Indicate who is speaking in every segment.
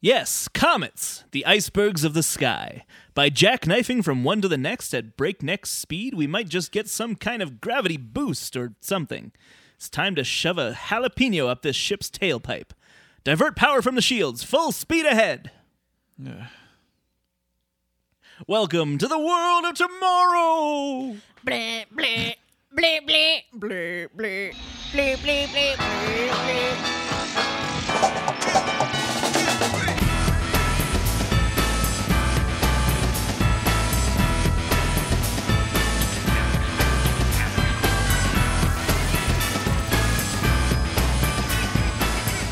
Speaker 1: Yes, Comets, the Icebergs of the Sky. By jackknifing from one to the next at breakneck speed, we might just get some kind of gravity boost or something. It's time to shove a jalapeno up this ship's tailpipe. Divert power from the shields, full speed ahead! Welcome to the world of tomorrow!
Speaker 2: Bleh, bleh, bleh, bleh, bleh, bleh, bleh, bleh, bleh, bleh, bleh.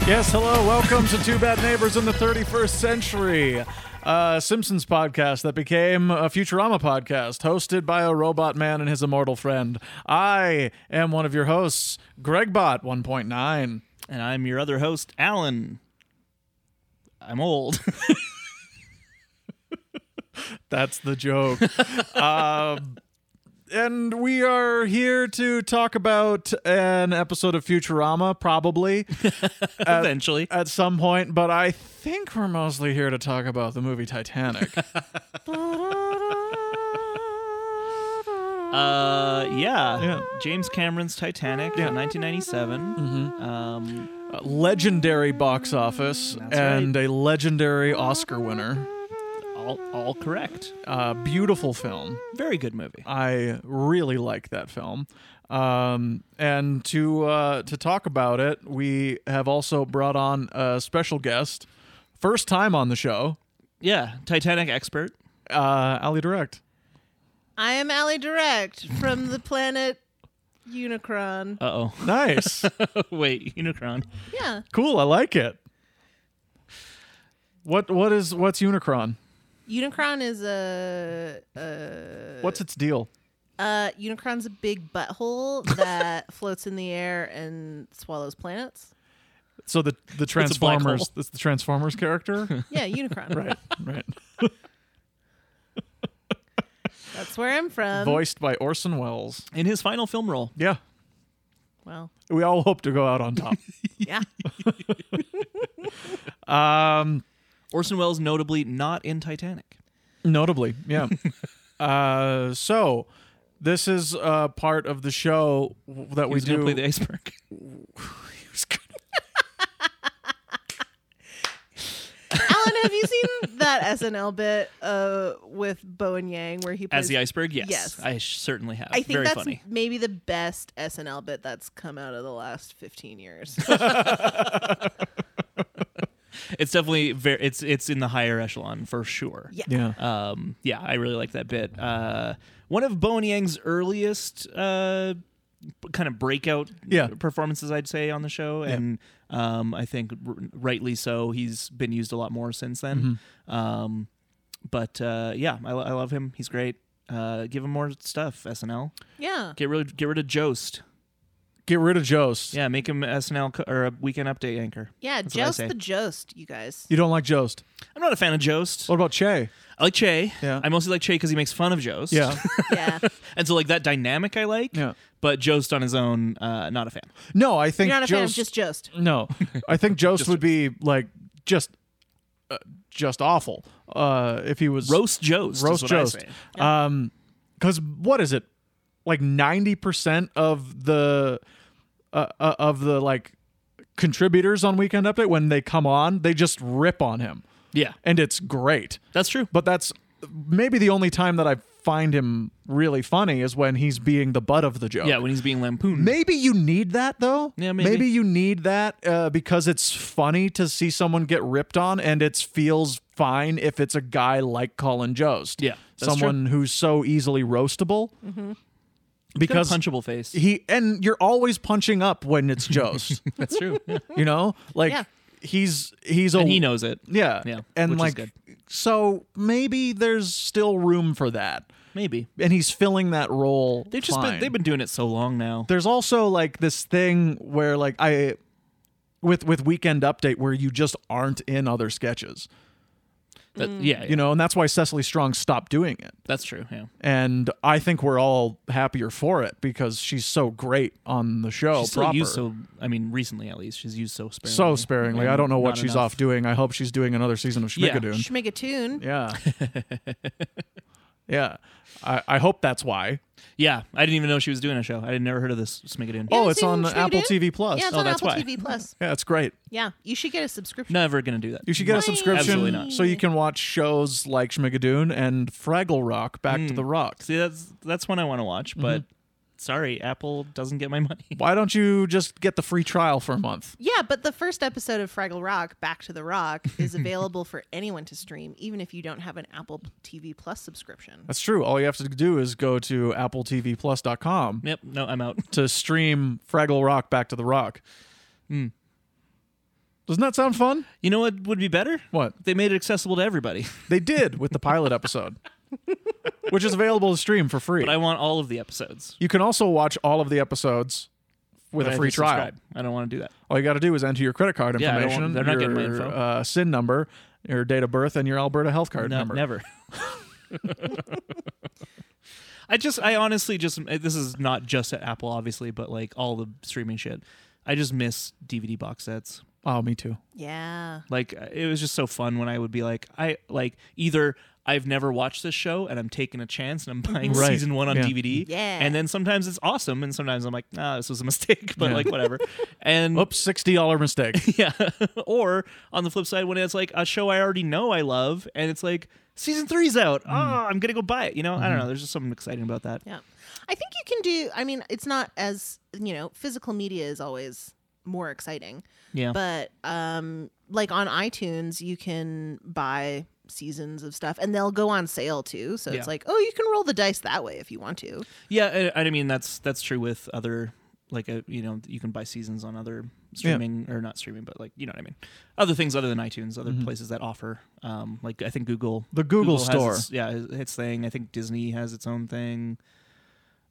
Speaker 3: Yes, hello. Welcome to Two Bad Neighbors in the 31st Century, uh, Simpsons podcast that became a Futurama podcast, hosted by a robot man and his immortal friend. I am one of your hosts, Gregbot 1.9.
Speaker 1: And I'm your other host, Alan. I'm old.
Speaker 3: That's the joke. um, and we are here to talk about an episode of Futurama, probably
Speaker 1: Eventually.
Speaker 3: at some point, but I think we're mostly here to talk about the movie Titanic.
Speaker 1: Uh, yeah.
Speaker 3: Yeah.
Speaker 1: James Cameron's Titanic, 1997.
Speaker 2: Mm-hmm.
Speaker 1: Um,
Speaker 3: A legendary box office and a legendary Oscar winner.
Speaker 1: all, all correct.
Speaker 3: Uh, beautiful film.
Speaker 1: Very good movie.
Speaker 2: Uh,
Speaker 3: I really like that film. Um, and to uh, to talk about it, we have also brought on a special guest, first time on the show,
Speaker 1: Yeah, Titanic expert.
Speaker 3: uh, Ali Direct.
Speaker 2: I am Allie Direct from the planet Unicron.
Speaker 1: Uh oh.
Speaker 3: Nice,
Speaker 1: Wait, Unicron.
Speaker 2: Yeah,
Speaker 3: cool. I like it. What what is what's Unicron?
Speaker 2: Unicron is a, a
Speaker 3: What's its deal?
Speaker 2: uh, Unicron's a big butthole that floats in the air and swallows planets.
Speaker 3: So the the
Speaker 1: a black hole.
Speaker 3: Transformers, it's the Transformers character,
Speaker 2: Yeah, Unicron.
Speaker 3: right? Right.
Speaker 2: That's where I'm from.
Speaker 3: voiced by Orson Welles.
Speaker 1: In his final film role.
Speaker 3: Yeah,
Speaker 2: Well,
Speaker 3: we all hope to go out on top.
Speaker 2: yeah.
Speaker 3: um,
Speaker 1: Orson Welles, notably not in Titanic.
Speaker 3: notably, yeah. uh, so this is uh, part of the show w- that
Speaker 1: He
Speaker 3: we
Speaker 1: was going to
Speaker 3: do.
Speaker 1: play the iceberg.
Speaker 2: Alan, have you seen that SNL bit uh, with Bo and Yang where he plays
Speaker 1: As the iceberg? Yes.
Speaker 2: Yes.
Speaker 1: I sh- certainly have.
Speaker 2: I think
Speaker 1: Very
Speaker 2: that's
Speaker 1: funny.
Speaker 2: maybe the best SNL bit that's come out of the last 15 years.
Speaker 1: It's definitely very, it's, it's in the higher echelon for sure.
Speaker 2: yeah.
Speaker 3: yeah.
Speaker 1: Um, yeah, I really like that bit. Uh, one of Bowen Yang's earliest uh, kind of breakout
Speaker 3: Yeah.
Speaker 1: performances, I'd say, on the show, and um, I think r- rightly so. He's been used a lot more since then.
Speaker 3: Mm-hmm.
Speaker 1: Um, but uh, yeah, I, lo- I love him. He's great. Uh, give him more stuff, SNL.
Speaker 2: Yeah.
Speaker 1: Get rid, get rid of Jost.
Speaker 3: Get rid of Jost.
Speaker 1: Yeah, make him SNL co- or a Weekend Update anchor.
Speaker 2: Yeah.
Speaker 1: That's what I
Speaker 2: Joust
Speaker 1: say.
Speaker 2: the Jost, you guys.
Speaker 3: You don't like Jost.
Speaker 1: I'm not a fan of Jost.
Speaker 3: What about Che?
Speaker 1: I like Che.
Speaker 3: Yeah.
Speaker 1: I mostly like Che because he makes fun of Jost.
Speaker 3: Yeah,
Speaker 2: Yeah.
Speaker 1: And so like that dynamic I like.
Speaker 3: Yeah.
Speaker 1: But Jost on his own, uh, not a fan.
Speaker 3: no, I think
Speaker 2: You're not a
Speaker 3: Jost.
Speaker 2: fan of just Jost.
Speaker 3: no, I think Jost would be like just, uh, just awful uh, if he was
Speaker 1: Roast Jost. is
Speaker 3: roast
Speaker 1: what I
Speaker 3: Jost.
Speaker 1: say.
Speaker 3: Um, because what is it? Like ninety percent of the uh, uh, of the like contributors on Weekend Update when they come on, they just rip on him,
Speaker 1: Yeah.
Speaker 3: and it's great.
Speaker 1: That's true.
Speaker 3: But that's maybe the only time that I find him really funny is when he's being the butt of the joke.
Speaker 1: yeah, when he's being lampooned.
Speaker 3: Maybe you need that though.
Speaker 1: Yeah, maybe.
Speaker 3: you need that uh, because it's funny to see someone get ripped on, and it feels fine if it's a guy like Colin Jost.
Speaker 1: Yeah, that's Mm-hmm.
Speaker 3: someone who's so easily roastable.
Speaker 1: He's got a
Speaker 3: Because
Speaker 1: punchable face.
Speaker 3: he and you're always punching up when it's Jost.
Speaker 1: That's true. Yeah.
Speaker 3: you know, like
Speaker 2: Yeah.
Speaker 3: he's he's a
Speaker 1: And he knows it.
Speaker 3: Yeah,
Speaker 1: Yeah,
Speaker 3: and
Speaker 1: which is
Speaker 3: like
Speaker 1: good.
Speaker 3: so maybe there's still room for that,
Speaker 1: Maybe.
Speaker 3: and he's filling that role.
Speaker 1: They've just
Speaker 3: fine
Speaker 1: been they've been doing it so long now.
Speaker 3: there's also like this thing where like I with with weekend update where you just aren't in other sketches.
Speaker 1: That- yeah,
Speaker 3: you know, and that's why Cecily Strong stopped doing it.
Speaker 1: that's true. Yeah,
Speaker 3: And I think we're all happier for it because she's so great on the show.
Speaker 1: she's still
Speaker 3: proper.
Speaker 1: used so. I mean, recently at least, she's used so sparingly.
Speaker 3: so sparingly. I
Speaker 1: and
Speaker 3: don't know what
Speaker 1: not
Speaker 3: she's
Speaker 1: enough.
Speaker 3: off doing. I hope she's doing another season of
Speaker 1: Yeah,
Speaker 3: Schmigadoon.
Speaker 2: Make a tune.
Speaker 3: Yeah. yeah. I, I hope that's why.
Speaker 1: Yeah, I didn't even know she was doing a show. I had never heard of this Smigadoon.
Speaker 3: Oh,
Speaker 2: haven't
Speaker 3: it's
Speaker 2: seen
Speaker 3: on
Speaker 2: Schmigadoon?
Speaker 3: Apple TV Plus.
Speaker 2: Yeah, it's
Speaker 1: Oh,
Speaker 2: on
Speaker 1: that's
Speaker 2: Apple
Speaker 1: why.
Speaker 2: TV Plus.
Speaker 3: Yeah, it's great.
Speaker 2: Yeah, you should get a subscription.
Speaker 1: Never gonna do that.
Speaker 3: You should get a
Speaker 2: Why?
Speaker 3: subscription
Speaker 1: Absolutely not.
Speaker 3: so you can watch shows like Schmigadoon and Fraggle Rock Back to the
Speaker 1: Hmm.
Speaker 3: Rock.
Speaker 1: See, that's that's one I want to watch, but
Speaker 3: Mm-hmm.
Speaker 1: sorry, Apple doesn't get my money.
Speaker 3: Why don't you just get the free trial for a month?
Speaker 2: Yeah, but the first episode of Fraggle Rock, Back to the Rock, is available for anyone to stream, even if you don't have an Apple TV Plus subscription.
Speaker 3: That's true. All you have to do is go to appletvplus.com
Speaker 1: Yep, no, I'm out.
Speaker 3: to stream Fraggle Rock Back to the Rock.
Speaker 1: Hmm.
Speaker 3: Doesn't that sound fun?
Speaker 1: You know what would be better?
Speaker 3: What?
Speaker 1: They made it accessible to everybody.
Speaker 3: They did with the pilot episode, which is available to stream for free.
Speaker 1: But I want all of the episodes
Speaker 3: You can also watch all of the episodes with
Speaker 1: But
Speaker 3: a
Speaker 1: I
Speaker 3: free
Speaker 1: just
Speaker 3: trial.
Speaker 1: subscribe. I don't want to do that.
Speaker 3: All you got to do is enter your credit card
Speaker 1: Yeah, I don't
Speaker 3: information,
Speaker 1: want- they're not
Speaker 3: your
Speaker 1: getting my info.
Speaker 3: Uh, SIN number, your date of birth, and your Alberta health card
Speaker 1: No,
Speaker 3: number.
Speaker 1: never. I just, I honestly just, eh, this is not just at Apple, obviously, but like all the streaming shit. I just miss DVD box sets.
Speaker 3: Oh, me too.
Speaker 2: Yeah.
Speaker 1: Like eh, it was just so fun when I would be like, I like either I've never watched this show and I'm taking a chance and I'm buying
Speaker 3: Right.
Speaker 1: season one on
Speaker 3: Yeah.
Speaker 1: DVD.
Speaker 2: Yeah.
Speaker 1: And then sometimes it's awesome and sometimes I'm like, ah, this was a mistake, but
Speaker 3: Yeah.
Speaker 1: like whatever. And
Speaker 3: Oops, sixty dollar mistake.
Speaker 1: yeah. or on the flip side, when it's like a show I already know I love and it's like season three's out. Oh, I'm gonna go buy it. You know, I don't know. There's just something exciting about that.
Speaker 2: Yeah. I think you can do, I mean, it's not as, you know, physical media is always more exciting,
Speaker 1: Yeah.
Speaker 2: but um like on iTunes, you can buy seasons of stuff and they'll go on sale too. So
Speaker 1: Yeah.
Speaker 2: it's like, oh, you can roll the dice that way if you want to.
Speaker 1: yeah, I, I mean that's that's true with other like a, you know, you can buy seasons on other streaming or not streaming, but like you know what I mean. Other things other than iTunes, other places that offer um like I think Google
Speaker 3: Mm-hmm. The Google
Speaker 1: has
Speaker 3: Store.
Speaker 1: its- yeah, its thing. I think Disney has its own thing.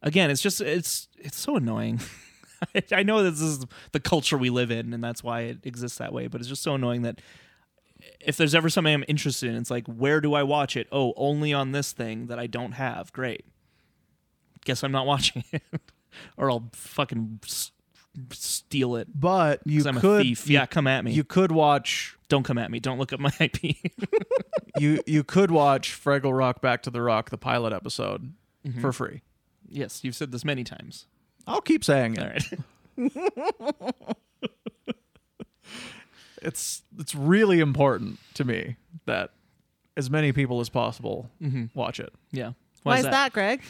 Speaker 1: Again, it's just it's it's so annoying. I- I know this is the culture we live in, and that's why it exists that way. But it's just so annoying that if there's ever something I'm interested in, it's like, where do I watch it? Oh, only on this thing that I don't have. Great. Guess I'm not watching it, or I'll fucking s- steal it.
Speaker 3: But you
Speaker 1: 'cause I'm
Speaker 3: could
Speaker 1: a thief. yeah, come at me.
Speaker 3: you could watch
Speaker 1: don't come at me. Don't look up my IP.
Speaker 3: you you could watch Fraggle Rock Back to the Rock the pilot episode
Speaker 1: Mm-hmm.
Speaker 3: for free.
Speaker 1: yes, you've said this many times.
Speaker 3: I'll keep saying it.
Speaker 1: All right.
Speaker 3: It's it's really important to me that as many people as possible
Speaker 1: Mm-hmm.
Speaker 3: watch it.
Speaker 1: Yeah.
Speaker 2: Why, is that, Greg?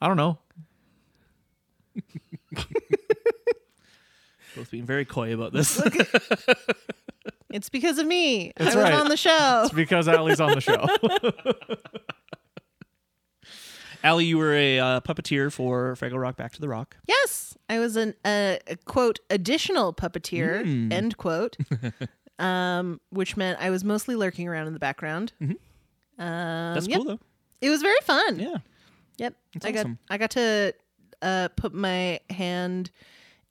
Speaker 3: I don't know.
Speaker 1: Both being very coy about this.
Speaker 2: It's because of me.
Speaker 3: That's
Speaker 2: I was
Speaker 3: right.
Speaker 2: on the show.
Speaker 3: It's because Allie's on the show.
Speaker 1: Allie, you were a uh, puppeteer for Fraggle Rock Back to the Rock.
Speaker 2: Yes, I was an uh, a quote additional puppeteer end quote, um, which meant I was mostly lurking around in the background. Um,
Speaker 1: That's
Speaker 2: yep.
Speaker 1: cool though.
Speaker 2: It was very fun.
Speaker 1: Yeah.
Speaker 2: Yep,
Speaker 1: That's
Speaker 2: I got
Speaker 1: awesome.
Speaker 2: I got to uh, put my hand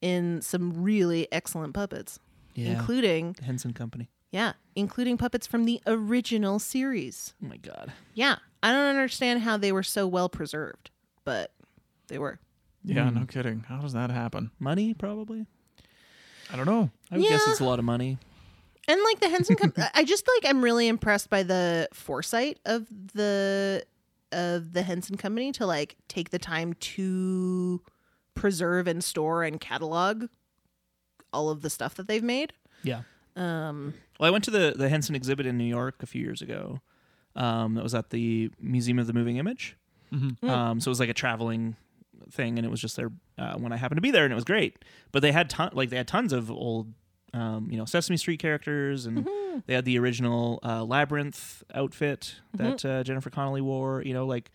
Speaker 2: in some really excellent puppets,
Speaker 1: Yeah.
Speaker 2: including
Speaker 1: Henson Company.
Speaker 2: yeah, including puppets from the original series.
Speaker 1: Oh my god.
Speaker 2: Yeah, I don't understand how they were so well preserved, but they were.
Speaker 3: yeah,
Speaker 1: Mm.
Speaker 3: no kidding. How does that happen?
Speaker 1: Money probably.
Speaker 3: I don't know.
Speaker 1: I would guess
Speaker 2: Yeah.
Speaker 1: it's a lot of money.
Speaker 2: And like the Henson Company, I just like I'm really impressed by the foresight of the of the Henson Company to like take the time to preserve and store and catalog all of the stuff that they've made.
Speaker 1: Yeah.
Speaker 2: Um,
Speaker 1: Well, I went to the the Henson exhibit in New York a few years ago. Um, that was at the Museum of the Moving Image. Um, so it was like a traveling thing, and it was just there uh, when I happened to be there, and it was great. But they had ton- like they had tons of old, um, you know, Sesame Street characters, and they had the original uh, labyrinth outfit that uh, Jennifer Connelly wore. You know, like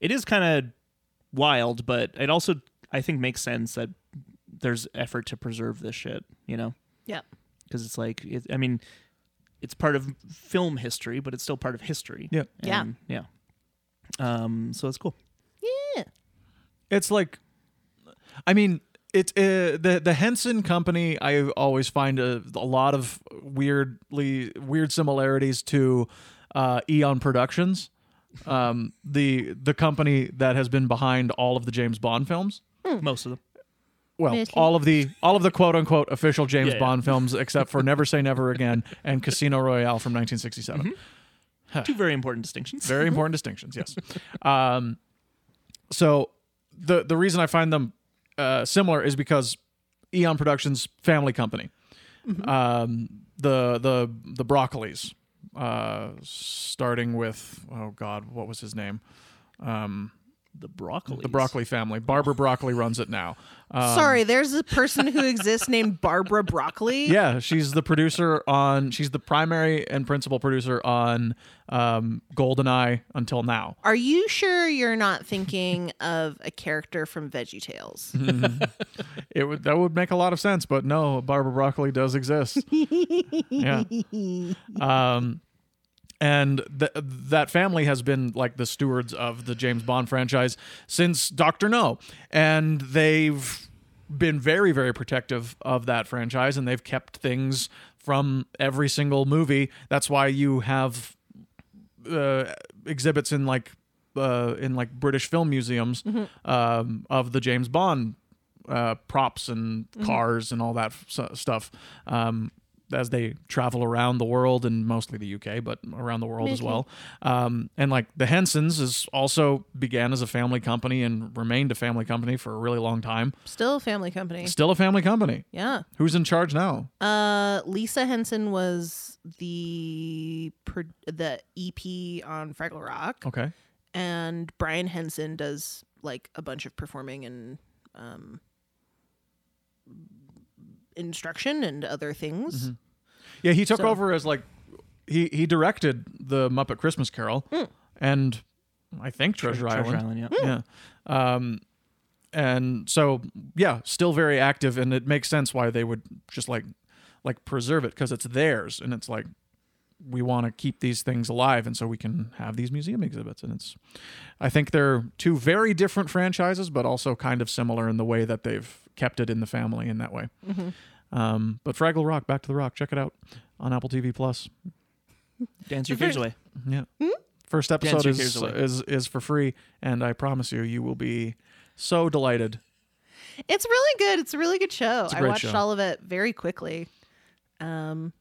Speaker 1: it is kind of wild, but it also I think makes sense that there's effort to preserve this shit. You know
Speaker 2: yeah,
Speaker 1: because it's like it, I mean, it's part of film history, but it's still part of history.
Speaker 3: Yeah.
Speaker 2: Yeah.
Speaker 1: And- yeah. Um, so that's cool.
Speaker 2: yeah,
Speaker 3: It's like, I mean, it's uh, the the Henson Company. I always find a, a lot of weirdly weird similarities to uh, Eon Productions, um, the the company that has been behind all of the James Bond films.
Speaker 1: Most of them.
Speaker 3: Well,
Speaker 2: Mostly.
Speaker 3: all of the all of the quote unquote official James
Speaker 1: Yeah, yeah.
Speaker 3: Bond films, except for Never Say Never Again and Casino Royale from 1967.
Speaker 1: Mm-hmm. Two very important distinctions.
Speaker 3: Very important distinctions, yes. Um, so the the reason I find them uh, similar is because Eon Productions family company, um, the the the Broccoli's, uh, starting with oh god, what was his name? Um,
Speaker 1: the broccoli.
Speaker 3: the Broccoli family. Barbara Broccoli runs it now. Uh,
Speaker 2: Sorry, there's a person who exists named Barbara Broccoli.
Speaker 3: yeah, she's the producer on. She's the primary and principal producer on um, Goldeneye until now.
Speaker 2: Are you sure you're not thinking of a character from Veggie Tales?
Speaker 3: It would that would make a lot of sense, but no, Barbara Broccoli does exist. yeah. Um, and th- that family has been like the stewards of the James Bond franchise since Doctor No, and they've been very very protective of that franchise, and they've kept things from every single movie. That's why you have uh, exhibits in like uh, in like British film museums um, of the James Bond uh, props and cars and all that s- stuff um, as they travel around the world and mostly the UK, but around the world as well. Um, and like the Hensons is also began as a family company and remained a family company for a really long time.
Speaker 2: Still a family company.
Speaker 3: Still a family company.
Speaker 2: Yeah.
Speaker 3: Who's in charge now?
Speaker 2: Uh, Lisa Henson was the pro- the EP on Fraggle Rock,
Speaker 3: Okay.
Speaker 2: and Brian Henson does like a bunch of performing and um, instruction and other things.
Speaker 3: Mm-hmm. Yeah, he took
Speaker 2: So-
Speaker 3: over as like he he directed the Muppet Christmas Carol and I think Treasure, Island.
Speaker 1: yeah.
Speaker 3: yeah um and so yeah still very active and it makes sense why they would just like like preserve it because it's theirs and it's like we want to keep these things alive and so we can have these museum exhibits and it's i think they're two very different franchises but also kind of similar in the way that they've kept it in the family in that way um, but fraggle rock back to the rock check it out on apple tv plus
Speaker 1: Dance your
Speaker 2: The
Speaker 1: fears
Speaker 2: very-
Speaker 1: away.
Speaker 3: yeah. First episode
Speaker 1: Dance your
Speaker 3: is,
Speaker 1: cares away.
Speaker 3: is is for free, and I promise you, you will be so delighted.
Speaker 2: It's really good. It's a really good show.
Speaker 3: a
Speaker 2: I
Speaker 3: great
Speaker 2: watched
Speaker 3: show.
Speaker 2: all of it very quickly. Um,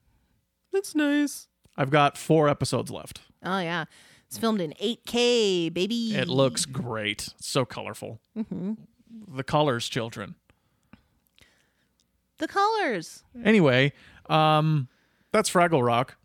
Speaker 2: that's nice.
Speaker 3: I've got four episodes left.
Speaker 2: Oh yeah, it's filmed in 8K, baby.
Speaker 3: It looks great. It's so colorful. Mm-hmm. The colors, children.
Speaker 2: the colors.
Speaker 3: Anyway, um, that's Fraggle Rock,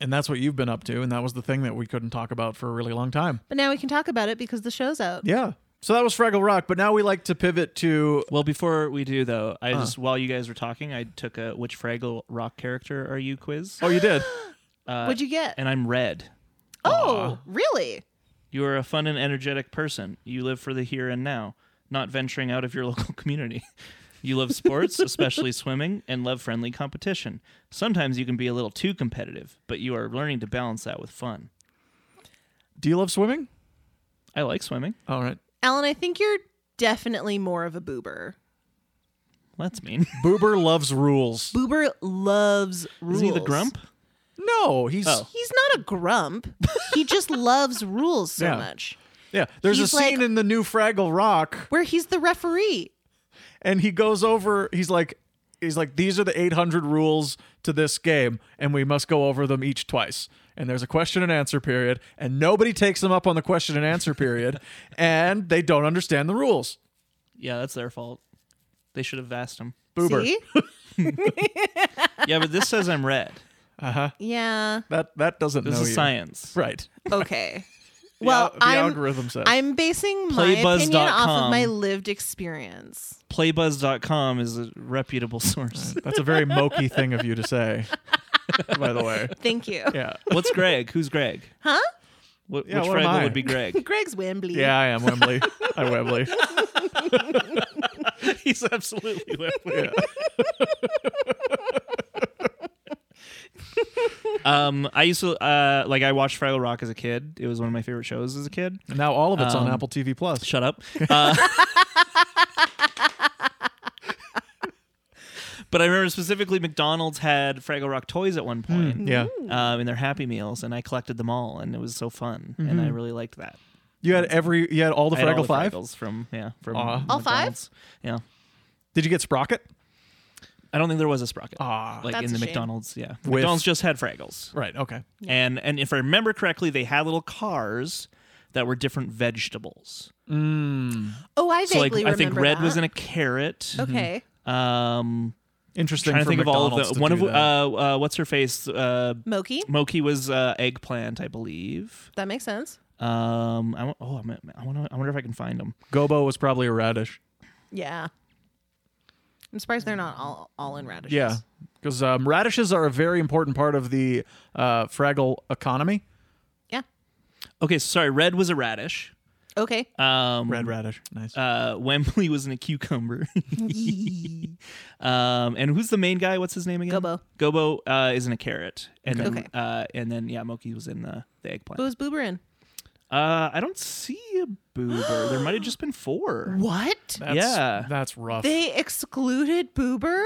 Speaker 3: and that's what you've been up to, and that was the thing that we couldn't talk about for a really long time.
Speaker 2: But now we can talk about it because the show's out.
Speaker 3: Yeah. So that was Fraggle Rock, but now we like to pivot to
Speaker 1: Well, before we do though,
Speaker 3: Uh-huh.
Speaker 1: I just while you guys were talking, I took a which Fraggle Rock character are you quiz,
Speaker 3: oh, you did.
Speaker 2: What'd you get?
Speaker 1: and I'm red.
Speaker 2: Oh, really?
Speaker 1: You are a fun and energetic person. You live for the here and now, not venturing out of your local community. You love sports, especially swimming, and love friendly competition. Sometimes you can be a little too competitive, but you are learning to balance that with fun.
Speaker 3: Do you love swimming?
Speaker 1: I like swimming.
Speaker 3: All right.
Speaker 2: Alan, I think you're definitely more of a boober.
Speaker 1: That's mean.
Speaker 3: Boober loves rules.
Speaker 2: Boober loves rules.
Speaker 1: Is he the grump?
Speaker 3: No, he's
Speaker 1: Oh.
Speaker 2: He's not a grump. he just loves rules so
Speaker 3: Yeah.
Speaker 2: much.
Speaker 3: Yeah, there's
Speaker 2: He's
Speaker 3: a scene
Speaker 2: like-
Speaker 3: in the new Fraggle Rock,
Speaker 2: Where he's the referee.
Speaker 3: and he goes over. He's like, he's like, these are the 800 rules to this game, and we must go over them each twice. And there's a question and answer period, and nobody takes them up on the question and answer period, and they don't understand the rules.
Speaker 1: Yeah, that's their fault. They should have asked him.
Speaker 3: Boober.
Speaker 2: See?
Speaker 1: Yeah, but this says I'm red.
Speaker 2: Yeah.
Speaker 3: That that doesn't
Speaker 1: This
Speaker 3: know
Speaker 1: is
Speaker 3: you.
Speaker 1: science.
Speaker 3: right?
Speaker 2: Okay.
Speaker 3: The
Speaker 2: well,
Speaker 3: al- the,
Speaker 2: I'm
Speaker 3: algorithm says
Speaker 2: I'm basing my
Speaker 1: Playbuzz.com.
Speaker 2: opinion off of my lived experience.
Speaker 1: Playbuzz.com is a reputable source.
Speaker 3: that's a very mokey thing of you to say. by the way,
Speaker 2: Thank you.
Speaker 3: yeah,
Speaker 1: What's Greg? Who's Greg?
Speaker 2: Huh?
Speaker 1: What,
Speaker 3: Yeah,
Speaker 1: which
Speaker 3: what am
Speaker 1: Fraggle
Speaker 3: I?
Speaker 1: would be Greg?
Speaker 2: Greg's Wembley.
Speaker 3: yeah, I am Wembley. I Wembley.
Speaker 1: He's absolutely
Speaker 3: Yeah.
Speaker 1: Um, I used to uh, like I watched Fraggle Rock as a kid. It was one of my favorite shows as a kid.
Speaker 3: Now all of it's on
Speaker 1: Um,
Speaker 3: Apple TV Plus.
Speaker 1: Shut up. Uh, But I remember specifically McDonald's had Fraggle Rock toys at one
Speaker 3: Hmm.
Speaker 1: point
Speaker 3: Yeah.
Speaker 1: um, in their Happy Meals, and I collected them all, and it was so fun, and I really liked that.
Speaker 3: You had every you had all Mm-hmm. the
Speaker 1: I had all
Speaker 3: Fraggle
Speaker 1: the
Speaker 3: Five.
Speaker 1: Fraggles from yeah from
Speaker 3: Aw.
Speaker 2: All five?
Speaker 1: McDonald's. Yeah,
Speaker 3: Did you get Sprocket?
Speaker 1: I don't think there was a sprocket
Speaker 3: Ah.
Speaker 1: like
Speaker 2: That's
Speaker 1: in
Speaker 2: a
Speaker 1: the
Speaker 2: shame.
Speaker 1: McDonald's. Yeah,
Speaker 3: With-
Speaker 1: McDonald's just had Fraggles,
Speaker 3: Right. Okay.
Speaker 1: and and if I remember correctly, they had little cars that were different vegetables.
Speaker 2: Oh, I
Speaker 1: So like
Speaker 2: vaguely
Speaker 1: I think
Speaker 2: remember
Speaker 1: red
Speaker 2: that.
Speaker 1: was in a Mhm. carrot.
Speaker 2: Okay.
Speaker 1: Um,
Speaker 3: Interesting.
Speaker 1: trying to
Speaker 3: for
Speaker 1: think of all of
Speaker 3: McDonald's
Speaker 1: the
Speaker 3: to
Speaker 1: one of
Speaker 3: do
Speaker 1: wh-
Speaker 3: that.
Speaker 1: uh, uh, what's her face uh,
Speaker 2: Moki.
Speaker 1: Moki was uh, eggplant, I believe.
Speaker 2: That makes sense.
Speaker 1: Um, I, wa- oh, I'm- I want I wonder if I can find them.
Speaker 3: uh, Gobo was probably a radish.
Speaker 2: Yeah. I'm surprised they're not all all in radishes.
Speaker 3: Yeah, because um, radishes are a very important part of the uh, Fraggle economy.
Speaker 2: Yeah.
Speaker 1: Okay, sorry. Red was a radish.
Speaker 2: Okay.
Speaker 1: Um,
Speaker 3: Red radish, nice.
Speaker 1: Uh, Wembley was in a cucumber. um, and who's the main guy? What's his name again?
Speaker 2: Gobo.
Speaker 1: Gobo uh, is in a carrot, and then
Speaker 2: Okay.
Speaker 1: uh, and then yeah, Moki was in the the eggplant.
Speaker 2: Who was Booberin?
Speaker 1: Uh, I don't see a boober. there might have just been four.
Speaker 2: What?
Speaker 3: that's,
Speaker 1: yeah.
Speaker 3: that's rough.
Speaker 2: They excluded Boober?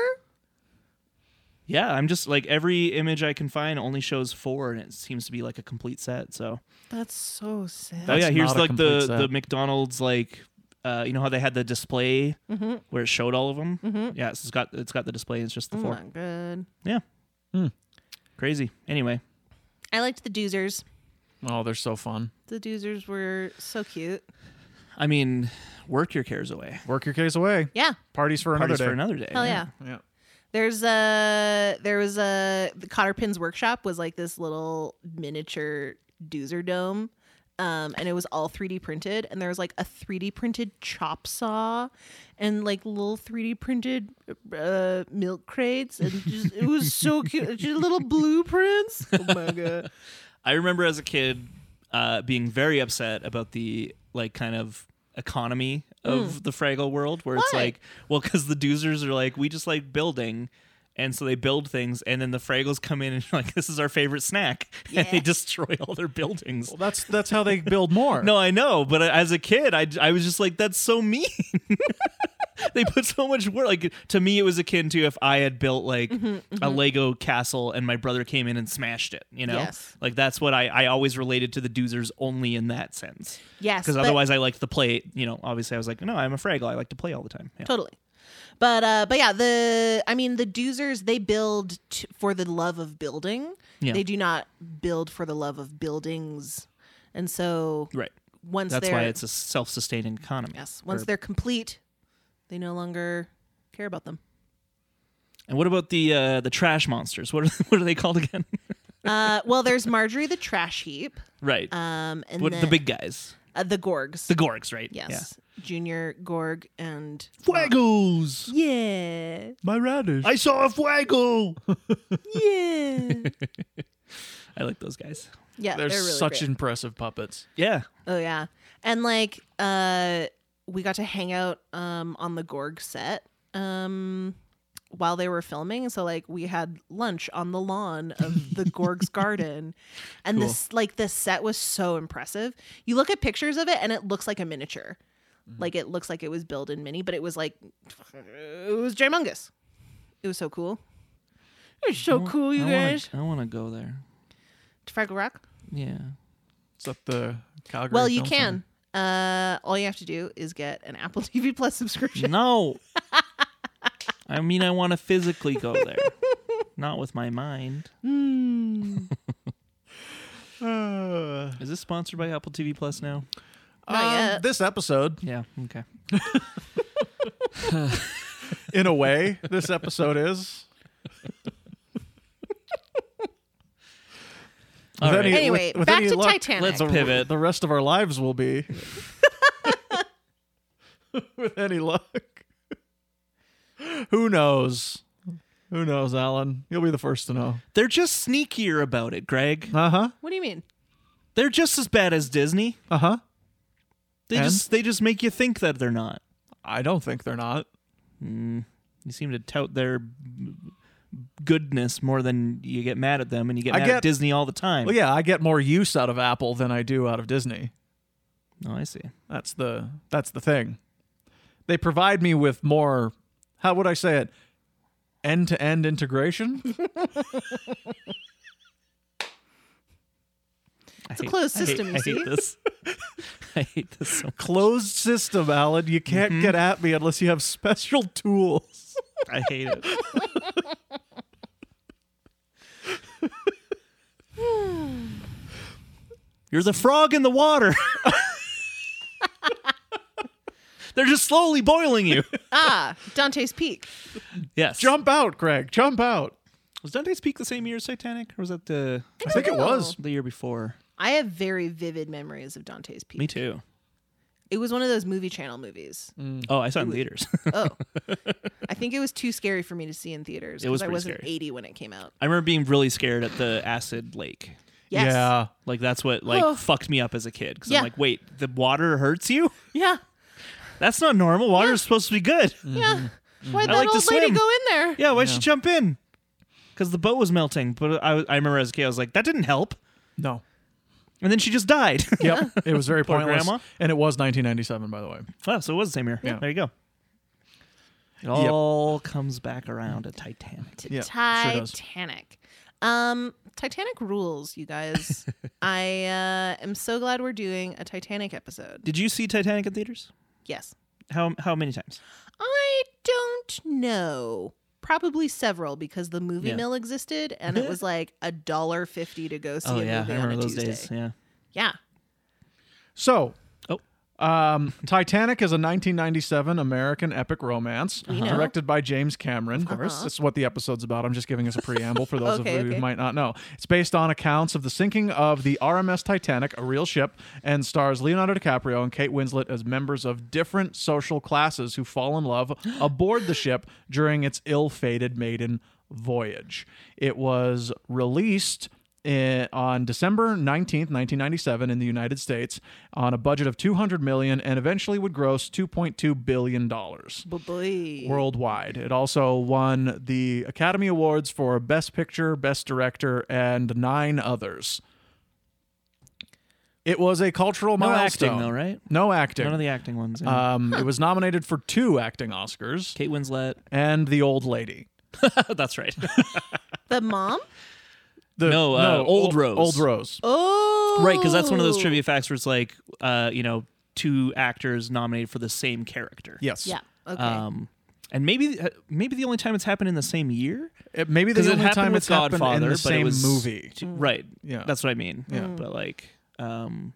Speaker 1: Yeah, I'm just like every image I can find only shows four, and it seems to be like a complete set. So
Speaker 2: That's so sad.
Speaker 1: oh yeah, here's
Speaker 3: not a
Speaker 1: like the
Speaker 3: complete set.
Speaker 1: the McDonald's like. Uh, you know how they had the display
Speaker 2: Mm-hmm.
Speaker 1: where it showed all of them? Yeah, it's got it's got the display. and It's just the four.
Speaker 2: Not good.
Speaker 1: Yeah.
Speaker 3: Hmm.
Speaker 1: Crazy. Anyway,
Speaker 2: I liked the doozers.
Speaker 3: oh, they're so fun.
Speaker 2: The doozers were so cute.
Speaker 1: I mean, work your cares away.
Speaker 3: Work your case away.
Speaker 2: Yeah.
Speaker 3: Parties for another
Speaker 1: Parties
Speaker 3: day.
Speaker 1: for another day.
Speaker 2: Hell yeah.
Speaker 3: yeah.
Speaker 2: There's a there was a the Cotterpin's workshop was like this little miniature doozer dome. Um, and it was all 3D printed, and there was like a 3D printed chop saw, and like little 3D printed uh, milk crates, and just it was so cute. Just little blueprints. Oh my god!
Speaker 1: I remember as a kid uh, being very upset about the like kind of economy of the Fraggle world, where it's
Speaker 2: Hmm. Why?
Speaker 1: like, well, because the Doozers are like, we just like building. And so they build things, and then the Fraggles come in and are like, "This is our favorite snack," and they
Speaker 2: Yeah.
Speaker 1: destroy all their buildings.
Speaker 3: Well, that's that's how they build more.
Speaker 1: No, I know, but I- as a kid, I, I was just like, that's so mean. they put so much work. Like to me, it was akin to if I had built like
Speaker 2: Mm-hmm,
Speaker 1: a Lego castle and my brother came in and smashed it. You know,
Speaker 2: Yes.
Speaker 1: like that's what I I always related to the Doozers only in that sense.
Speaker 2: Yes,
Speaker 1: Because
Speaker 2: but-
Speaker 1: otherwise, I liked to play. You know, obviously, I was like, no, I'm a Fraggle. I like to play all the time. Yeah.
Speaker 2: Totally. But uh but yeah, the I mean the doozers they build t- for the love of building.
Speaker 1: Yeah.
Speaker 2: They do not build for the love of buildings. And so
Speaker 1: Right.
Speaker 2: once
Speaker 1: That's
Speaker 2: they're
Speaker 1: why it's a self-sustaining economy.
Speaker 2: yes, once
Speaker 1: Or-
Speaker 2: they're complete, they no longer care about them.
Speaker 1: and what about the uh, the trash monsters? What are, what are they called again?
Speaker 2: Uh well there's Marjorie the trash heap.
Speaker 1: right.
Speaker 2: Um and
Speaker 1: what
Speaker 2: then,
Speaker 1: the big guys?
Speaker 2: uh, the gorgs.
Speaker 1: The Gorgs, right?
Speaker 2: yes. Junior gorg and
Speaker 1: Yeah. Fraggles.
Speaker 2: yeah.
Speaker 3: my radish.
Speaker 1: I saw a fuego.
Speaker 2: Yeah.
Speaker 1: I like those guys.
Speaker 2: yeah,
Speaker 3: they're,
Speaker 2: they're, really
Speaker 3: such
Speaker 2: great.
Speaker 3: impressive puppets.
Speaker 1: Yeah.
Speaker 2: Oh yeah. And like uh we got to hang out um on the Gorg set um while they were filming. So like we had lunch on the lawn of the Gorg's garden. And this like this set was so impressive. You look at pictures of it and it looks like a miniature. Like it looks like it was built in mini, but it was like it was Jamungus. It was so cool. It was so cool, you guys.
Speaker 1: I want to go there.
Speaker 2: To Fraggle Rock.
Speaker 1: Yeah.
Speaker 3: Is that the Calgary?
Speaker 2: Well, you
Speaker 3: Film
Speaker 2: can. Uh, all you have to do is get an Apple TV Plus subscription.
Speaker 1: No. I mean, I want to physically go there, not with my mind.
Speaker 3: Center?
Speaker 1: Is this sponsored by Apple TV Plus now?
Speaker 3: Uh,
Speaker 2: Not
Speaker 3: um,
Speaker 2: yet.
Speaker 3: This episode,
Speaker 1: Yeah. Okay.
Speaker 3: in a way, this episode is.
Speaker 1: All
Speaker 3: With
Speaker 1: right.
Speaker 3: any-
Speaker 2: Anyway,
Speaker 3: with- with
Speaker 2: back
Speaker 3: any
Speaker 2: to
Speaker 3: luck,
Speaker 2: Titanic.
Speaker 1: let's-
Speaker 3: the,
Speaker 1: Pivot.
Speaker 3: the rest of our lives will be. With any luck. Who knows? Who knows, Alan? You'll be the first to know.
Speaker 1: They're just sneakier about it, Greg.
Speaker 3: Uh huh.
Speaker 2: What do you mean?
Speaker 1: They're just as bad as Disney.
Speaker 3: Uh huh.
Speaker 1: They
Speaker 3: And?
Speaker 1: just they just make you think that they're not.
Speaker 3: I don't think they're not.
Speaker 1: You seem to tout their goodness more than you get mad at them, and you get Oh,
Speaker 3: I
Speaker 1: mad
Speaker 3: get-
Speaker 1: at Disney all the time.
Speaker 3: Well, yeah, I get more use out of Apple than I do out of Disney.
Speaker 1: Oh, I see.
Speaker 3: That's the that's the thing. They provide me with more. How would I say it? end to end integration?
Speaker 1: It's
Speaker 2: a closed system, you
Speaker 1: I hate,
Speaker 2: see?
Speaker 1: this. I hate this so much.
Speaker 3: Closed system, Alan. You can't
Speaker 1: Mm-hmm.
Speaker 3: get at me unless you have special tools.
Speaker 1: I hate it. There's a frog in the water. They're just slowly boiling you.
Speaker 2: Ah, Dante's Peak.
Speaker 1: Yes.
Speaker 3: Jump out, Greg. Jump out.
Speaker 1: Was Dante's Peak the same year as Titanic, or was that the
Speaker 3: I think it was.
Speaker 2: Oh,
Speaker 1: the year before?
Speaker 2: I have very vivid memories of Dante's Peak.
Speaker 1: Me too.
Speaker 2: It was one of those movie channel movies.
Speaker 1: Oh, I saw it in theaters.
Speaker 2: Oh. I think it was too scary for me to see in theaters
Speaker 1: It was
Speaker 2: because I
Speaker 1: pretty
Speaker 2: wasn't
Speaker 1: scary.
Speaker 2: 80 when it came out.
Speaker 1: I remember being really scared at the acid lake.
Speaker 2: Yes.
Speaker 3: Yeah.
Speaker 1: Like that's what like
Speaker 2: Oh.
Speaker 1: fucked me up as a kid because
Speaker 2: Yeah.
Speaker 1: I'm like, wait, the water hurts you?
Speaker 2: Yeah.
Speaker 1: That's not normal. Water's supposed to be good.
Speaker 2: Yeah. Why'd
Speaker 1: Mm-hmm. I
Speaker 2: that
Speaker 1: like to
Speaker 2: old lady
Speaker 1: swim.
Speaker 2: go in there?
Speaker 1: Mm, Yeah, why'd she jump in? Because the boat was melting. But I, I remember as a kid, I was like, that didn't help.
Speaker 3: No.
Speaker 1: And then she just died.
Speaker 3: Yep. It was very
Speaker 1: Poor
Speaker 3: pointless.
Speaker 1: grandma.
Speaker 3: And it was 1997, by the way.
Speaker 1: oh, so it was the same year.
Speaker 3: Yeah.
Speaker 1: There you go. It all comes back around to Titanic.
Speaker 2: to
Speaker 3: Yeah, sure does.
Speaker 2: Titanic. um, Titanic rules, you guys. I uh, am so glad we're doing a Titanic episode.
Speaker 1: Did you see Titanic in theaters?
Speaker 2: Yes.
Speaker 1: How how many times?
Speaker 2: I don't know. Probably several because the movie
Speaker 1: Yeah.
Speaker 2: mill existed and it was like a dollar fifty to go see
Speaker 1: Oh,
Speaker 2: a movie on a Tuesday.
Speaker 1: Yeah.
Speaker 2: Yeah.
Speaker 3: So,
Speaker 1: Oh.
Speaker 3: um, Titanic is a 1997 American epic romance
Speaker 2: We know.
Speaker 3: directed by James Cameron. Of course. That's what the episode's about. I'm just giving us a preamble for those
Speaker 2: Okay,
Speaker 3: of you
Speaker 2: okay.
Speaker 3: who might not know. It's based on accounts of the sinking of the RMS Titanic, a real ship, and stars Leonardo DiCaprio and Kate Winslet as members of different social classes who fall in love aboard the ship during its ill fated maiden voyage. It was released in, on December 19th, 1997 in the United States on a budget of 200 million and eventually would gross 2.2 billion dollars
Speaker 2: Boy.
Speaker 3: worldwide. It also won the Academy Awards for Best Picture, Best Director, and nine others. It was a cultural
Speaker 1: No
Speaker 3: milestone.
Speaker 1: acting though, right?
Speaker 3: No acting.
Speaker 1: None of the acting ones. yeah.
Speaker 3: um, It was nominated for two acting Oscars
Speaker 1: Kate Winslet.
Speaker 3: and The Old Lady.
Speaker 1: That's right.
Speaker 2: The mom?
Speaker 3: The,
Speaker 1: No, uh, Old Rose.
Speaker 3: Old Rose.
Speaker 2: Oh
Speaker 1: right, because that's one of those trivia facts where it's like, uh, you know, two actors nominated for the same character.
Speaker 3: Yes.
Speaker 2: Yeah. Okay.
Speaker 1: Um, and maybe maybe the only time it's happened in the same year
Speaker 3: It- maybe the
Speaker 1: because it
Speaker 3: only
Speaker 1: happened
Speaker 3: time
Speaker 1: with
Speaker 3: it's happened
Speaker 1: Godfather,
Speaker 3: in the
Speaker 1: but
Speaker 3: same
Speaker 1: it was
Speaker 3: movie.
Speaker 1: right?
Speaker 3: Yeah.
Speaker 1: that's what I mean.
Speaker 3: Yeah.
Speaker 1: but like, um,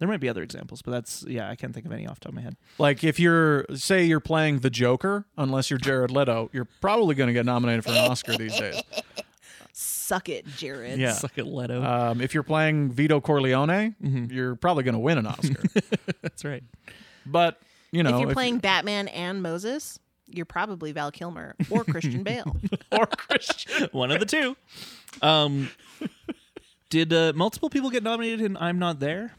Speaker 1: there might be other examples, but that's yeah, I can't think of any off the top of my head.
Speaker 3: Like if you're say you're playing the Joker, unless you're Jared Leto, you're probably going to get nominated for an Oscar these days.
Speaker 2: Suck it, Jared.
Speaker 3: Yeah.
Speaker 1: Suck it, Leto.
Speaker 3: Um, if you're playing Vito Corleone,
Speaker 1: Mm-hmm.
Speaker 3: you're probably going to win an Oscar.
Speaker 1: that's right.
Speaker 3: but you know,
Speaker 2: if you're playing Batman and Moses, you're probably Val Kilmer or Christian Bale.
Speaker 3: or Christian,
Speaker 1: one of the two. Um, did uh, multiple people get nominated in I'm Not There?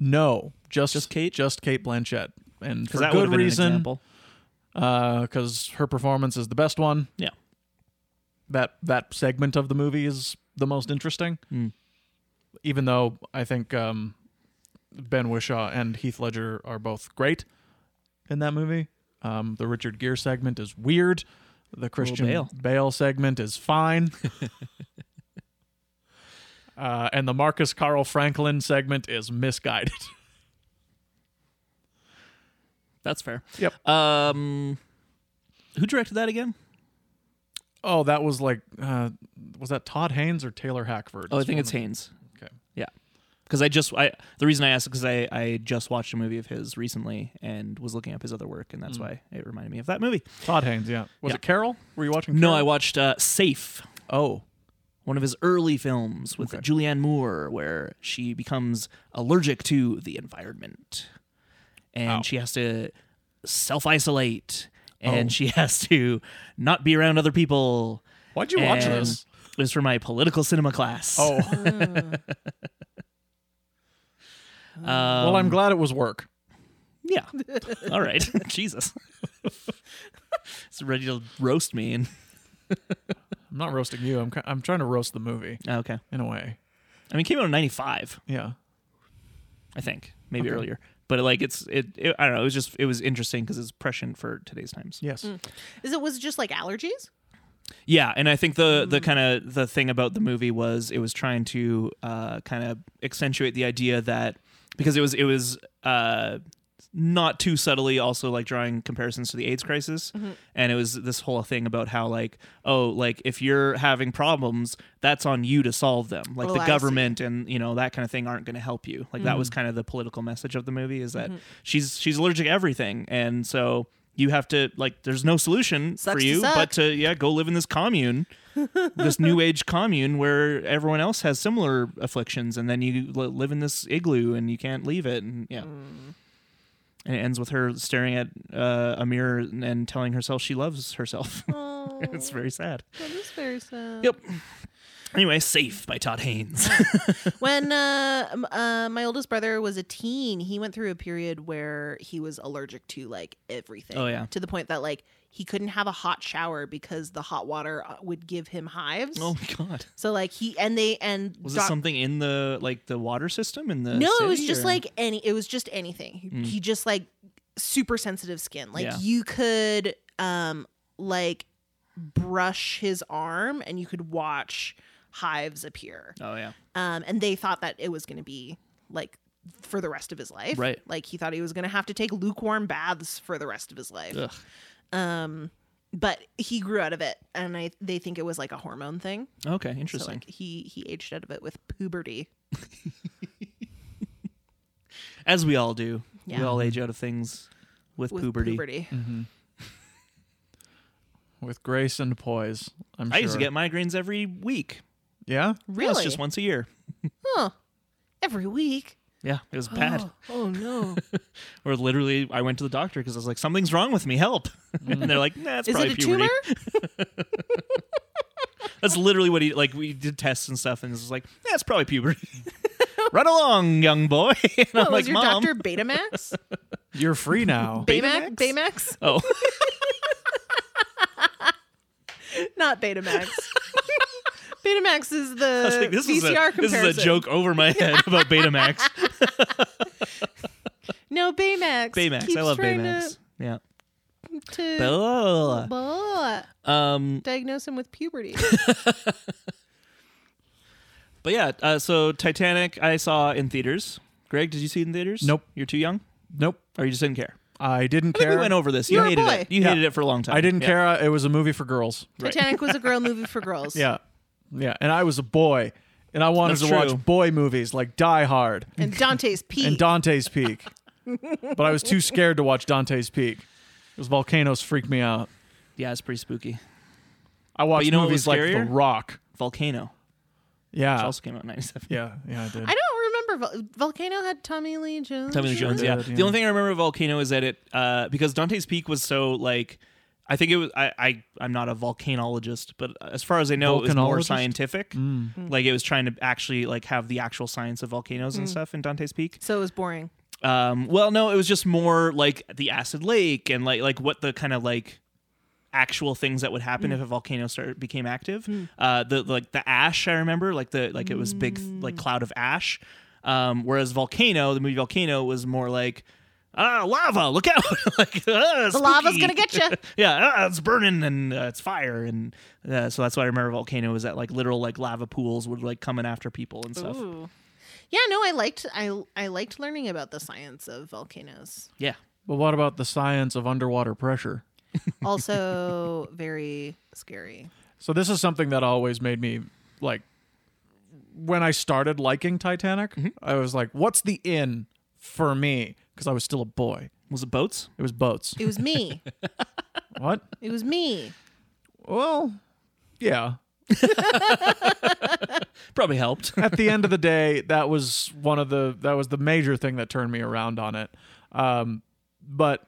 Speaker 3: no, just
Speaker 1: Just Kate?
Speaker 3: just Kate Blanchett, and for
Speaker 1: Because that would have
Speaker 3: good
Speaker 1: been an
Speaker 3: reason,
Speaker 1: example.
Speaker 3: because her performance is the best one.
Speaker 1: Yeah.
Speaker 3: That that segment of the movie is the most interesting.
Speaker 1: Mm.
Speaker 3: Even though I think um, Ben Wishaw and Heath Ledger are both great in that movie. Um, the Richard Gere segment is weird. The Christian
Speaker 1: Bale.
Speaker 3: Bale segment is fine. Uh, and the Marcus Carl Franklin segment is misguided.
Speaker 1: That's fair.
Speaker 3: Yep.
Speaker 1: Um, who directed that again?
Speaker 3: Oh, that was like, uh, was that Todd Haynes or Taylor Hackford?
Speaker 1: Oh, I think it's Haynes.
Speaker 3: Okay.
Speaker 1: Yeah. Because I just I the reason I asked because I I just watched a movie of his recently and was looking up his other work and that's
Speaker 3: Mm.
Speaker 1: why it reminded me of that movie.
Speaker 3: Todd Haynes. Yeah. Was
Speaker 1: Yeah.
Speaker 3: it Carol? Were you watching?
Speaker 1: No, I
Speaker 3: Carol?
Speaker 1: watched uh, Safe,
Speaker 3: Oh,
Speaker 1: one of his early films with Julianne Moore, where she becomes allergic to the environment, and
Speaker 3: Ow.
Speaker 1: she has to self isolate,
Speaker 3: Oh.
Speaker 1: and she has to not be around other people.
Speaker 3: why'd you watch
Speaker 1: and
Speaker 3: this?
Speaker 1: It was for my political cinema class.
Speaker 3: Oh,
Speaker 1: Um,
Speaker 3: well, I'm glad it was work.
Speaker 1: Yeah. All right. Jesus. it's ready to roast me and
Speaker 3: I'm not roasting you. I'm ki- I'm trying to roast the movie
Speaker 1: oh, okay.
Speaker 3: in a way.
Speaker 1: I mean, it came out in '95,
Speaker 3: Yeah.
Speaker 1: I think, maybe
Speaker 3: Okay.
Speaker 1: earlier. But like, it's it, it. I don't know. It was just it was interesting because it's prescient for today's times.
Speaker 3: Yes.
Speaker 2: Is it was it just like allergies?
Speaker 1: Yeah, and I think the
Speaker 2: Mm.
Speaker 1: the kind of the thing about the movie was it was trying to uh, kind of accentuate the idea that because it was it was uh, not too subtly also like drawing comparisons to the AIDS crisis,
Speaker 2: Mm-hmm.
Speaker 1: and it was this whole thing about how like oh like if you're having problems, that's on you to solve them. Like
Speaker 2: Oh,
Speaker 1: the
Speaker 2: I see. Mm.
Speaker 1: government and you know that kind of thing aren't going to help you. Like that was kind of the political message of the movie is
Speaker 2: Mm-hmm.
Speaker 1: that she's she's allergic to everything, and so. You have to like. There's no solution
Speaker 2: Sucks
Speaker 1: for
Speaker 2: to
Speaker 1: you,
Speaker 2: suck.
Speaker 1: but to yeah go live in this commune this new age commune where everyone else has similar afflictions and then you li- live in this igloo and you can't leave it and yeah
Speaker 2: Mm.
Speaker 1: and it ends with her staring at uh, a mirror and- and telling herself she loves herself
Speaker 2: Oh,
Speaker 1: it's very sad
Speaker 2: that is very sad.
Speaker 1: yep anyway safe by todd haynes
Speaker 2: When uh, m- uh, my oldest brother was a teen, he went through a period where he was allergic to like everything.
Speaker 1: Oh, yeah.
Speaker 2: To the point that like he couldn't have a hot shower because the hot water uh, would give him hives.
Speaker 1: oh my god
Speaker 2: So like he and they and
Speaker 1: was
Speaker 2: doc-
Speaker 1: it something in the like the water system in the
Speaker 2: no, it was
Speaker 1: city,
Speaker 2: just
Speaker 1: or- Mm.
Speaker 2: like any. It was just anything. He- He just like super sensitive skin. Like
Speaker 1: Yeah.
Speaker 2: you could um like brush his arm and you could watch hives appear.
Speaker 1: oh yeah
Speaker 2: um, and they thought that it was going to be like for the rest of his life.
Speaker 1: Right.
Speaker 2: Like he thought he was going to have to take lukewarm baths for the rest of his life.
Speaker 1: Ugh.
Speaker 2: Um, but he grew out of it, and I they think it was like a hormone thing.
Speaker 1: okay
Speaker 2: So
Speaker 1: interesting
Speaker 2: like he he aged out of it with puberty.
Speaker 1: as we all do we
Speaker 2: Yeah.
Speaker 1: all age out of things with,
Speaker 2: With
Speaker 1: puberty. Mm-hmm.
Speaker 3: with grace and poise. I'm
Speaker 1: i used to
Speaker 3: sure.
Speaker 1: get migraines every week
Speaker 3: yeah.
Speaker 1: Yeah,
Speaker 2: Really?
Speaker 1: it's just once a year
Speaker 2: Huh. Every week.
Speaker 1: Yeah, it was bad.
Speaker 2: Oh, oh no.
Speaker 1: Or literally, I went to the doctor because I was like, "Something's wrong with me. Help!" and they're like, "Nah, it's
Speaker 2: Is
Speaker 1: probably
Speaker 2: it a
Speaker 1: puberty."
Speaker 2: tumor?
Speaker 1: That's literally what he like. We did tests and stuff, and it was like, "That's probably puberty." Run along, young boy. and I'm like,
Speaker 2: What, was your
Speaker 1: "Mom."
Speaker 2: doctor Betamax?
Speaker 3: You're free now.
Speaker 2: Baymax?
Speaker 1: Betamax?
Speaker 2: Baymax?
Speaker 1: Oh,
Speaker 2: Not Betamax. Betamax is the
Speaker 1: I was like, this
Speaker 2: VCR
Speaker 1: is a this
Speaker 2: comparison.
Speaker 1: is a joke over my head about Betamax.
Speaker 2: No, Baymax.
Speaker 1: Baymax,
Speaker 2: keeps
Speaker 1: I love
Speaker 2: trying
Speaker 1: Baymax. Yeah.
Speaker 2: To, to
Speaker 1: Blah, blah, blah,
Speaker 2: blah,
Speaker 1: blah. Um,
Speaker 2: diagnose him with puberty.
Speaker 1: but yeah, uh, so Titanic, I saw in theaters. Greg, did you see it in theaters?
Speaker 3: Nope.
Speaker 1: You're too young,
Speaker 3: Nope.
Speaker 1: or you just didn't care.
Speaker 3: I didn't
Speaker 1: I think
Speaker 3: care.
Speaker 1: we went over this. You
Speaker 2: You're a
Speaker 1: hated
Speaker 2: boy.
Speaker 1: it. You
Speaker 3: Yeah.
Speaker 1: hated it for a long time.
Speaker 3: I didn't
Speaker 1: Yeah.
Speaker 3: care. It was a movie for girls.
Speaker 1: Right.
Speaker 2: Titanic was a girl movie for girls.
Speaker 3: Yeah. Yeah. And I was a boy. And I wanted
Speaker 1: That's
Speaker 3: to
Speaker 1: true.
Speaker 3: watch boy movies like Die Hard
Speaker 2: And Dante's Peak.
Speaker 3: and Dante's Peak. but I was too scared to watch Dante's Peak. Those volcanoes freaked me out.
Speaker 1: Yeah, it's pretty spooky.
Speaker 3: I watched
Speaker 1: you know what
Speaker 3: movies
Speaker 1: was
Speaker 3: like The
Speaker 1: scarier?
Speaker 3: Rock.
Speaker 1: Volcano.
Speaker 3: Yeah.
Speaker 1: It also came out in 97.
Speaker 3: Oh. yeah. Yeah, I did.
Speaker 2: I don't remember. Vol- Volcano had Tommy Lee Jones.
Speaker 1: Tommy Lee
Speaker 2: in it?
Speaker 1: Jones, yeah.
Speaker 3: Dead,
Speaker 1: The
Speaker 3: yeah.
Speaker 1: only thing I remember of Volcano is that it, uh, because Dante's Peak was so, like, I think it was, I, I, I'm not a volcanologist, but as far as I know, it was more
Speaker 3: Volcanologist? Mm.
Speaker 1: scientific. Like, it was trying to actually, like, have the actual science of volcanoes
Speaker 2: Mm.
Speaker 1: and stuff in Dante's Peak.
Speaker 2: So it was boring.
Speaker 1: Um, well, no, it was just more, like, the acid lake and, like, like what the kind of, like, actual things that would happen
Speaker 2: Mm.
Speaker 1: if a volcano started became active. Uh, the like the ash I remember, like the like it was big like
Speaker 2: Mm.
Speaker 1: cloud of ash. Um, whereas volcano, the movie Volcano was more like ah lava, look out! like ah,
Speaker 2: The lava's
Speaker 1: spooky.
Speaker 2: gonna get you.
Speaker 1: yeah, ah, it's burning and uh, it's fire and uh, so that's why I remember volcano was that like literal like lava pools would like coming after people and stuff.
Speaker 2: Yeah, no, I liked I I liked learning about the science of volcanoes.
Speaker 1: Yeah,
Speaker 3: But what about the science of underwater pressure?
Speaker 2: Also very scary.
Speaker 3: So this is something that always made me like when I started liking Titanic, I was like, what's the in for me? Because I was still a boy.
Speaker 1: was it boats?
Speaker 3: It was boats.
Speaker 2: It was me.
Speaker 3: what?
Speaker 2: It was me.
Speaker 3: Well, yeah.
Speaker 1: Probably helped.
Speaker 3: At the end of the day, that was one of the that was the major thing that turned me around on it. Um, but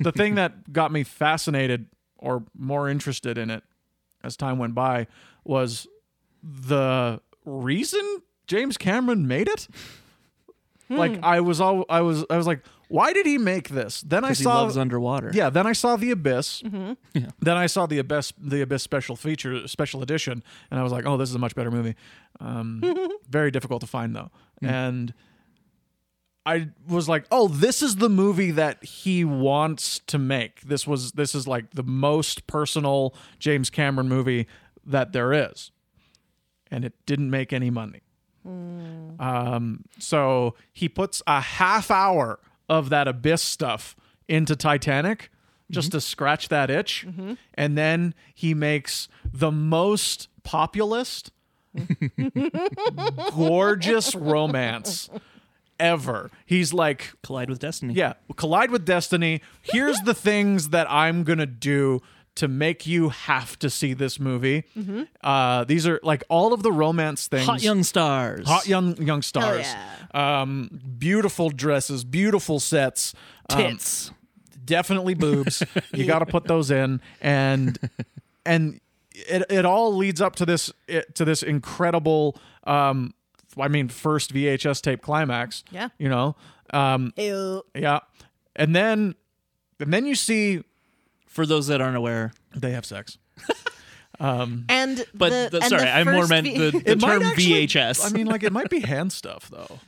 Speaker 3: the thing that got me fascinated or more interested in it as time went by was the reason James Cameron made it.
Speaker 1: Hmm.
Speaker 3: Like I was all I was I was like, why did he make this? Then I
Speaker 1: Because he
Speaker 3: saw
Speaker 1: loves underwater.
Speaker 3: yeah, then I saw the Abyss. Then I saw the Abyss, the Abyss special feature, special edition, and I was like, "Oh, this is a much better movie." Um, very difficult to find though, and I was like, oh, this is the movie that he wants to make. This was this is like the most personal James Cameron movie that there is, and it didn't make any money. Um, so he puts a half hour of that abyss stuff into Titanic just to scratch that itch, and then he makes the most populist, gorgeous romance ever. He's like,
Speaker 1: Collide with Destiny.
Speaker 3: yeah, collide with destiny. Here's the things that I'm gonna do to make you have to see this movie. Uh, these are like all of the romance things.
Speaker 1: Mm-hmm. Hot young stars.
Speaker 3: Hot young young stars, um, beautiful dresses, beautiful sets, um,
Speaker 1: tits.
Speaker 3: definitely boobs. you got to put those in, and and it it all leads up to this it, to this incredible, um, I mean, first VHS tape climax.
Speaker 2: Yeah.
Speaker 3: you know, um,
Speaker 2: Ew.
Speaker 3: yeah. And then and then you see
Speaker 1: For those that aren't aware,
Speaker 3: they have sex.
Speaker 2: And
Speaker 1: but
Speaker 2: the,
Speaker 1: the-
Speaker 2: and
Speaker 1: sorry,
Speaker 2: the
Speaker 1: I more
Speaker 2: first
Speaker 1: meant
Speaker 2: vi-
Speaker 1: the, the
Speaker 3: It might
Speaker 1: term
Speaker 3: actually-
Speaker 1: VHS.
Speaker 3: I mean, like it might be hand stuff though.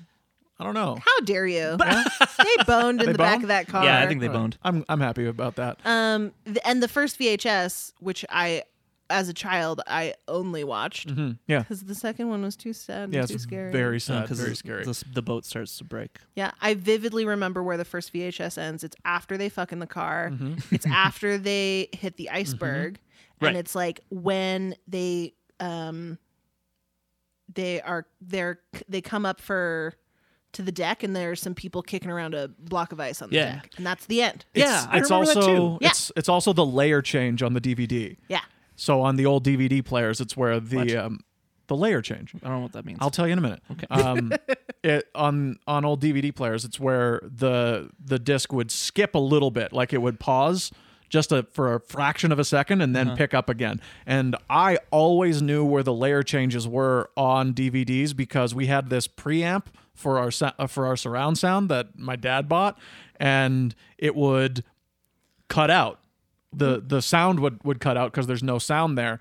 Speaker 3: I don't know.
Speaker 2: How dare you? they boned in
Speaker 3: They
Speaker 2: the back
Speaker 3: boned?
Speaker 2: of that car.
Speaker 1: yeah, I think they boned.
Speaker 3: I'm I'm happy about that.
Speaker 2: Um, th- and the first VHS, which I, as a child, I only watched because
Speaker 3: Mm-hmm. Yeah.
Speaker 2: the second one was too sad and
Speaker 3: Yeah,
Speaker 2: too
Speaker 3: it's
Speaker 2: scary.
Speaker 3: very sad,
Speaker 1: Because
Speaker 3: very scary.
Speaker 1: Uh, the, the boat starts to break.
Speaker 2: Yeah, I vividly remember where the first VHS ends. It's after they fuck in the car.
Speaker 3: Mm-hmm.
Speaker 2: It's after they hit the iceberg, and
Speaker 1: Right.
Speaker 2: it's like when they um they are they're they come up for to the deck, and there's some people kicking around a block of ice on the
Speaker 1: Yeah.
Speaker 2: deck, and that's the end.
Speaker 1: Yeah, I
Speaker 3: it's
Speaker 1: remember that
Speaker 3: also
Speaker 1: too.
Speaker 2: Yeah.
Speaker 3: it's it's also the layer change on the DVD.
Speaker 2: Yeah,
Speaker 3: So on the old DVD players, it's where
Speaker 1: What?
Speaker 3: the um, the layer change.
Speaker 1: I don't know what that means.
Speaker 3: I'll tell you in a minute. Okay. Um, it, on on old DVD players, it's where the the disc would skip a little bit, like it would pause just a, for a fraction of a second and then pick up again. And I always knew where the layer changes were on DVDs because we had this preamp for our sou- uh, for our surround sound that my dad bought, and it would cut out. The the sound would would cut out because there's no sound there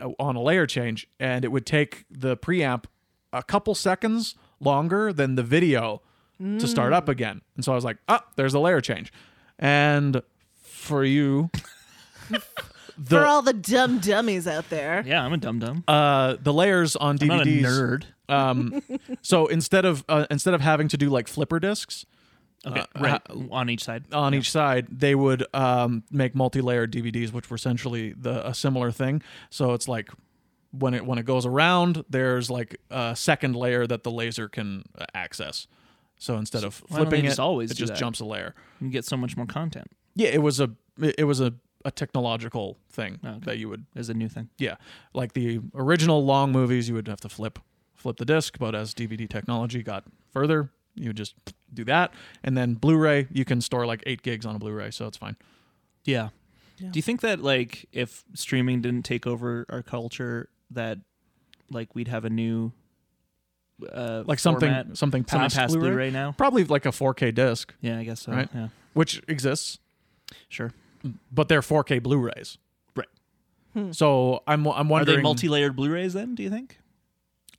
Speaker 3: uh, on a layer change, and it would take the preamp a couple seconds longer than the video to start up again. And so I was like, ah, there's a layer change, and for you.
Speaker 2: for
Speaker 3: The,
Speaker 2: all the dumb dummies out there.
Speaker 1: yeah, I'm a dum dum.
Speaker 3: uh, the layers on DVDs.
Speaker 1: I'm not a nerd.
Speaker 3: Um, so instead of uh, instead of having to do like flipper discs, uh,
Speaker 1: Okay, right Uh, on each side.
Speaker 3: on each side, they would um, make multi-layered DVDs, which were essentially the a similar thing. So it's like when it when it goes around, there's like a second layer that the laser can uh, access. So instead of
Speaker 1: why don't they
Speaker 3: flipping
Speaker 1: just
Speaker 3: it,
Speaker 1: always
Speaker 3: it
Speaker 1: do
Speaker 3: just
Speaker 1: that?
Speaker 3: jumps a layer.
Speaker 1: You get so much more content
Speaker 3: Yeah, it was a it it was a, a technological thing
Speaker 1: Oh, okay.
Speaker 3: that you would
Speaker 1: as a new thing.
Speaker 3: yeah like the original long movies you would have to flip flip the disc, but as DVD technology got further, you would just do that, and then Blu-ray you can store like eight gigs on a Blu-ray, so it's fine.
Speaker 1: Yeah. Do you think that like if streaming didn't take over our culture, that like we'd have a new uh,
Speaker 3: like something
Speaker 1: format? Something
Speaker 3: something past,
Speaker 1: past
Speaker 3: Blu-ray.
Speaker 1: Blu-ray now?
Speaker 3: Probably like a 4K disc,
Speaker 1: Yeah, I guess so.
Speaker 3: Right.
Speaker 1: Yeah,
Speaker 3: which exists,
Speaker 1: sure.
Speaker 3: but they're 4K Blu-rays.
Speaker 1: Right.
Speaker 2: Hmm.
Speaker 3: So I'm I'm
Speaker 1: Are
Speaker 3: wondering.
Speaker 1: they multi-layered Blu-rays then? Do you think?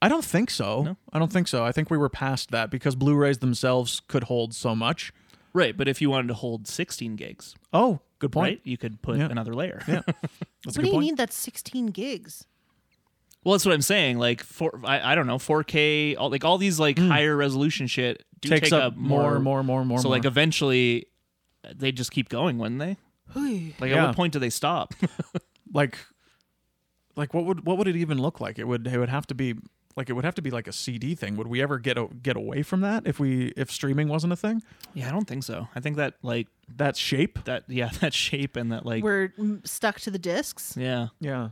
Speaker 3: I don't think so.
Speaker 1: No?
Speaker 3: I don't think so. I think we were past that because Blu-rays themselves could hold so much.
Speaker 1: Right, but if you wanted to hold 16 gigs,
Speaker 3: Oh, good point.
Speaker 1: right, you could put
Speaker 3: Yeah.
Speaker 1: another layer.
Speaker 3: That's
Speaker 2: What
Speaker 3: a
Speaker 2: do
Speaker 3: good
Speaker 2: you
Speaker 3: point.
Speaker 2: need that's 16 gigs?
Speaker 1: Well, that's what I'm saying. Like four, I, I don't know, 4K, all, like all these like higher resolution shit do
Speaker 3: Mm. Takes
Speaker 1: take
Speaker 3: up
Speaker 1: more,
Speaker 3: more, more, more, more.
Speaker 1: So like
Speaker 3: more.
Speaker 1: eventually, uh, they just keep going, wouldn't they? Like at
Speaker 3: Yeah.
Speaker 1: what point do they stop?
Speaker 3: like, like what would what would it even look like? It would it would have to be like it would have to be like a CD thing. Would we ever get a, get away from that if we if streaming wasn't a thing?
Speaker 1: yeah, I don't think so. I think that like
Speaker 3: That shape.
Speaker 1: that yeah that shape and that like
Speaker 2: We're mm, stuck to the discs.
Speaker 1: yeah.
Speaker 3: Yeah.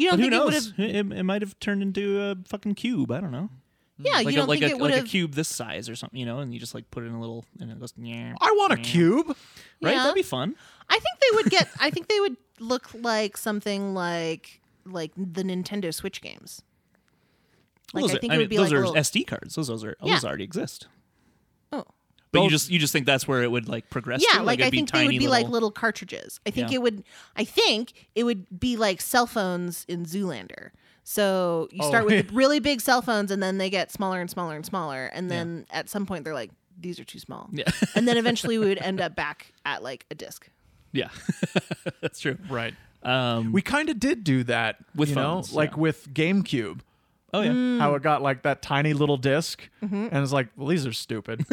Speaker 2: You don't
Speaker 1: But who
Speaker 2: think it would
Speaker 1: knows?
Speaker 2: have?
Speaker 1: It, it, it might have turned into a fucking cube. I don't know,
Speaker 2: Yeah,
Speaker 1: like
Speaker 2: you
Speaker 1: a
Speaker 2: don't
Speaker 1: like
Speaker 2: think
Speaker 1: a
Speaker 2: it would
Speaker 1: like a
Speaker 2: have?
Speaker 1: cube this size or something, you know, and you just like put it in a little and it goes. Yeah,
Speaker 3: I want a cube.
Speaker 1: right.
Speaker 2: Yeah.
Speaker 1: That'd be fun.
Speaker 2: I think they would get. I think they would look like something like like the Nintendo Switch games. Like
Speaker 1: those
Speaker 2: I
Speaker 1: are-
Speaker 2: think it
Speaker 1: mean,
Speaker 2: would be
Speaker 1: those
Speaker 2: like a
Speaker 1: are
Speaker 2: little-
Speaker 1: SD cards. Those those are
Speaker 2: Yeah.
Speaker 1: those already exist.
Speaker 2: Oh,
Speaker 1: But you
Speaker 3: Those-
Speaker 1: just you just think that's where it would like progress.
Speaker 2: yeah,
Speaker 1: to?
Speaker 2: like
Speaker 1: it'd
Speaker 2: I
Speaker 1: be
Speaker 2: think they
Speaker 1: tiny
Speaker 2: would be
Speaker 1: little,
Speaker 2: like little cartridges. I think
Speaker 1: Yeah.
Speaker 2: it would. I think it would be like cell phones in Zoolander. So you start
Speaker 3: Oh.
Speaker 2: with really big cell phones, and then they get smaller and smaller and smaller, and then at some point they're like, these are too small.
Speaker 1: Yeah.
Speaker 2: and then eventually we would end up back at like a disc.
Speaker 1: Yeah, that's true.
Speaker 3: Right.
Speaker 1: Um,
Speaker 3: We kind of did do that
Speaker 1: With
Speaker 3: you
Speaker 1: phones,
Speaker 3: know, like
Speaker 1: yeah.
Speaker 3: with GameCube.
Speaker 1: oh
Speaker 2: Mm.
Speaker 1: yeah,
Speaker 3: How it got like that tiny little disk and it's like, well, these are stupid.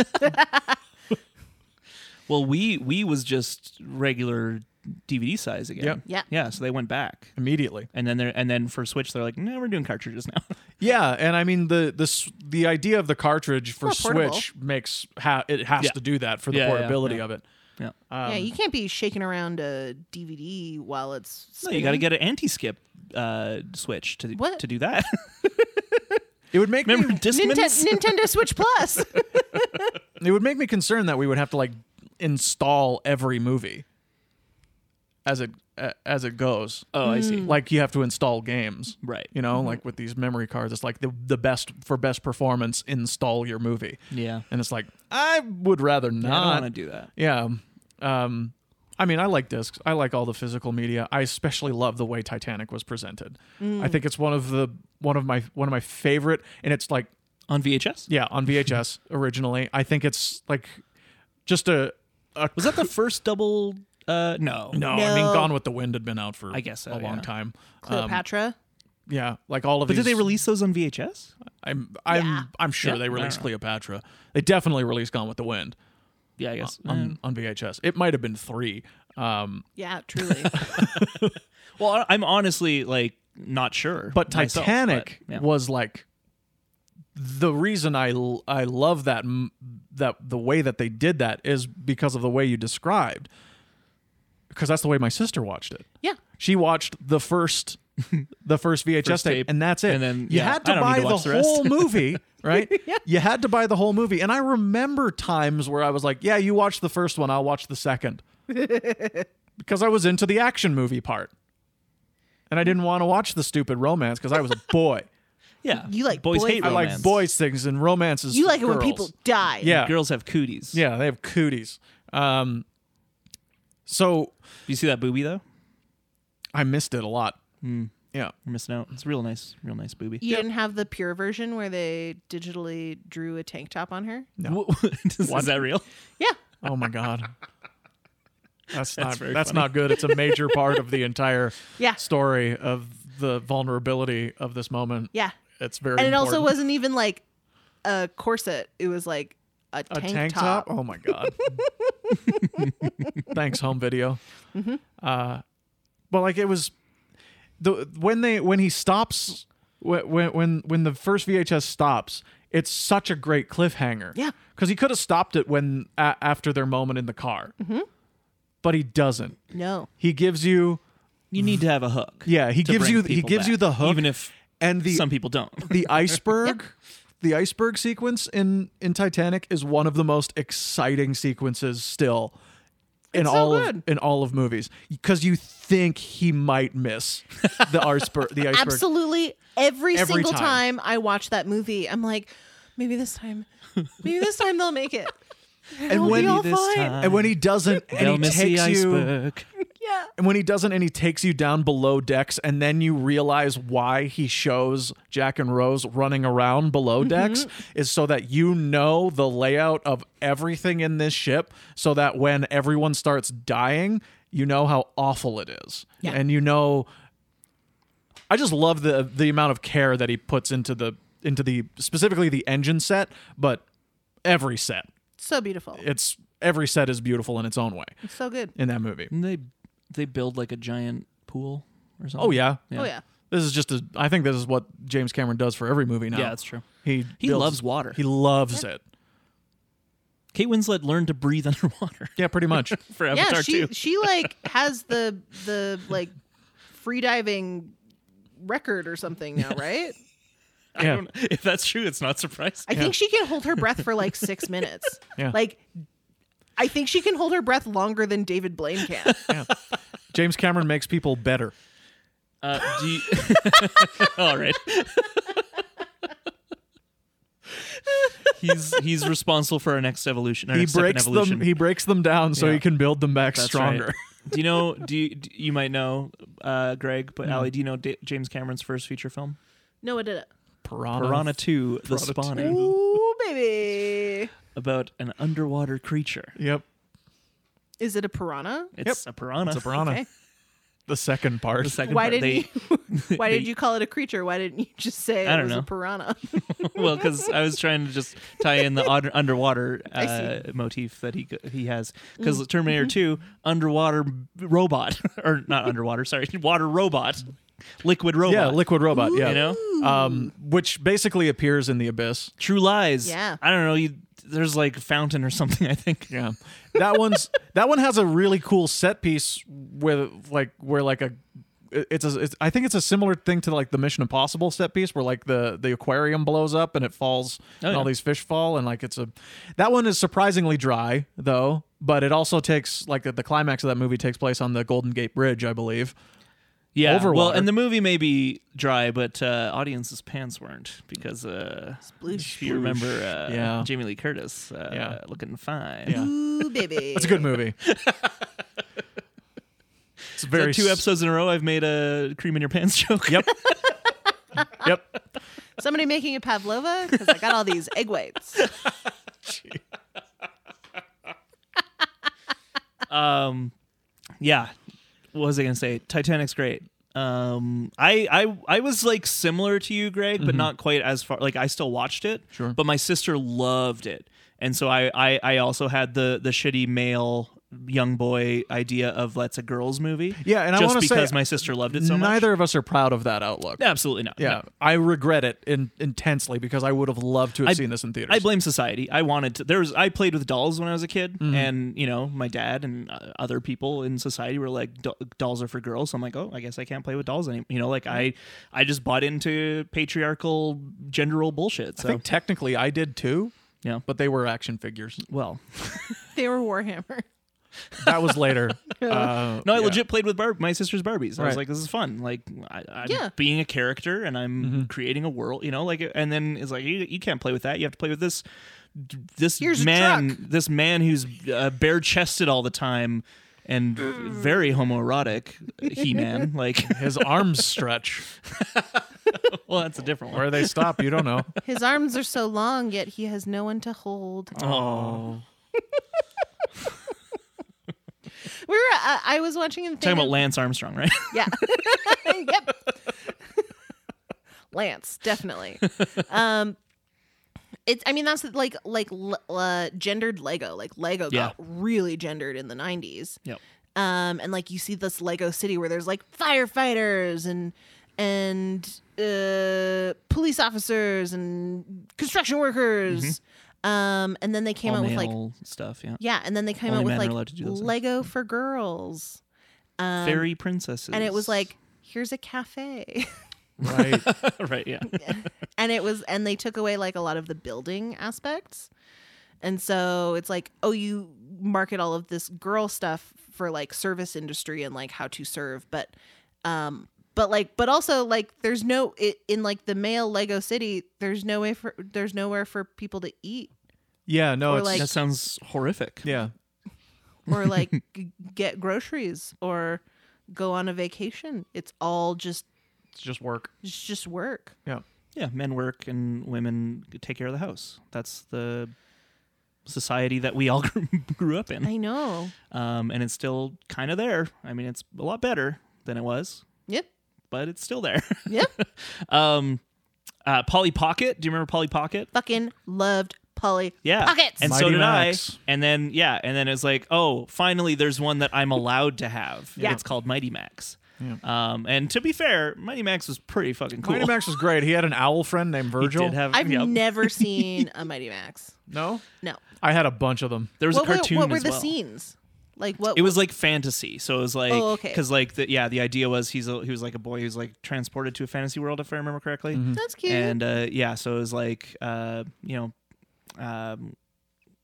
Speaker 1: Well, we we was just regular DVD size again.
Speaker 3: Yep.
Speaker 2: Yeah.
Speaker 1: Yeah. So they went back,
Speaker 3: Immediately.
Speaker 1: and then they're and then for Switch, they're like, no, we're doing cartridges now.
Speaker 3: Yeah, and I mean the the s- the idea of the cartridge for
Speaker 2: More portable.
Speaker 3: Switch makes ha- it has
Speaker 1: Yeah.
Speaker 3: to do that for the
Speaker 1: Yeah, yeah,
Speaker 3: portability
Speaker 1: yeah.
Speaker 3: of it.
Speaker 1: yeah. Oh,
Speaker 2: yeah, you can't be shaking around a DVD while it's.
Speaker 1: No, you
Speaker 2: Spinning.
Speaker 1: got to get an anti-skip uh, Switch to
Speaker 2: What?
Speaker 1: to do that.
Speaker 3: It would make
Speaker 1: Remember
Speaker 3: me
Speaker 1: Discman?
Speaker 2: Ninten- Nintendo Switch Plus.
Speaker 3: it would make me concerned that we would have to like install every movie as it uh, as it goes.
Speaker 1: oh, I see.
Speaker 3: Like you have to install games.
Speaker 1: Right.
Speaker 3: You know, like with these memory cards it's like the the best for best performance install your movie.
Speaker 1: Yeah.
Speaker 3: And it's like I would rather
Speaker 1: I don't
Speaker 3: not.
Speaker 1: want to do that.
Speaker 3: Yeah. Um, I mean, I like discs. I like all the physical media. I especially love the way Titanic was presented.
Speaker 1: Mm.
Speaker 3: I think it's one of the one of my one of my favorite, and it's like
Speaker 1: On VHS?
Speaker 3: yeah on VHS originally. I think it's like just a, a
Speaker 1: Was that the first double? Uh, no.
Speaker 3: no, I mean,
Speaker 2: No.
Speaker 3: Gone with the Wind had been out for
Speaker 1: I guess so,
Speaker 3: a long
Speaker 1: yeah.
Speaker 3: time. Um,
Speaker 2: Cleopatra.
Speaker 3: yeah, like all of.
Speaker 1: But
Speaker 3: these,
Speaker 1: did they release those on VHS?
Speaker 3: I'm I'm
Speaker 2: Yeah.
Speaker 3: I'm sure
Speaker 1: Yeah, I
Speaker 3: they
Speaker 1: don't
Speaker 3: released
Speaker 1: know.
Speaker 3: Cleopatra. They definitely released Gone with the Wind
Speaker 1: Yeah, I guess.
Speaker 3: on, on VHS. It might have been three. Um,
Speaker 2: Yeah, truly.
Speaker 1: well, I- I'm honestly like not sure.
Speaker 3: but
Speaker 1: myself,
Speaker 3: Titanic
Speaker 1: but, yeah.
Speaker 3: was like the reason I l- I love that m- that the way that they did that is because of the way you described because that's the way my sister watched it.
Speaker 2: yeah.
Speaker 3: She watched the first the first VHS
Speaker 1: First
Speaker 3: tape,
Speaker 1: tape,
Speaker 3: and that's it.
Speaker 1: and then,
Speaker 3: you
Speaker 1: yeah,
Speaker 3: had
Speaker 1: I
Speaker 3: to
Speaker 1: don't need
Speaker 3: buy
Speaker 1: to
Speaker 3: the,
Speaker 1: watch the rest.
Speaker 3: whole movie, right? You had to buy the whole movie. And I remember times where I was like, "Yeah, you watch the first one, I'll watch the second. because I was into the action movie part. And I didn't want to watch the stupid romance because I was a boy.
Speaker 1: yeah,
Speaker 2: You like
Speaker 1: boys
Speaker 2: boy-
Speaker 1: hate
Speaker 2: I
Speaker 3: I
Speaker 1: romance.
Speaker 3: like boys things and romances.
Speaker 2: You like it when
Speaker 3: girls.
Speaker 2: people die.
Speaker 3: Yeah.
Speaker 1: Girls have cooties.
Speaker 3: Yeah, they have cooties. Um so
Speaker 1: You see that booby though?
Speaker 3: I missed it a lot.
Speaker 1: Hmm.
Speaker 3: Yeah.
Speaker 1: You're missing out. It's real nice, real nice booby.
Speaker 2: You didn't have the pure version where they digitally drew a tank top on her?
Speaker 1: No. is, is that real?
Speaker 2: Yeah.
Speaker 3: Oh my god. That's not
Speaker 1: very
Speaker 3: that's, not good. It's a major part of the entire
Speaker 2: Yeah.
Speaker 3: story of the vulnerability of this moment.
Speaker 2: Yeah.
Speaker 3: It's very
Speaker 2: And it also
Speaker 3: important.
Speaker 2: wasn't even like a corset. It was like a
Speaker 3: a
Speaker 2: tank,
Speaker 3: tank
Speaker 2: top.
Speaker 3: top. Oh my god. Thanks, home video.
Speaker 2: Mm-hmm.
Speaker 3: Uh, but like it was the when they when he stops wh- when when when the first VHS stops, it's such a great cliffhanger.
Speaker 2: Yeah.
Speaker 3: because he could have stopped it when a- after their moment in the car,
Speaker 2: Mm-hmm.
Speaker 3: but he doesn't.
Speaker 2: No.
Speaker 3: He gives you
Speaker 1: You need to have a hook.
Speaker 3: yeah he
Speaker 1: to
Speaker 3: gives
Speaker 1: bring
Speaker 3: you he
Speaker 1: people
Speaker 3: gives
Speaker 1: back,
Speaker 3: you the hook
Speaker 1: even if
Speaker 3: and the
Speaker 1: some people don't.
Speaker 3: the iceberg the iceberg sequence in in titanic is one of the most exciting sequences still in
Speaker 2: It's so
Speaker 3: all
Speaker 2: good.
Speaker 3: of in all of movies because you think he might miss the iceberg the iceberg
Speaker 2: Absolutely every,
Speaker 3: Every
Speaker 2: single
Speaker 3: time.
Speaker 2: time. I watch that movie, I'm like, maybe this time, maybe this time they'll make it.
Speaker 3: and
Speaker 2: be all
Speaker 3: when,
Speaker 2: Maybe this fine. time
Speaker 3: and when he doesn't
Speaker 1: They'll
Speaker 3: and he
Speaker 1: miss the
Speaker 3: takes you
Speaker 1: iceberg.
Speaker 2: Yeah.
Speaker 3: and when he doesn't and he takes you down below decks and then you realize why he shows jack and rose running around below
Speaker 2: Mm-hmm.
Speaker 3: decks is so that you know the layout of everything in this ship so that when everyone starts dying you know how awful it is
Speaker 2: Yeah.
Speaker 3: and you know i just love the the amount of care that he puts into the into the specifically the engine set but every set
Speaker 2: So beautiful.
Speaker 3: it's every set is beautiful in its own way
Speaker 2: So good.
Speaker 3: in that movie
Speaker 1: And they they build like a giant pool or something.
Speaker 3: oh yeah
Speaker 1: Yeah.
Speaker 2: Oh yeah.
Speaker 3: This is just a. I think this is what James Cameron does for every movie now.
Speaker 1: Yeah, that's true.
Speaker 3: He
Speaker 1: He
Speaker 3: builds-
Speaker 1: loves water.
Speaker 3: He loves it.
Speaker 1: Kate Winslet learned to breathe underwater
Speaker 3: Yeah, pretty much.
Speaker 1: for
Speaker 2: yeah,
Speaker 1: Avatar
Speaker 2: she
Speaker 1: 2.
Speaker 2: she like has the the like free diving record or something now, right?
Speaker 1: I don't, if that's true, it's not surprising.
Speaker 2: I think she can hold her breath for like six minutes.
Speaker 3: Yeah.
Speaker 2: Like I think she can hold her breath longer than David Blaine can.
Speaker 3: Yeah. James Cameron makes people better.
Speaker 1: uh, do you, all right. he's he's responsible for our next evolution. Our
Speaker 3: He
Speaker 1: next step in
Speaker 3: breaks
Speaker 1: evolution.
Speaker 3: them. He breaks them down so
Speaker 1: Yeah.
Speaker 3: he can build them back
Speaker 1: That's right.
Speaker 3: stronger.
Speaker 1: do you know? Do you, do you might know, uh, Greg? But Ali, do you know D- James Cameron's first feature film,
Speaker 2: No, it didn't.
Speaker 3: Piranha.
Speaker 1: Piranha Two: The
Speaker 2: Mm-hmm.
Speaker 3: Piranha
Speaker 1: Spawning?
Speaker 2: Ooh, baby.
Speaker 1: about an underwater creature.
Speaker 3: Yep.
Speaker 2: Is it a piranha?
Speaker 1: It's a piranha.
Speaker 3: It's a piranha.
Speaker 2: Okay.
Speaker 3: The second part.
Speaker 1: The second
Speaker 2: Why
Speaker 1: part,
Speaker 2: didn't
Speaker 1: they-
Speaker 2: you? Why
Speaker 1: they-
Speaker 2: did you call it a creature? Why didn't you just say
Speaker 1: I
Speaker 2: it
Speaker 1: don't
Speaker 2: was
Speaker 1: know.
Speaker 2: a piranha?
Speaker 1: well, because I was trying to just tie in the under- underwater
Speaker 2: I see. Mm-hmm.
Speaker 1: uh, motif that he he has. Because Terminator Two, underwater b- robot or not underwater, sorry, water robot, liquid robot.
Speaker 3: yeah, liquid robot. Yeah.
Speaker 1: You know,
Speaker 3: Um, which basically appears in the abyss.
Speaker 1: True Lies.
Speaker 2: Yeah.
Speaker 1: I don't know. You, there's like fountain or something. I think.
Speaker 3: Yeah. That one's that one has a really cool set piece with like where like a it's a it's, I think it's a similar thing to like the Mission Impossible set piece where like the the aquarium blows up and it falls
Speaker 1: Oh,
Speaker 3: and all
Speaker 1: yeah.
Speaker 3: these fish fall and like it's a that one is surprisingly dry though but it also takes like the, the climax of that movie takes place on the Golden Gate Bridge I believe
Speaker 1: Yeah.
Speaker 3: Over
Speaker 1: well,
Speaker 3: water.
Speaker 1: and the movie may be dry, but uh, audiences' pants weren't because uh, if you remember, uh,
Speaker 3: Yeah.
Speaker 1: Jamie Lee Curtis, uh,
Speaker 3: Yeah.
Speaker 1: looking fine.
Speaker 3: Yeah.
Speaker 2: Ooh, baby.
Speaker 3: it's a good movie it's
Speaker 1: Is that
Speaker 3: very
Speaker 1: two
Speaker 3: s-
Speaker 1: episodes in a row, I've made a cream in your pants joke.
Speaker 3: yep yep
Speaker 2: Somebody making a pavlova because I got all these egg whites.
Speaker 1: um yeah what was i gonna say titanic's great um i i i was like similar to you greg but not quite as far like i still watched it
Speaker 3: Mm-hmm. Sure.
Speaker 1: but my sister loved it and so i i, I also had the the shitty male young boy idea of let's a girls movie
Speaker 3: Yeah, and I
Speaker 1: just
Speaker 3: wanna say,
Speaker 1: because my sister loved it so much
Speaker 3: neither of us are proud of that outlook
Speaker 1: absolutely not
Speaker 3: Yeah,
Speaker 1: No.
Speaker 3: I regret it in, intensely because I would have loved to have
Speaker 1: I-
Speaker 3: seen this in theaters.
Speaker 1: I blame society. I wanted to. There was. I played with dolls when I was a kid,
Speaker 3: Mm-hmm.
Speaker 1: and you know, my dad and uh, other people in society were like, "Do- "Dolls are for girls." So I'm like, "Oh, I guess I can't play with dolls anymore." You know, like I, I just bought into patriarchal, gender role bullshit.
Speaker 3: I
Speaker 1: So
Speaker 3: think technically I did too,
Speaker 1: yeah,
Speaker 3: but they were action figures.
Speaker 1: well,
Speaker 2: They were Warhammer.
Speaker 3: That was later. Uh,
Speaker 1: no, I
Speaker 3: yeah.
Speaker 1: legit played with Barb, my sister's Barbies. I was
Speaker 3: Right.
Speaker 1: like, "This is fun." Like, I, I'm
Speaker 2: Yeah.
Speaker 1: being a character and I'm
Speaker 3: Mm-hmm.
Speaker 1: creating a world. You know, like, and then it's like, you, you can't play with that. You have to play with this. This
Speaker 2: Here's a
Speaker 1: man,
Speaker 2: truck.
Speaker 1: this man who's uh, bare chested all the time and
Speaker 2: Mm.
Speaker 1: very homoerotic, uh, he man. Like,
Speaker 3: His arms stretch.
Speaker 1: well, that's a different one.
Speaker 3: Where they stop, you don't know.
Speaker 2: His arms are so long, yet he has no one to hold.
Speaker 1: Oh,
Speaker 2: We were. Uh, I was watching and
Speaker 1: talking about Lance Armstrong, right?
Speaker 2: Yeah. yep. Lance, definitely. Um it's I mean that's like like l- uh, gendered Lego. Like Lego
Speaker 1: Yeah.
Speaker 2: got really gendered in the 90s.
Speaker 1: yep.
Speaker 2: Um and like you see this Lego city where there's like firefighters and and uh police officers and construction workers. Um and then they came
Speaker 1: Mm-hmm. All
Speaker 2: out with like
Speaker 1: male stuff. Yeah.
Speaker 2: yeah, and then they came
Speaker 1: Only
Speaker 2: out with
Speaker 1: men are
Speaker 2: like
Speaker 1: allowed to do those things.
Speaker 2: Lego for girls. Um,
Speaker 1: Fairy princesses.
Speaker 2: and it was like here's a cafe
Speaker 3: Right.
Speaker 1: right. Yeah.
Speaker 2: and it was and they took away like a lot of the building aspects and so it's like oh you market all of this girl stuff for like service industry and like how to serve but um but like but also like there's no it, in like the male lego city there's no way for there's nowhere for people to eat
Speaker 3: Yeah, no,
Speaker 2: Or
Speaker 3: it's
Speaker 2: like-
Speaker 1: that sounds horrific.
Speaker 3: yeah.
Speaker 2: or like g- get groceries or go on a vacation it's all just
Speaker 3: It's just work.
Speaker 2: it's just work
Speaker 3: Yeah.
Speaker 1: Yeah, men work and women take care of the house. That's the society that we all grew, grew up in.
Speaker 2: i know
Speaker 1: Um, and it's still kind of there. I mean, it's a lot better than it was,
Speaker 2: yep
Speaker 1: but it's still there.
Speaker 2: yep
Speaker 1: um, uh, Polly Pocket. Do you remember Polly Pocket?
Speaker 2: fucking loved Polly
Speaker 1: Yeah.
Speaker 2: Pockets.
Speaker 1: And so
Speaker 3: Mighty
Speaker 1: did
Speaker 3: Max.
Speaker 1: I. And then, yeah. And then it's like, oh, finally there's one that I'm allowed to have.
Speaker 2: Yeah.
Speaker 1: And it's called Mighty Max. Um, and to be fair, Mighty Max was pretty fucking cool.
Speaker 3: Mighty Max was great. He had an owl friend named
Speaker 1: He
Speaker 3: Virgil.
Speaker 1: did have,
Speaker 2: I've
Speaker 1: yeah.
Speaker 2: never seen a Mighty Max.
Speaker 3: no?
Speaker 2: No.
Speaker 3: I had a bunch of them.
Speaker 1: there was
Speaker 2: what
Speaker 1: a cartoon
Speaker 2: were, what were
Speaker 1: as
Speaker 2: the
Speaker 1: well.
Speaker 2: scenes? Like what?
Speaker 1: it was like fantasy so it was like
Speaker 2: Oh, okay.
Speaker 1: cuz like the, yeah the idea was he's a, he was like a boy who's like transported to a fantasy world if i remember correctly
Speaker 2: that's cute.
Speaker 1: and uh yeah so it was like uh you know um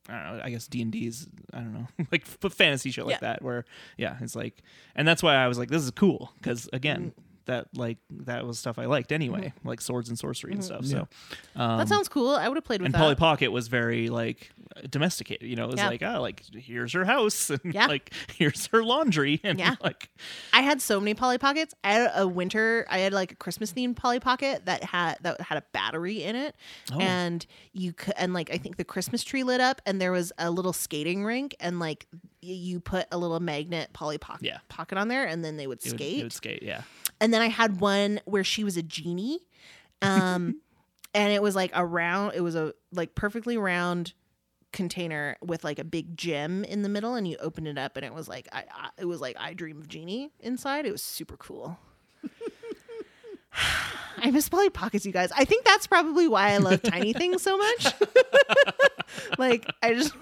Speaker 1: I don't know. I guess D and D's. I don't know, like f- fantasy shit like
Speaker 2: Yeah.
Speaker 1: that. Where, yeah, it's like, and that's why I was like, this is cool because
Speaker 2: Mm-hmm.
Speaker 1: again, that like that was stuff I liked anyway,
Speaker 2: Mm-hmm.
Speaker 1: like swords and sorcery and stuff. So, um,
Speaker 2: that sounds cool. I would have played with
Speaker 1: and
Speaker 2: that.
Speaker 1: Polly Pocket was very like domesticated. You know, it was
Speaker 2: Yeah.
Speaker 1: like, oh, like here's her house, and
Speaker 2: Yeah.
Speaker 1: like here's her laundry, and
Speaker 2: Yeah.
Speaker 1: like
Speaker 2: I had so many Polly Pockets. I had a winter. I had like a Christmas themed Polly Pocket that had that had a battery in it,
Speaker 1: Oh.
Speaker 2: and you could and like I think the Christmas tree lit up, and there was a little skating rink, and like y- you put a little magnet Polly Pocket
Speaker 1: Yeah.
Speaker 2: pocket on there, and then they would
Speaker 1: it would-
Speaker 2: skate.
Speaker 1: it would skate, yeah.
Speaker 2: and then I had one where she was a genie, um, and it was like a round. It was a like perfectly round container with like a big gem in the middle, and you opened it up, and it was like I, I it was like I dream of genie inside. It was super cool. I miss Polly Pockets, you guys. I think that's probably why I love tiny things so much. like I just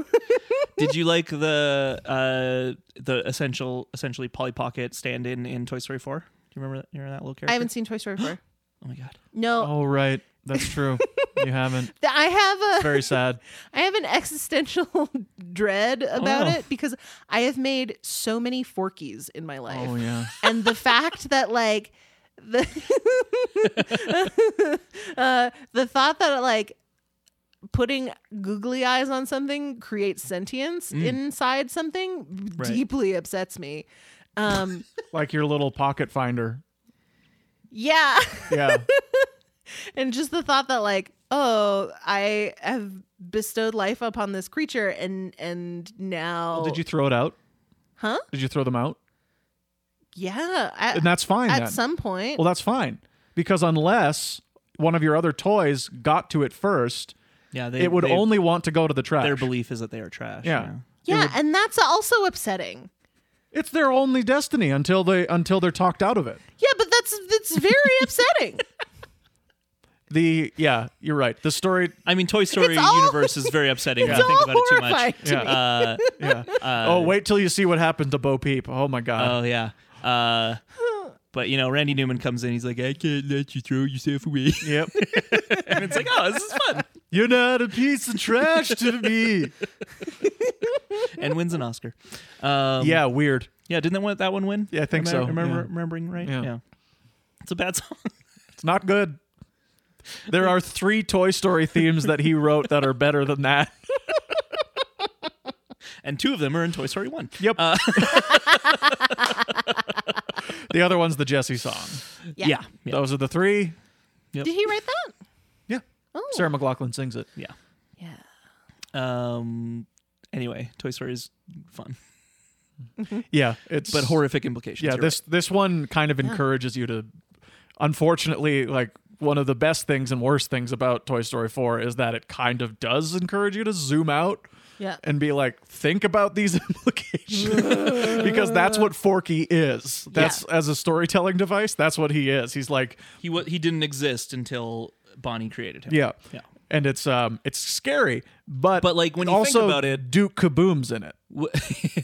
Speaker 1: Did you like the uh the essential essentially Polly Pocket stand in in Toy Story Four? Do you remember that? You remember that little character?
Speaker 2: I haven't seen Toy Story four.
Speaker 1: Oh my god.
Speaker 2: No,
Speaker 3: Oh, right. That's true. you haven't.
Speaker 2: th- I have a
Speaker 3: Very sad.
Speaker 2: I have an existential dread about
Speaker 3: Oh.
Speaker 1: no.
Speaker 2: it because I have made so many forkies in my life.
Speaker 3: Oh, yeah.
Speaker 2: And the fact that like the uh, the thought that like putting googly eyes on something creates sentience
Speaker 3: Mm.
Speaker 2: inside something
Speaker 1: Right.
Speaker 2: deeply upsets me. Um
Speaker 3: Like your little pocket finder.
Speaker 2: yeah.
Speaker 3: Yeah.
Speaker 2: and just the thought that like oh i have bestowed life upon this creature and and now
Speaker 3: Did you throw it out?
Speaker 2: Oh. huh
Speaker 3: Did you throw them out?
Speaker 2: yeah I-
Speaker 3: And that's fine.
Speaker 2: at
Speaker 3: then.
Speaker 2: some point
Speaker 3: Well, that's fine because unless one of your other toys got to it first,
Speaker 1: Yeah, they,
Speaker 3: it would
Speaker 1: they-
Speaker 3: only want to go to the trash.
Speaker 1: their belief is that they are trash.
Speaker 3: Yeah.
Speaker 2: yeah and that's also upsetting
Speaker 3: it's their only destiny until they until they're talked out of it.
Speaker 2: yeah but that's that's very upsetting
Speaker 3: The yeah, you're right. The story.
Speaker 1: I mean, Toy Story
Speaker 2: all-
Speaker 1: universe is very upsetting when
Speaker 2: it's
Speaker 1: I think
Speaker 2: all
Speaker 1: about it too
Speaker 2: horrifying
Speaker 1: much.
Speaker 2: to
Speaker 3: Yeah.
Speaker 2: me
Speaker 1: Uh,
Speaker 3: Yeah. oh, wait till you see what happened to Bo Peep. Oh my God.
Speaker 1: oh yeah. Uh, but you know, Randy Newman comes in. He's like, I can't let you throw yourself away.
Speaker 3: yep.
Speaker 1: and it's like, oh, this is fun.
Speaker 3: you're not a piece of trash to me.
Speaker 1: And wins an Oscar. Um,
Speaker 3: Yeah. Weird.
Speaker 1: yeah. Didn't that one, that one win?
Speaker 3: Yeah, I think
Speaker 1: Am
Speaker 3: so,
Speaker 1: Remember,
Speaker 3: yeah.
Speaker 1: remembering right?
Speaker 3: Yeah.
Speaker 1: It's a bad song.
Speaker 3: It's not good. There are three Toy Story themes that he wrote that are better than that.
Speaker 1: and two of them are in Toy Story One.
Speaker 3: Yep. the other one's the Jesse song.
Speaker 2: yeah.
Speaker 1: Yeah. Yeah.
Speaker 3: Those are the three.
Speaker 2: did he write that
Speaker 3: Yeah.
Speaker 2: oh
Speaker 3: Sarah McLaughlin sings it.
Speaker 1: yeah.
Speaker 2: yeah
Speaker 1: Um. Anyway, Toy Story is fun,
Speaker 3: Yeah, it's
Speaker 1: but horrific implications.
Speaker 3: Yeah,
Speaker 1: you're
Speaker 3: this this one kind of encourages you to. Unfortunately, like one of the best things and worst things about Toy Story Four is that it kind of does encourage you to zoom out
Speaker 2: yeah
Speaker 3: and be like, think about these implications because that's what Forky is. That's as a storytelling device. That's what he is. He's like,
Speaker 1: He wa he didn't exist until Bonnie created him.
Speaker 3: yeah,
Speaker 1: Yeah.
Speaker 3: and it's um, it's scary, but
Speaker 1: But, like, when you think
Speaker 3: also
Speaker 1: about it-
Speaker 3: Duke Kaboom's in it.
Speaker 1: W-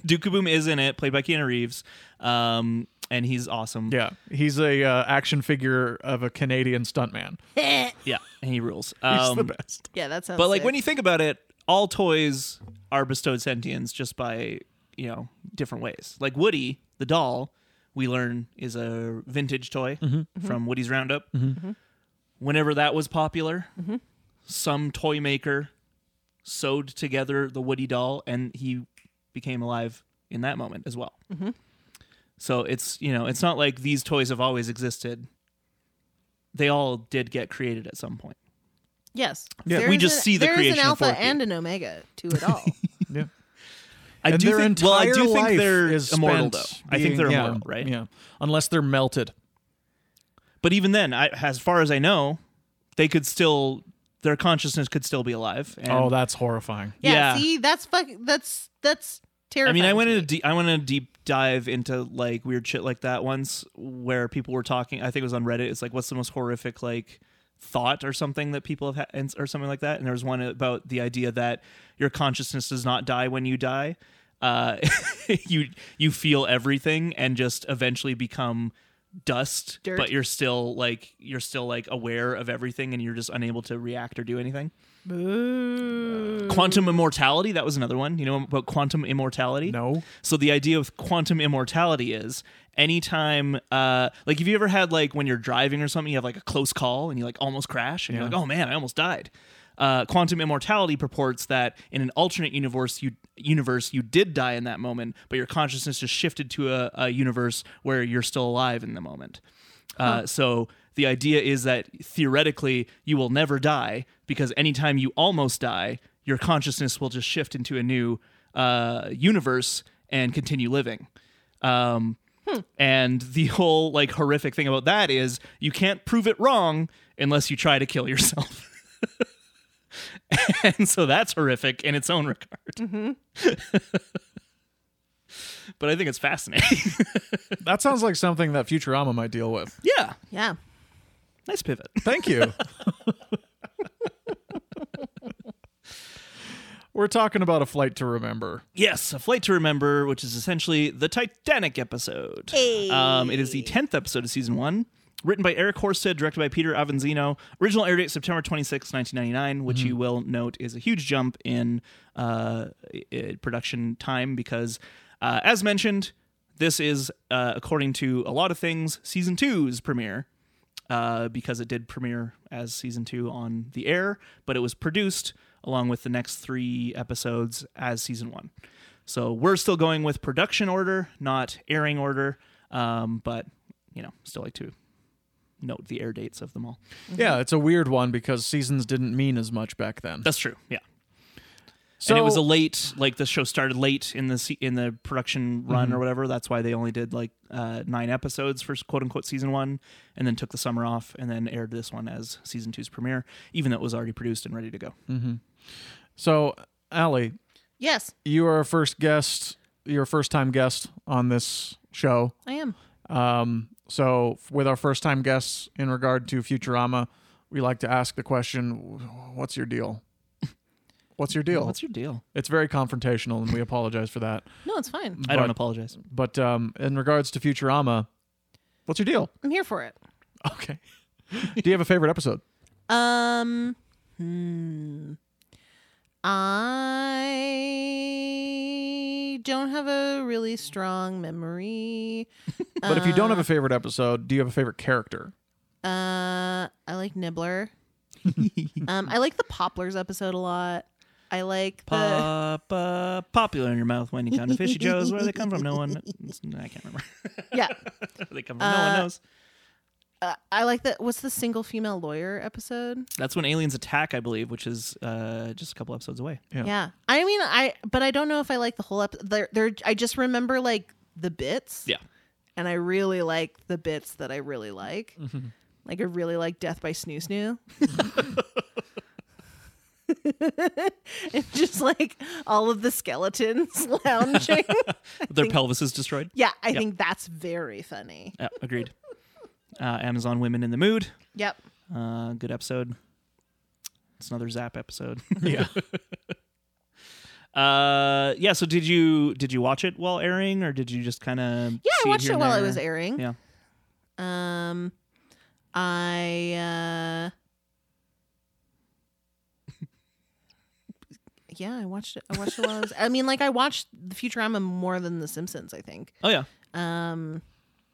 Speaker 1: Duke Kaboom is in it, played by Keanu Reeves, um, and he's awesome.
Speaker 3: Yeah, he's a uh, action figure of a Canadian stuntman.
Speaker 1: yeah, and he rules.
Speaker 3: He's
Speaker 1: Um,
Speaker 3: the best.
Speaker 2: yeah that sounds
Speaker 1: but like
Speaker 2: sick.
Speaker 1: when you think about it, all toys are bestowed sentience just by you know different ways. Like Woody, the doll, we learn is a vintage toy
Speaker 3: Mm-hmm.
Speaker 1: from Woody's Roundup. Whenever that was popular, some toy maker sewed together the Woody doll, and he became alive in that moment as well. So it's you know it's not like these toys have always existed. They all did get created at some point.
Speaker 2: yes
Speaker 3: Yeah.
Speaker 2: There
Speaker 1: We
Speaker 2: is
Speaker 1: just
Speaker 2: an-
Speaker 1: see the
Speaker 2: there is
Speaker 1: creation
Speaker 2: an
Speaker 1: of
Speaker 2: alpha
Speaker 1: Forky.
Speaker 2: and an omega to it all
Speaker 3: Yeah.
Speaker 1: I
Speaker 3: and
Speaker 1: do
Speaker 3: their
Speaker 1: think.
Speaker 3: entire
Speaker 1: Well, I do
Speaker 3: life
Speaker 1: think they're
Speaker 3: is
Speaker 1: immortal,
Speaker 3: spent
Speaker 1: though. I think
Speaker 3: being-
Speaker 1: they're
Speaker 3: yeah,
Speaker 1: immortal, right?
Speaker 3: Yeah, unless they're melted.
Speaker 1: But even then, I, as far as I know, they could still their consciousness could still be alive. And,
Speaker 3: oh, that's horrifying.
Speaker 2: yeah,
Speaker 1: Yeah.
Speaker 2: see that's fucking that's that's
Speaker 1: I
Speaker 2: terrifying
Speaker 1: mean, I went
Speaker 2: to
Speaker 1: in a
Speaker 2: me.
Speaker 1: de- I went in a deep dive into like weird shit like that once, where people were talking. I think it was on Reddit. It's like, what's the most horrific like thought or something that people have had, or something like that. And there was one about the idea that your consciousness does not die when you die. Uh, you you feel everything and just eventually become dust,
Speaker 2: Dirt.
Speaker 1: but you're still like you're still like aware of everything, and you're just unable to react or do anything. Quantum immortality. That was another one. You know about quantum immortality?
Speaker 3: No.
Speaker 1: So the idea of quantum immortality is anytime, uh, like, have you ever had like when you're driving or something, you have like a close call and you like almost crash, and you're
Speaker 3: Yeah.
Speaker 1: like, oh man, I almost died. uh, quantum immortality purports that in an alternate universe, you universe you did die in that moment, but your consciousness is shifted to a, a universe where you're still alive in the moment. Uh, so the idea is that theoretically you will never die because anytime you almost die, your consciousness will just shift into a new uh, universe and continue living. Um, And the whole like horrific thing about that is you can't prove it wrong unless you try to kill yourself. and so that's horrific in its own regard. but I think it's fascinating.
Speaker 3: That sounds like something that Futurama might deal with.
Speaker 1: yeah.
Speaker 2: Yeah.
Speaker 1: Nice pivot.
Speaker 3: Thank you. We're talking about a flight to remember.
Speaker 1: Yes, A Flight to Remember, which is essentially the Titanic episode.
Speaker 2: Hey.
Speaker 1: Um, it is the 10th episode of season one, written by Eric Horsted, directed by Peter Avanzino. Original air date September 26, 1999, which you will note is a huge jump in uh, i- i- production time because, uh, as mentioned, this is, uh, according to a lot of things, season two's premiere uh, because it did premiere as season two on the air, but it was produced along with the next three episodes as season one. So we're still going with production order, not airing order, um, but you know, still like to note the air dates of them all.
Speaker 3: Yeah, it's a weird one because seasons didn't mean as much back then.
Speaker 1: That's true. Yeah.
Speaker 3: So
Speaker 1: and it was a late, like the show started late in the se- in the production run or whatever. That's why they only did like uh, nine episodes for quote unquote season one, and then took the summer off, and then aired this one as season two's premiere, even though it was already produced and ready to go.
Speaker 3: so Allie,
Speaker 2: Yes,
Speaker 3: you are a first guest, you're a first time guest on this show.
Speaker 2: I am.
Speaker 3: Um, so with our first time guests in regard to Futurama, we like to ask the question, what's your deal? What's your deal?
Speaker 1: What's your deal?
Speaker 3: it's very confrontational and we apologize for that.
Speaker 2: No, it's fine.
Speaker 1: I don't
Speaker 3: But-
Speaker 1: apologize.
Speaker 3: But um, in regards to Futurama, what's your deal?
Speaker 2: I'm here for it.
Speaker 3: Okay. Do you have a favorite episode?
Speaker 2: Um, hmm. I don't have a really strong memory.
Speaker 3: But if you don't have a favorite episode, do you have a favorite character?
Speaker 2: Uh, I like Nibbler. um, I like the Poplars episode a lot. I like the
Speaker 1: Pop, uh, popular in your mouth when you come to Fishy Joe's. Where they come from, no one. it's- I can't remember.
Speaker 2: yeah.
Speaker 1: they come from. no one
Speaker 2: Uh,
Speaker 1: knows.
Speaker 2: Uh, I like the what's the single female lawyer episode?
Speaker 1: That's when aliens attack, I believe, which is uh, just a couple episodes away.
Speaker 3: Yeah.
Speaker 2: Yeah. I mean, I but I don't know if I like the whole episode. There, there. I just remember like the bits.
Speaker 1: Yeah.
Speaker 2: and I really like the bits that I really like. Like I really like Death by Snoo Snoo. and just like all of the skeletons lounging.
Speaker 1: Their pelvis is destroyed.
Speaker 2: yeah, I think that's very funny.
Speaker 1: Yeah, agreed. Uh, Amazon Women in the Mood.
Speaker 2: Yep.
Speaker 1: Uh, good episode. It's another Zap episode.
Speaker 3: Yeah.
Speaker 1: uh, yeah. So did you did you watch it while airing, or did you just kind of?
Speaker 2: Yeah, I watched it while it was airing.
Speaker 1: Yeah.
Speaker 2: Um I uh Yeah, I watched it. I watched it while I was I mean like I watched the Futurama more than the Simpsons, I think.
Speaker 1: Oh yeah.
Speaker 2: Um,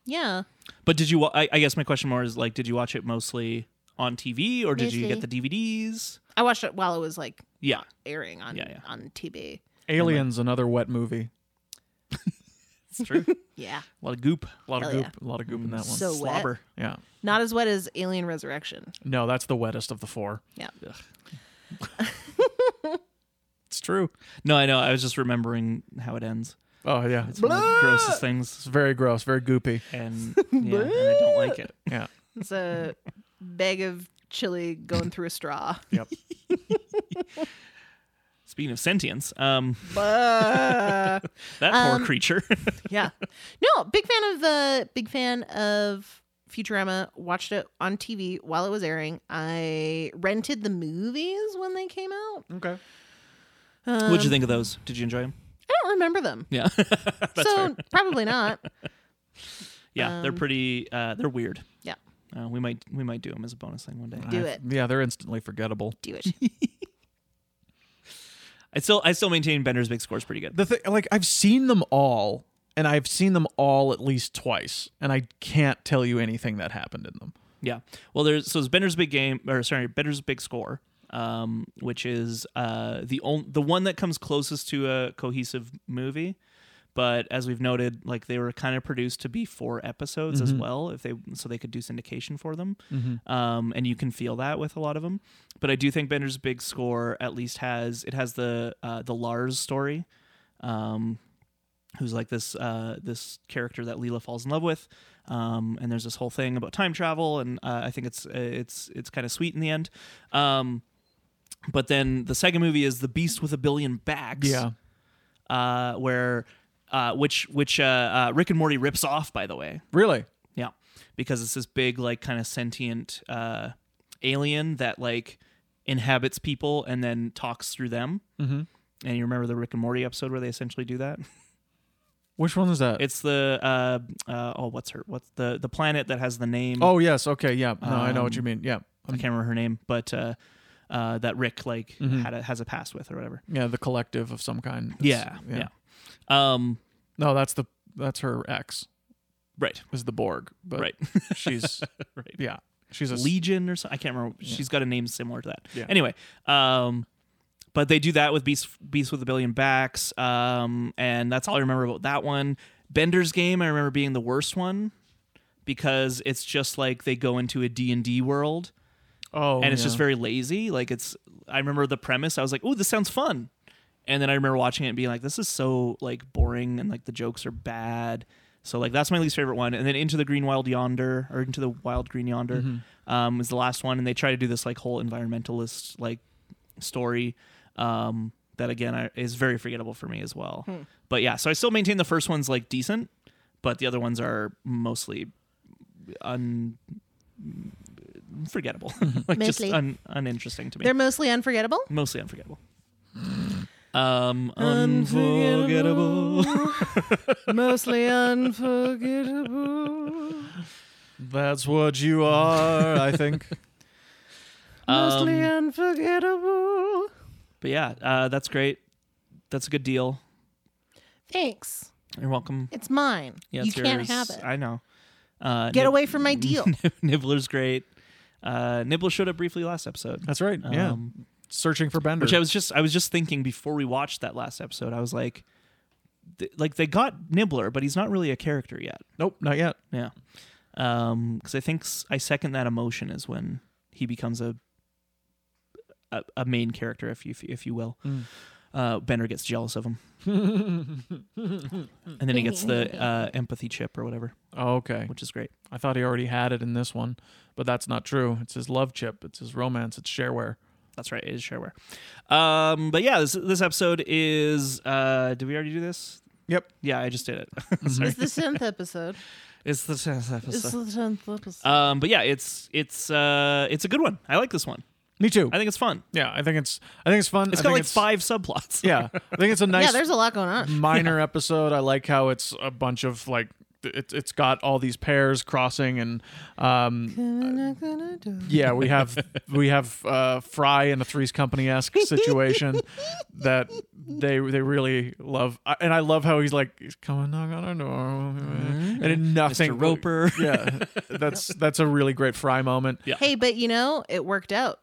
Speaker 2: yeah.
Speaker 1: But did you? Wa- I, I guess my question more is like, did you watch it mostly on TV, or did you get the
Speaker 2: Mostly.
Speaker 1: DVDs?
Speaker 2: I watched it while it was like
Speaker 1: Yeah.
Speaker 2: airing on
Speaker 1: Yeah, yeah.
Speaker 2: on TV.
Speaker 3: Aliens, another wet movie.
Speaker 1: It's true.
Speaker 2: Yeah,
Speaker 1: a lot of goop.
Speaker 3: A lot of
Speaker 2: Hell
Speaker 3: goop. A lot of goop in that one.
Speaker 2: So wet.
Speaker 1: Slobber.
Speaker 3: yeah.
Speaker 2: not as wet as Alien Resurrection.
Speaker 3: No, that's the wettest of the four.
Speaker 2: Yeah.
Speaker 3: It's true.
Speaker 1: No, I know. I was just remembering how it ends.
Speaker 3: Oh yeah.
Speaker 1: It's one of the grossest things,
Speaker 3: It's very gross, very goopy.
Speaker 1: and, yeah, and I don't like it.
Speaker 3: Yeah.
Speaker 2: It's a bag of chili going through a straw.
Speaker 3: Yep.
Speaker 1: Speaking of sentience, um,
Speaker 2: Buh.
Speaker 1: that poor creature.
Speaker 2: yeah. No, big fan of the big fan of Futurama. Watched it on TV while it was airing. I rented the movies when they came out.
Speaker 3: okay.
Speaker 1: What'd you think of those? Did you enjoy them?
Speaker 2: I don't remember them.
Speaker 1: Yeah,
Speaker 2: so probably not.
Speaker 1: yeah. they're pretty. Uh, they're weird.
Speaker 2: Yeah.
Speaker 1: Uh, we might we might do them as a bonus thing one day.
Speaker 2: Do it.
Speaker 3: Yeah, they're instantly forgettable.
Speaker 2: Do it.
Speaker 1: I still I still maintain Bender's big score is pretty good.
Speaker 3: The thing, like I've seen them all, and I've seen them all at least twice, and I can't tell you anything that happened in them.
Speaker 1: Yeah. Well, there's so it's Bender's big game or sorry Bender's big score. um, which is uh, the on- the one that comes closest to a cohesive movie. But as we've noted, like they were kind of produced to be four episodes as well, if they so they could do syndication for them, um, and you can feel that with a lot of them. But I do think Bender's big score at least has it has the uh, the Lars story, um, who's like this uh, this character that Leela falls in love with, um, and there's this whole thing about time travel, and uh, I think it's it's it's kind of sweet in the end. Um, but then the second movie is the Beast with a Billion Backs,
Speaker 3: Yeah.
Speaker 1: uh, where uh, which which uh, uh, Rick and Morty rips off, by the way,
Speaker 3: Really?
Speaker 1: yeah, because it's this big like kind of sentient uh, alien that like inhabits people and then talks through them.
Speaker 3: Mhm.
Speaker 1: And you remember the Rick and Morty episode where they essentially do that?
Speaker 3: Which one is that?
Speaker 1: It's the uh, uh oh what's her what's the the planet that has the name
Speaker 3: oh yes. Okay. Yeah. No, I know what
Speaker 1: Um,
Speaker 3: you mean. Yeah. Um,
Speaker 1: I can't remember her name but uh, uh that Rick like had a, has a past with or whatever
Speaker 3: Yeah. The collective of some kind. It's-
Speaker 1: yeah, yeah um
Speaker 3: No, that's the that's her ex
Speaker 1: right
Speaker 3: is the Borg. But
Speaker 1: right
Speaker 3: she's
Speaker 1: Right.
Speaker 3: Yeah. She's a s-
Speaker 1: Legion or something I can't remember she's got a name similar to that
Speaker 3: Yeah.
Speaker 1: anyway um but they do that with Beast Beast with a Billion Backs um and that's all I remember about that one Bender's game I remember being the worst one because it's just like they go into a D&D world
Speaker 3: oh,
Speaker 1: and it's just
Speaker 3: yeah.
Speaker 1: very lazy. Like it's, I remember the premise. I was like, "Oh, this sounds fun," and then I remember watching it and being like, "This is so like boring," and like the jokes are bad. So like that's my least favorite one. And then Into the Green Wild Yonder or Into the Wild Green Yonder
Speaker 3: Mm-hmm.
Speaker 1: um, is the last one, and they try to do this like whole environmentalist like story. Um, that again I, is very forgettable for me as well. But yeah, so I still maintain the first one's like decent, but the other ones are mostly un forgettable like just
Speaker 2: Mostly.
Speaker 1: un, uninteresting to me
Speaker 2: They're mostly unforgettable.
Speaker 1: mostly unforgettable um unforgettable
Speaker 2: mostly unforgettable.
Speaker 3: That's what you are, I think.
Speaker 2: Mostly
Speaker 1: Um,
Speaker 2: unforgettable.
Speaker 1: but yeah uh, that's great that's a good deal
Speaker 2: Thanks.
Speaker 1: you're welcome
Speaker 2: It's mine.
Speaker 1: yeah
Speaker 2: you
Speaker 1: it's yours.
Speaker 2: can't have it.
Speaker 1: i know uh
Speaker 2: Get
Speaker 1: Nib-
Speaker 2: away from my deal.
Speaker 1: nibbler's great uh nibbler showed up briefly last episode
Speaker 3: That's right. Yeah.
Speaker 1: Um,
Speaker 3: Searching for Bender.
Speaker 1: which i was just i was just thinking before we watched that last episode i was like th- like they got nibbler but he's not really a character yet
Speaker 3: nope, not yet.
Speaker 1: Yeah. Um, because I think s- I second that emotion is when he becomes a a, a main character, if you if you will. Uh, Bender gets jealous of him, and then he gets the uh, empathy chip or whatever,
Speaker 3: Oh, okay.
Speaker 1: which is great.
Speaker 3: I thought he already had it in this one, but that's not true. It's his love chip. It's his romance. It's shareware.
Speaker 1: That's right, it is shareware. Um, but yeah, this this episode is. Uh, did we already do this?
Speaker 3: Yep.
Speaker 1: Yeah, I just did it. Sorry,
Speaker 2: It's the tenth episode.
Speaker 1: it's the tenth
Speaker 2: It's
Speaker 1: episode.
Speaker 2: the tenth episode.
Speaker 1: Um, but yeah, it's it's uh, it's a good one. I like this one.
Speaker 3: Me too.
Speaker 1: I think it's fun.
Speaker 3: yeah, I think it's. I think it's fun.
Speaker 1: It's
Speaker 3: I
Speaker 1: got like
Speaker 3: think
Speaker 1: five subplots.
Speaker 3: Yeah, I think it's a nice
Speaker 2: yeah, there's a lot going
Speaker 1: Uh,
Speaker 2: on.
Speaker 3: minor episode. I like how it's a bunch of like. It, it's got all these pairs crossing and um, yeah we have we have uh, Fry in a Three's Company esque situation that they they really love I- and I love how he's like he's coming knock on our door and it- nothing
Speaker 1: Mr. Mm-hmm. Roper.
Speaker 3: yeah that's that's a really great Fry moment
Speaker 1: Yeah.
Speaker 2: Hey, but you know, it worked out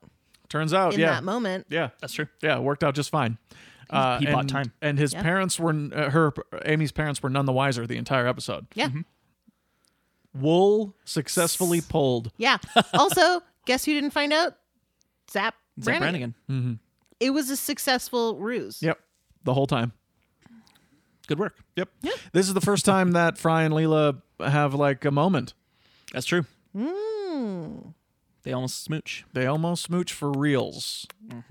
Speaker 3: turns out
Speaker 2: in
Speaker 3: yeah
Speaker 2: that moment.
Speaker 3: yeah
Speaker 1: That's true.
Speaker 3: yeah it worked out just fine. Uh,
Speaker 1: He bought
Speaker 3: and-
Speaker 1: time.
Speaker 3: and his
Speaker 2: Yeah.
Speaker 3: parents were uh, her Amy's parents were none the wiser the entire episode.
Speaker 2: Yeah.
Speaker 1: Mm-hmm.
Speaker 3: Wool successfully pulled.
Speaker 2: Yeah. also, guess who didn't find out? Zap
Speaker 1: Zach
Speaker 2: Brannigan.
Speaker 1: Brannigan.
Speaker 2: It was a successful ruse.
Speaker 3: Yep, the whole time.
Speaker 1: Good work.
Speaker 3: Yep. This is the first time that Fry and Leela have like a moment.
Speaker 1: That's true. They almost smooch.
Speaker 3: They almost smooch for reals.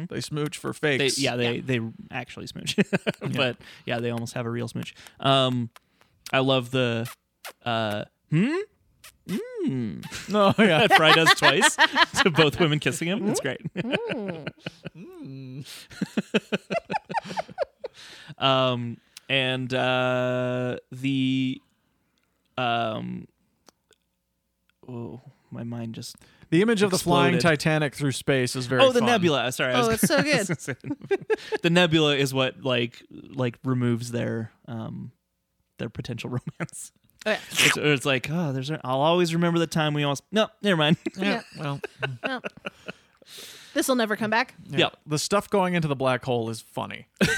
Speaker 3: They smooch for
Speaker 1: Mm-hmm. They,
Speaker 3: fakes.
Speaker 1: yeah, they they actually smooch, but yeah, they almost have a real smooch. Um, I love the uh,
Speaker 3: No. Yeah.
Speaker 1: Fry does twice to both women kissing him. It's great. um, and uh, the um, oh, my mind just
Speaker 3: The image of the flying
Speaker 1: Exploded.
Speaker 3: Titanic through space is very.
Speaker 1: oh the
Speaker 3: fun.
Speaker 1: nebula sorry I
Speaker 2: Oh,
Speaker 1: was
Speaker 2: it's so good.
Speaker 1: the nebula is what like like removes their um their potential romance
Speaker 2: Oh, yeah.
Speaker 1: it's, or it's like oh there's a, i'll always remember the time we almost no never mind
Speaker 3: Yeah. Well,
Speaker 2: No. This will never come back.
Speaker 1: Yep.
Speaker 3: The stuff going into the black hole is funny.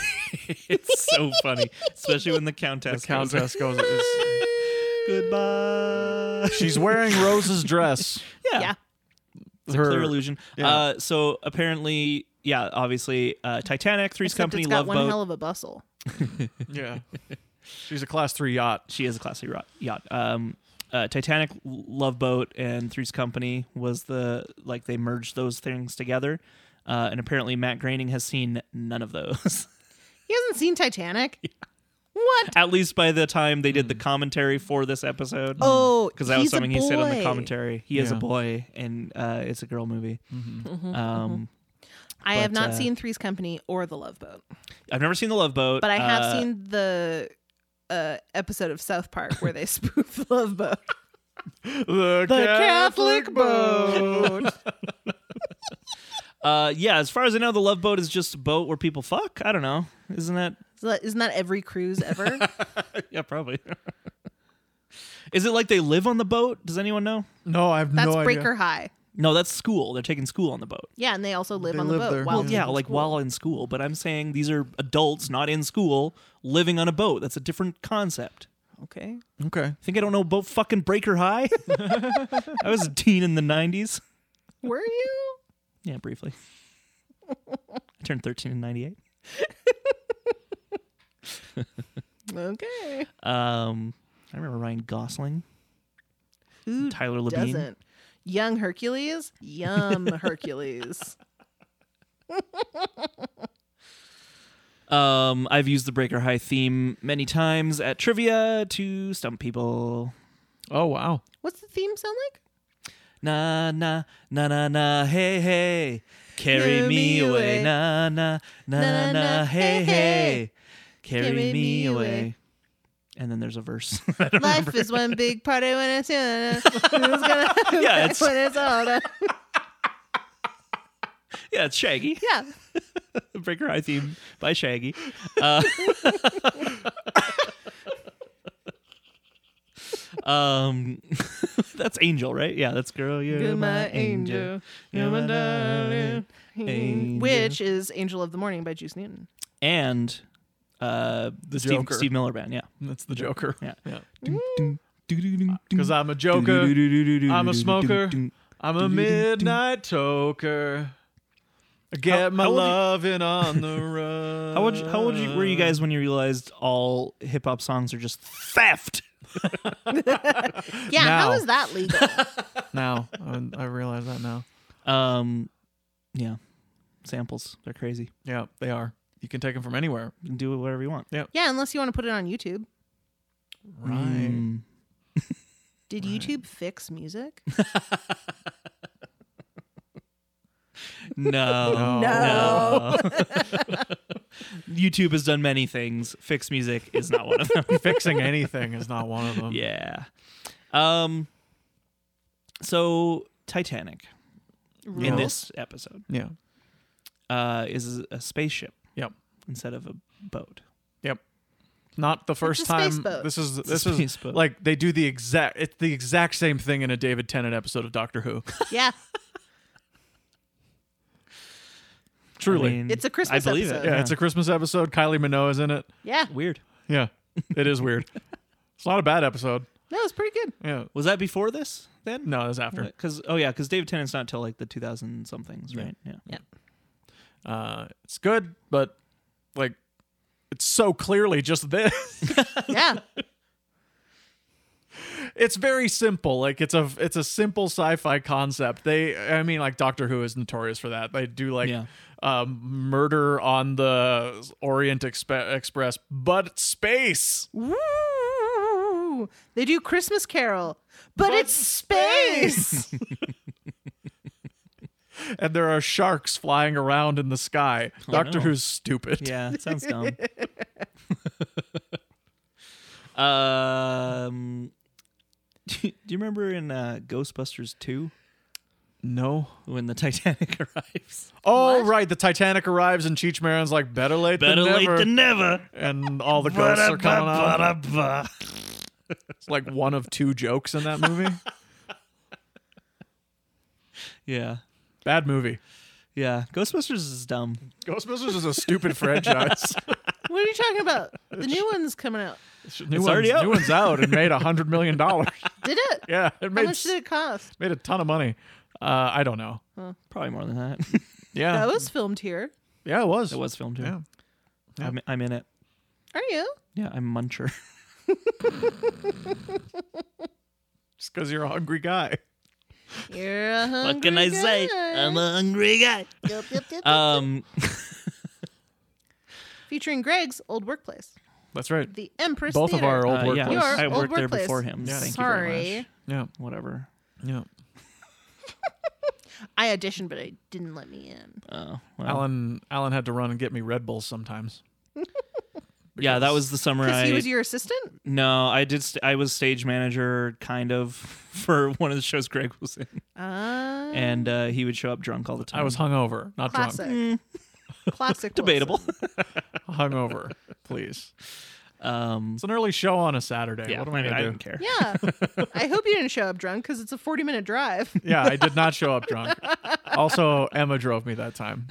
Speaker 1: It's so funny, especially when the countess.
Speaker 3: The
Speaker 1: goes,
Speaker 3: countess goes, is-
Speaker 1: Goodbye.
Speaker 3: she's wearing Rose's dress.
Speaker 1: Yeah.
Speaker 2: Yeah.
Speaker 1: It's a
Speaker 3: Her-
Speaker 1: clear illusion.
Speaker 3: yeah.
Speaker 1: Uh, so apparently, yeah, obviously, uh, Titanic, Three's
Speaker 2: Except
Speaker 1: Company,
Speaker 2: it's got
Speaker 1: Love
Speaker 2: one
Speaker 1: Boat.
Speaker 2: hell of a bustle.
Speaker 3: Yeah. She's a class three yacht.
Speaker 1: she is a classy yacht. yacht. Um, uh, Titanic, Love Boat, and Three's Company was the like they merged those things together, uh, and apparently Matt Groening has seen none of those.
Speaker 2: He hasn't seen Titanic. What?
Speaker 1: At least by the time they did
Speaker 3: Hmm.
Speaker 1: the commentary for this episode.
Speaker 2: Oh,
Speaker 1: because that was
Speaker 2: he's a
Speaker 1: something he said on the
Speaker 2: boy.
Speaker 1: commentary. He is a
Speaker 3: Yeah. Mm-hmm.
Speaker 1: boy, and uh, it's a girl movie.
Speaker 2: Mm-hmm,
Speaker 1: Um,
Speaker 2: I have
Speaker 1: but,
Speaker 2: not
Speaker 1: uh,
Speaker 2: seen Three's Company or The Love Boat,
Speaker 1: I've never seen The Love Boat,
Speaker 2: but I have
Speaker 1: uh,
Speaker 2: seen the uh, episode of South Park where they spoof Love Boat.
Speaker 3: The,
Speaker 2: Catholic boat.
Speaker 1: Uh, yeah, as far as I know, The Love Boat is just a boat where people fuck. I don't know, isn't that?
Speaker 2: Is that- Isn't that every cruise ever?
Speaker 1: Yeah, probably. is it like they live on the boat? Does anyone know?
Speaker 3: No, I have
Speaker 2: That's
Speaker 3: no
Speaker 2: Breaker
Speaker 3: idea.
Speaker 2: High.
Speaker 1: No, that's school. They're taking school on the boat.
Speaker 2: Yeah, and they also live
Speaker 3: They
Speaker 2: on the
Speaker 3: live
Speaker 2: boat.
Speaker 3: there.
Speaker 2: While
Speaker 3: Well,
Speaker 1: Yeah,
Speaker 2: Oh, in
Speaker 1: like
Speaker 2: school.
Speaker 1: while in school. But I'm saying these are adults, not in school, living on a boat. That's a different concept.
Speaker 2: Okay.
Speaker 3: Okay.
Speaker 1: Think I don't know about fucking Breaker High? I was a teen in the 90s.
Speaker 2: Were you?
Speaker 1: Yeah, briefly. I turned 13 in 98.
Speaker 2: Okay.
Speaker 1: Um, I remember Ryan Gosling,
Speaker 2: Who
Speaker 1: Tyler Labine.
Speaker 2: doesn't? Young Hercules? Yum Hercules.
Speaker 1: Um, I've used the Breaker High theme many times at trivia to stump people.
Speaker 3: Oh, wow.
Speaker 2: What's the theme sound like?
Speaker 1: Na na na na na hey hey, carry
Speaker 2: Carry
Speaker 1: me
Speaker 2: me
Speaker 1: away.
Speaker 2: away.
Speaker 1: Na na na na na hey hey, carry
Speaker 2: Carry
Speaker 1: me
Speaker 2: me
Speaker 1: away.
Speaker 2: away.
Speaker 1: And then there's a verse.
Speaker 2: Life is one big party when it's done. Who's gonna
Speaker 1: Yeah, it's-
Speaker 2: when it's all done?
Speaker 1: yeah, it's Shaggy.
Speaker 2: Yeah.
Speaker 1: The Breaker High theme by Shaggy. Uh, um, that's Angel, right? Yeah, that's girl. You're,
Speaker 2: You're
Speaker 1: my angel. You're my darling. angel.
Speaker 2: Which is Angel of the Morning by Juice Newton.
Speaker 1: and uh, the Steve,
Speaker 3: Joker.
Speaker 1: Steve Miller band. Yeah,
Speaker 3: That's the Joker.
Speaker 1: yeah.
Speaker 3: Yeah. Because
Speaker 1: Because
Speaker 3: I'm a Joker. I'm a smoker. I'm
Speaker 1: Doo-doo-doo-doo.
Speaker 3: a midnight toker. I Get
Speaker 1: How-
Speaker 3: my
Speaker 1: how old you-
Speaker 3: loving on the run.
Speaker 1: How old, you- how old you, were you guys when you realized all hip hop songs are just theft?
Speaker 2: Yeah,
Speaker 3: Now.
Speaker 2: how is that legal?
Speaker 3: Now I, I realize that now.
Speaker 1: Um, yeah, samples. They're crazy.
Speaker 3: Yeah, they are. You can take them from anywhere.
Speaker 1: You can do whatever you want.
Speaker 2: yeah, unless you want to put it on YouTube.
Speaker 3: Right.
Speaker 1: Mm.
Speaker 2: Did YouTube fix music?
Speaker 1: No.
Speaker 2: No.
Speaker 1: YouTube has done many things. Fix music is not one of them.
Speaker 3: Fixing anything is not one of them.
Speaker 1: yeah. Um. So Titanic in
Speaker 2: Rules?
Speaker 1: this episode
Speaker 3: Yeah.
Speaker 1: uh, is a spaceship
Speaker 3: Yep.
Speaker 1: instead of a boat.
Speaker 3: Not the first
Speaker 2: a
Speaker 3: time.
Speaker 2: space boat.
Speaker 3: This is
Speaker 1: a
Speaker 3: this
Speaker 1: space
Speaker 3: is
Speaker 1: boat.
Speaker 3: like they do the exact. It's the exact same thing in a David Tennant episode of Doctor Who.
Speaker 2: Yeah.
Speaker 3: Truly.
Speaker 1: I mean,
Speaker 2: It's a Christmas
Speaker 1: I believe
Speaker 2: episode.
Speaker 1: it.
Speaker 3: yeah, it's a Christmas episode. Kylie Minogue is in it.
Speaker 2: Yeah.
Speaker 1: weird.
Speaker 3: Yeah, it is weird. it's not a bad episode.
Speaker 2: No, it's pretty good.
Speaker 3: Yeah.
Speaker 1: Was that before this? Then
Speaker 3: No, it was after.
Speaker 1: because oh yeah, because David Tennant's not till like the two thousand somethings,
Speaker 3: Yeah.
Speaker 1: right? Yeah.
Speaker 3: Uh, it's good, but like, it's so clearly just this.
Speaker 2: Yeah.
Speaker 3: it's very simple. Like it's a it's a simple sci-fi concept. They, I mean, like Doctor Who is notorious for that. They do like
Speaker 1: Yeah.
Speaker 3: um, murder on the Orient Expe- Express, but space.
Speaker 2: Woo! They do Christmas Carol, but, it's space.
Speaker 3: and there are sharks flying around in the sky. Doctor
Speaker 1: no.
Speaker 3: Who's stupid.
Speaker 1: Yeah, it sounds dumb. um, do you remember in uh, Ghostbusters 2
Speaker 3: No.
Speaker 1: when the Titanic arrives?
Speaker 3: Oh
Speaker 2: What?
Speaker 3: right, the Titanic arrives and Cheech Marin's like better late
Speaker 1: Better
Speaker 3: than
Speaker 1: late
Speaker 3: never.
Speaker 1: than never.
Speaker 3: and all the ghosts are coming out. It's like one of two jokes in that movie.
Speaker 1: Yeah.
Speaker 3: Bad movie.
Speaker 1: Yeah, Ghostbusters is dumb.
Speaker 3: Ghostbusters is a stupid franchise.
Speaker 2: What are you talking about? The new one's coming out.
Speaker 3: new
Speaker 1: It's
Speaker 3: one's,
Speaker 1: already out.
Speaker 3: New one's out and made a hundred million dollars.
Speaker 2: Did it?
Speaker 3: Yeah, it
Speaker 2: How
Speaker 3: made
Speaker 2: much did it cost?
Speaker 3: made a ton of money. Uh, I don't know.
Speaker 1: Probably more than that.
Speaker 3: Yeah,
Speaker 1: Uh-huh.
Speaker 2: That was filmed here.
Speaker 3: yeah, it was.
Speaker 1: it was filmed here.
Speaker 3: Yeah. Yeah.
Speaker 1: I'm, I'm in it.
Speaker 2: Are you?
Speaker 1: Yeah, I'm Muncher.
Speaker 3: Just because you're a hungry guy.
Speaker 2: You're a hungry
Speaker 1: what can I say?
Speaker 2: guy.
Speaker 1: I'm a hungry guy.
Speaker 2: Yup, yup, yup, yup.
Speaker 1: Um,
Speaker 2: Featuring Greg's old workplace,
Speaker 3: That's right.
Speaker 2: the Empress.
Speaker 3: Both of
Speaker 2: Theater.
Speaker 3: our old
Speaker 1: uh, yeah,
Speaker 3: workplace.
Speaker 2: You are
Speaker 1: I
Speaker 2: old
Speaker 1: worked there
Speaker 2: workplace.
Speaker 1: before him.
Speaker 3: Yeah.
Speaker 1: Thank you
Speaker 2: Sorry,
Speaker 1: very much.
Speaker 3: Yeah,
Speaker 1: Whatever.
Speaker 3: yeah.
Speaker 2: I auditioned, but they didn't let me in.
Speaker 1: Oh, well.
Speaker 3: Alan Alan had to run and get me Red Bulls sometimes.
Speaker 1: yeah, that was the summer.
Speaker 2: Because
Speaker 1: I
Speaker 2: he was your assistant.
Speaker 1: no, I did. St- I was stage manager, kind of, for one of the shows Greg was in,
Speaker 2: Uh,
Speaker 1: and uh, he would show up drunk all the time.
Speaker 3: I was hungover, not
Speaker 2: classic,
Speaker 3: drunk.
Speaker 2: classic,
Speaker 1: debatable.
Speaker 2: Wilson.
Speaker 3: Hungover, please.
Speaker 1: Um,
Speaker 3: It's an early show on a Saturday.
Speaker 1: yeah,
Speaker 3: what am
Speaker 1: I
Speaker 3: I
Speaker 1: mean,
Speaker 3: gonna
Speaker 1: I
Speaker 3: do?
Speaker 1: didn't care.
Speaker 2: Yeah, I hope you didn't show up drunk because it's a forty-minute drive.
Speaker 3: Yeah, I did not show up drunk. Also, Emma drove me that time.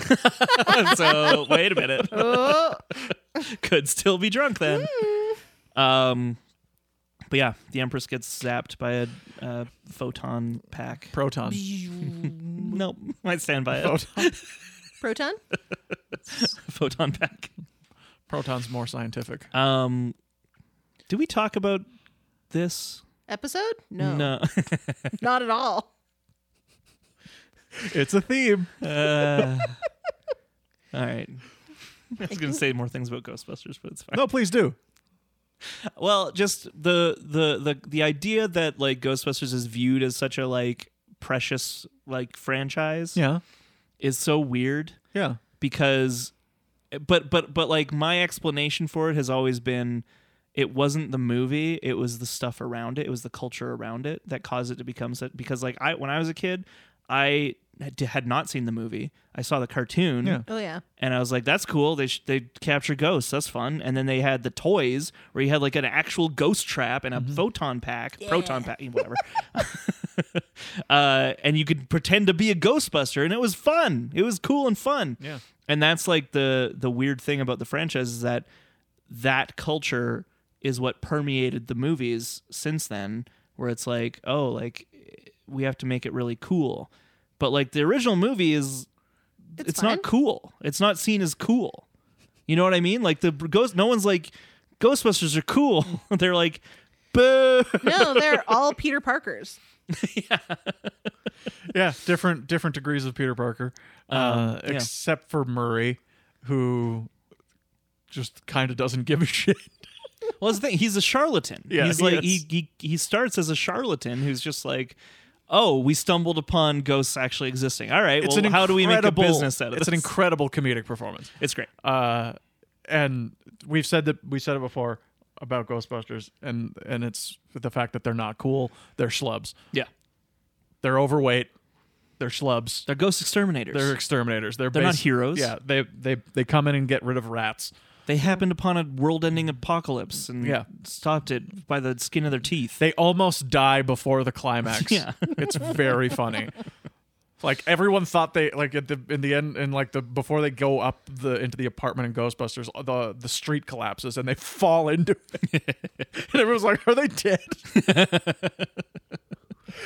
Speaker 1: so wait a minute.
Speaker 2: Oh,
Speaker 1: Could still be drunk then. Um, but yeah, the Empress gets zapped by a uh, photon pack.
Speaker 3: Proton.
Speaker 1: Nope, I stand by it.
Speaker 3: Proton.
Speaker 2: proton.
Speaker 1: photon pack.
Speaker 3: Proton's more scientific.
Speaker 1: Um, did we talk about this?
Speaker 2: Episode? No,
Speaker 1: no.
Speaker 2: not at all.
Speaker 3: It's a theme.
Speaker 1: Uh, all right. I was going to say more things about Ghostbusters, but it's fine.
Speaker 3: No, please do.
Speaker 1: Well, just the the the the idea that like Ghostbusters is viewed as such a like precious like franchise
Speaker 3: Yeah.
Speaker 1: is so weird
Speaker 3: Yeah.
Speaker 1: because but but but like my explanation for it has always been it wasn't the movie it was the stuff around it it was the culture around it that caused it to become such because like i when i was a kid i had- had not seen the movie i saw the cartoon
Speaker 3: Yeah.
Speaker 2: Oh yeah,
Speaker 1: and i was like that's cool they sh- they capture ghosts that's fun and then they had the toys where you had like an actual ghost trap and a
Speaker 3: Mm-hmm.
Speaker 1: photon pack proton pack whatever uh, and you could pretend to be a ghostbuster and it was fun it was cool and fun
Speaker 3: Yeah.
Speaker 1: and that's like the the weird thing about the franchise is that that culture is what permeated the movies since then where it's like oh like we have to make it really cool but like the original movie is
Speaker 2: It's
Speaker 1: it's, not
Speaker 2: fine.
Speaker 1: cool it's not seen as cool you know what i mean like the ghost no one's like ghostbusters are cool they're like boo
Speaker 2: no, they're all Peter Parkers.
Speaker 3: Yeah. Different different degrees of Peter Parker. Uh,
Speaker 1: yeah.
Speaker 3: except for Murray, who just kind of doesn't give a shit.
Speaker 1: Well, that's the thing. He's a charlatan.
Speaker 3: Yeah,
Speaker 1: he's
Speaker 3: he
Speaker 1: like
Speaker 3: is.
Speaker 1: he, he he starts as a charlatan who's just like, oh, we stumbled upon ghosts actually existing. All right, well, how do we make a
Speaker 3: incredible-
Speaker 1: business out of
Speaker 3: It's
Speaker 1: this?
Speaker 3: an incredible comedic performance.
Speaker 1: it's great.
Speaker 3: uh, and we've said that we said it before about Ghostbusters, and and it's the fact that they're not cool. They're schlubs.
Speaker 1: yeah,
Speaker 3: They're overweight. They're schlubs.
Speaker 1: they're ghost exterminators.
Speaker 3: They're
Speaker 1: they
Speaker 3: exterminators. They're
Speaker 1: They're not
Speaker 3: basi-
Speaker 1: heroes.
Speaker 3: Yeah, they they they come in and get rid of rats.
Speaker 1: happened upon a world-ending apocalypse and
Speaker 3: Yeah.
Speaker 1: stopped it by the skin of their teeth.
Speaker 3: They almost die before the climax.
Speaker 1: Yeah.
Speaker 3: it's very funny. Like everyone thought they like at the in the end and like the before they go up the into the apartment in Ghostbusters the the street collapses and they fall into it and everyone's like are they dead?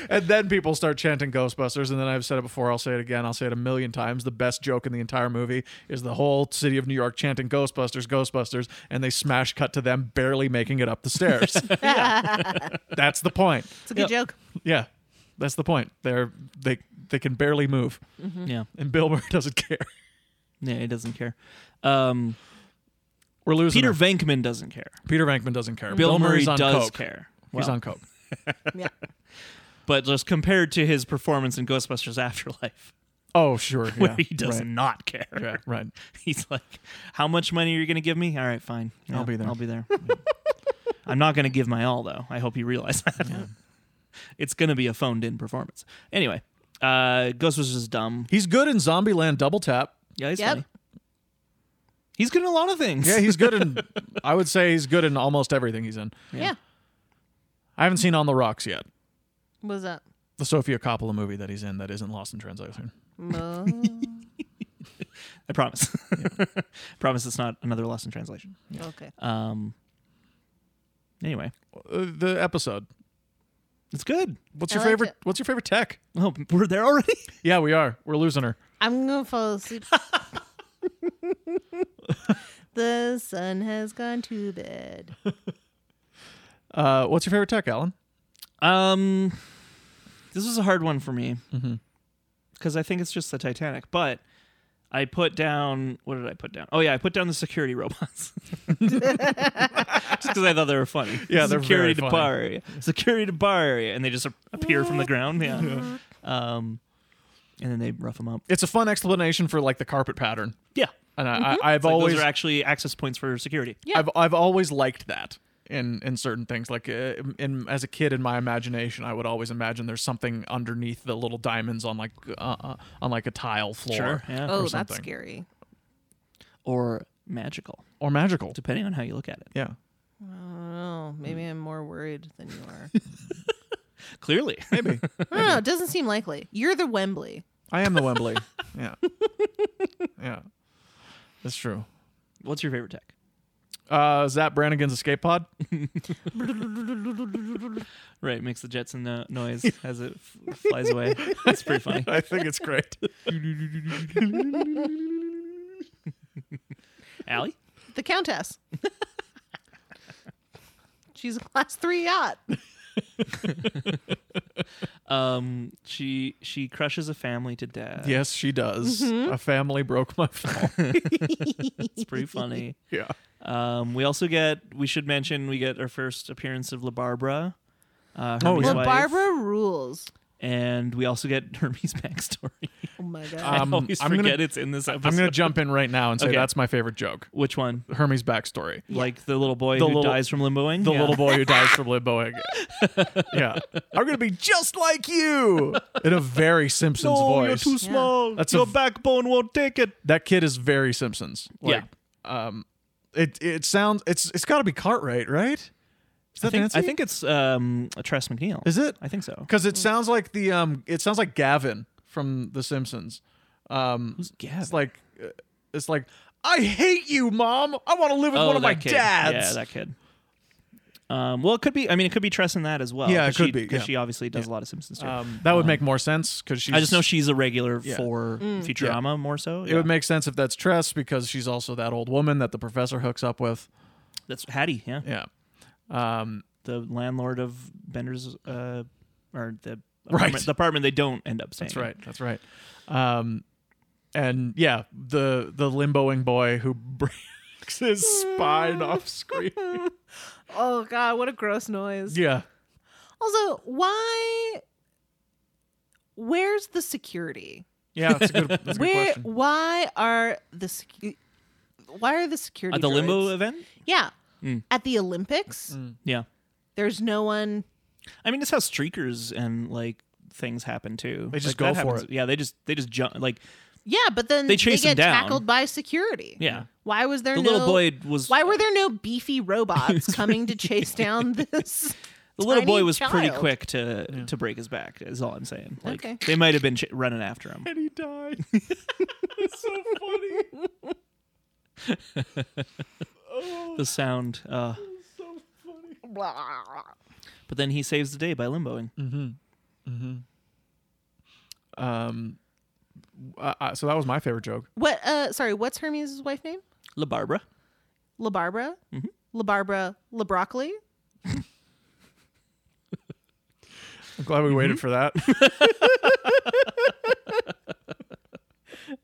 Speaker 3: and then people start chanting Ghostbusters and then I've said it before I'll say it again I'll say it a million times the best joke in the entire movie is the whole city of New York chanting Ghostbusters Ghostbusters and they smash cut to them barely making it up the stairs. That's the point.
Speaker 2: It's a good joke.
Speaker 3: Yeah, that's the point. They're they they can barely move,
Speaker 1: Yeah,
Speaker 3: and Bill Murray doesn't care.
Speaker 1: yeah, he doesn't care. Um,
Speaker 3: We're losing.
Speaker 1: Peter
Speaker 3: her.
Speaker 1: Venkman doesn't care.
Speaker 3: Peter Venkman doesn't care.
Speaker 1: Bill, Murray
Speaker 3: Murray's on
Speaker 1: does
Speaker 3: coke.
Speaker 1: care.
Speaker 3: He's
Speaker 1: Well,
Speaker 3: on coke.
Speaker 2: Yeah,
Speaker 1: but just compared to his performance in Ghostbusters Afterlife,
Speaker 3: Oh sure,
Speaker 1: where
Speaker 3: yeah,
Speaker 1: he does not care.
Speaker 3: Right. Yeah, right.
Speaker 1: He's like, "How much money are you going to give me?" All right, fine.
Speaker 3: I'll
Speaker 1: Yeah,
Speaker 3: be there.
Speaker 1: I'll be there. I'm not going to give my all though. I hope you realize that. it's going to be a phoned-in performance. Anyway, uh, Ghostbusters is dumb.
Speaker 3: He's good in Zombieland Double Tap.
Speaker 1: Yeah, he's
Speaker 2: Yep.
Speaker 1: funny. He's good in a lot of things.
Speaker 3: Yeah, he's good in. I would say he's good in almost everything he's in.
Speaker 2: yeah.
Speaker 3: I haven't seen On the Rocks yet.
Speaker 2: What was that?
Speaker 3: The Sofia Coppola movie that he's in that isn't Lost in Translation.
Speaker 2: Mo-
Speaker 1: I promise. promise it's not another lesson translation.
Speaker 2: Okay.
Speaker 1: Um. Anyway,
Speaker 3: Uh, the episode.
Speaker 1: it's good.
Speaker 3: What's
Speaker 2: I
Speaker 3: your
Speaker 2: liked
Speaker 3: favorite?
Speaker 2: it.
Speaker 3: What's your favorite tech?
Speaker 1: Oh, we're there already.
Speaker 3: Yeah, we are. We're losing her.
Speaker 2: I'm gonna fall asleep. the sun has gone to bed.
Speaker 3: Uh, what's your favorite tech, Alan?
Speaker 1: Um, this was a hard one for me
Speaker 3: Mm-hmm.
Speaker 1: because I think it's just the Titanic. But I put down what did I put down? Oh yeah, I put down the security robots just because I thought they were funny.
Speaker 3: Yeah, they're
Speaker 1: security
Speaker 3: very
Speaker 1: to
Speaker 3: funny.
Speaker 1: bar area, security to bar area, and they just appear from the ground. Yeah, um, and then they rough them up.
Speaker 3: It's a fun explanation for like the carpet pattern,
Speaker 1: Yeah,
Speaker 3: and I, I, I've
Speaker 1: Mhm. Like,
Speaker 3: always
Speaker 1: those are actually access points for security.
Speaker 2: Yeah.
Speaker 3: I've I've always liked that in in certain things. Like uh, in as a kid, in my imagination, I would always imagine there's something underneath the little diamonds on like uh, uh, on like a tile floor,
Speaker 1: Sure, yeah.
Speaker 2: Oh, that's
Speaker 3: something.
Speaker 2: scary.
Speaker 1: or magical,
Speaker 3: or magical.
Speaker 1: depending on how you look at it.
Speaker 3: Yeah,
Speaker 2: Oh, maybe I'm more worried than you are.
Speaker 1: Clearly,
Speaker 3: maybe
Speaker 2: I don't know. It doesn't seem likely. You're the Wembley.
Speaker 3: I am the Wembley. Yeah, yeah, that's true.
Speaker 1: what's your favorite tech?
Speaker 3: Uh, Zap Brannigan's escape pod.
Speaker 1: Right, makes the Jetson no- noise as it f- flies away. It's pretty funny.
Speaker 3: I think it's great.
Speaker 1: Allie?
Speaker 2: The Countess. She's a class three yacht.
Speaker 1: Um, she she crushes a family to death.
Speaker 3: yes, she does.
Speaker 2: Mm-hmm.
Speaker 3: A family broke my fall.
Speaker 1: it's pretty funny.
Speaker 3: yeah.
Speaker 1: Um, we also get we should mention we get our first appearance of LaBarbara. Uh,
Speaker 3: Oh,
Speaker 1: Hermes'
Speaker 3: yeah.
Speaker 1: wife,
Speaker 2: Barbara rules.
Speaker 1: and we also get Hermes' backstory.
Speaker 2: Oh my god.
Speaker 3: Um,
Speaker 1: I always
Speaker 3: I'm
Speaker 1: forget
Speaker 3: gonna-
Speaker 1: it's in this episode.
Speaker 3: I'm gonna jump in right now and say
Speaker 1: Okay.
Speaker 3: that's my favorite joke.
Speaker 1: Which one?
Speaker 3: Hermes backstory.
Speaker 1: Like the little boy
Speaker 3: The
Speaker 1: who
Speaker 3: little-
Speaker 1: dies from limboing.
Speaker 3: the
Speaker 1: Yeah.
Speaker 3: little boy who dies from limboing. yeah, I'm gonna be just like you in a very Simpsons voice.
Speaker 1: small.
Speaker 3: That's Your a-
Speaker 1: backbone won't take it.
Speaker 3: that kid is very Simpsons. Like, Um, it it sounds it's it's got to be Cartwright, right? Is that
Speaker 1: I think,
Speaker 3: Nancy?
Speaker 1: I think it's um, Tress McNeil.
Speaker 3: is it
Speaker 1: I think so.
Speaker 3: because it sounds like the um it sounds like Gavin from The Simpsons. Um,
Speaker 1: Who's Gavin?
Speaker 3: it's like uh, it's like I hate you, mom. I want to live with
Speaker 1: Oh,
Speaker 3: one of
Speaker 1: that
Speaker 3: my
Speaker 1: kid.
Speaker 3: dads.
Speaker 1: Yeah, that kid. Um, well, it could be. I mean, it could be Tress in that as well.
Speaker 3: Yeah, it
Speaker 1: 'cause
Speaker 3: could
Speaker 1: she,
Speaker 3: be,
Speaker 1: because
Speaker 3: yeah.
Speaker 1: she obviously does a lot of Simpsons
Speaker 2: Uh,
Speaker 1: too.
Speaker 3: um, that would make more sense because she's
Speaker 1: I just know she's a regular
Speaker 3: yeah.
Speaker 1: for
Speaker 2: Mm.
Speaker 1: Futurama more so.
Speaker 3: It would make sense if that's Tress because she's also that old woman that the professor hooks up with.
Speaker 1: That's Hattie, yeah,
Speaker 3: Yeah. Um,
Speaker 1: the landlord of Bender's, uh, or the
Speaker 3: Right.
Speaker 1: apartment, the apartment they don't end up staying.
Speaker 3: that's
Speaker 1: in.
Speaker 3: right. That's right. Um, and yeah, the the limboing boy who breaks his spine off screen.
Speaker 2: Oh god, what a gross noise.
Speaker 3: Yeah.
Speaker 2: Also, why where's the security?
Speaker 3: Yeah, that's a good, that's a good
Speaker 2: Where
Speaker 3: question.
Speaker 2: why are the secu- why are the security
Speaker 1: at Uh, the limbo
Speaker 2: droids-
Speaker 1: event.
Speaker 2: Yeah.
Speaker 1: Mm.
Speaker 2: At the Olympics,
Speaker 1: Yeah,
Speaker 2: there's no one
Speaker 1: I mean, it's how streakers and like things happen too.
Speaker 3: They just
Speaker 1: Like, that
Speaker 3: go for
Speaker 1: happens-
Speaker 3: it.
Speaker 1: Yeah, they just they just jump. Like
Speaker 2: Yeah, but then
Speaker 1: They
Speaker 2: they,
Speaker 1: chase him
Speaker 2: get
Speaker 1: down.
Speaker 2: tackled by security.
Speaker 1: Yeah.
Speaker 2: Why was there
Speaker 1: the
Speaker 2: no
Speaker 1: little boy was
Speaker 2: Why were there no beefy robots coming to chase down this?
Speaker 1: The little
Speaker 2: tiny
Speaker 1: boy was pretty
Speaker 2: child?
Speaker 1: quick to to break his back. Is all I'm saying. Like
Speaker 2: Okay.
Speaker 1: they might have been ch- running after him.
Speaker 3: And he died. it's so funny.
Speaker 1: The sound. Uh,
Speaker 3: So funny.
Speaker 1: but then he saves the day by limboing.
Speaker 3: Mm. Um, uh, uh, so that was my favorite joke.
Speaker 2: What? Uh, sorry. What's Hermes' wife name?
Speaker 1: La Barbara.
Speaker 2: La Barbara.
Speaker 1: Mm-hmm.
Speaker 2: La Barbara. La Broccoli.
Speaker 3: I'm glad we waited for that.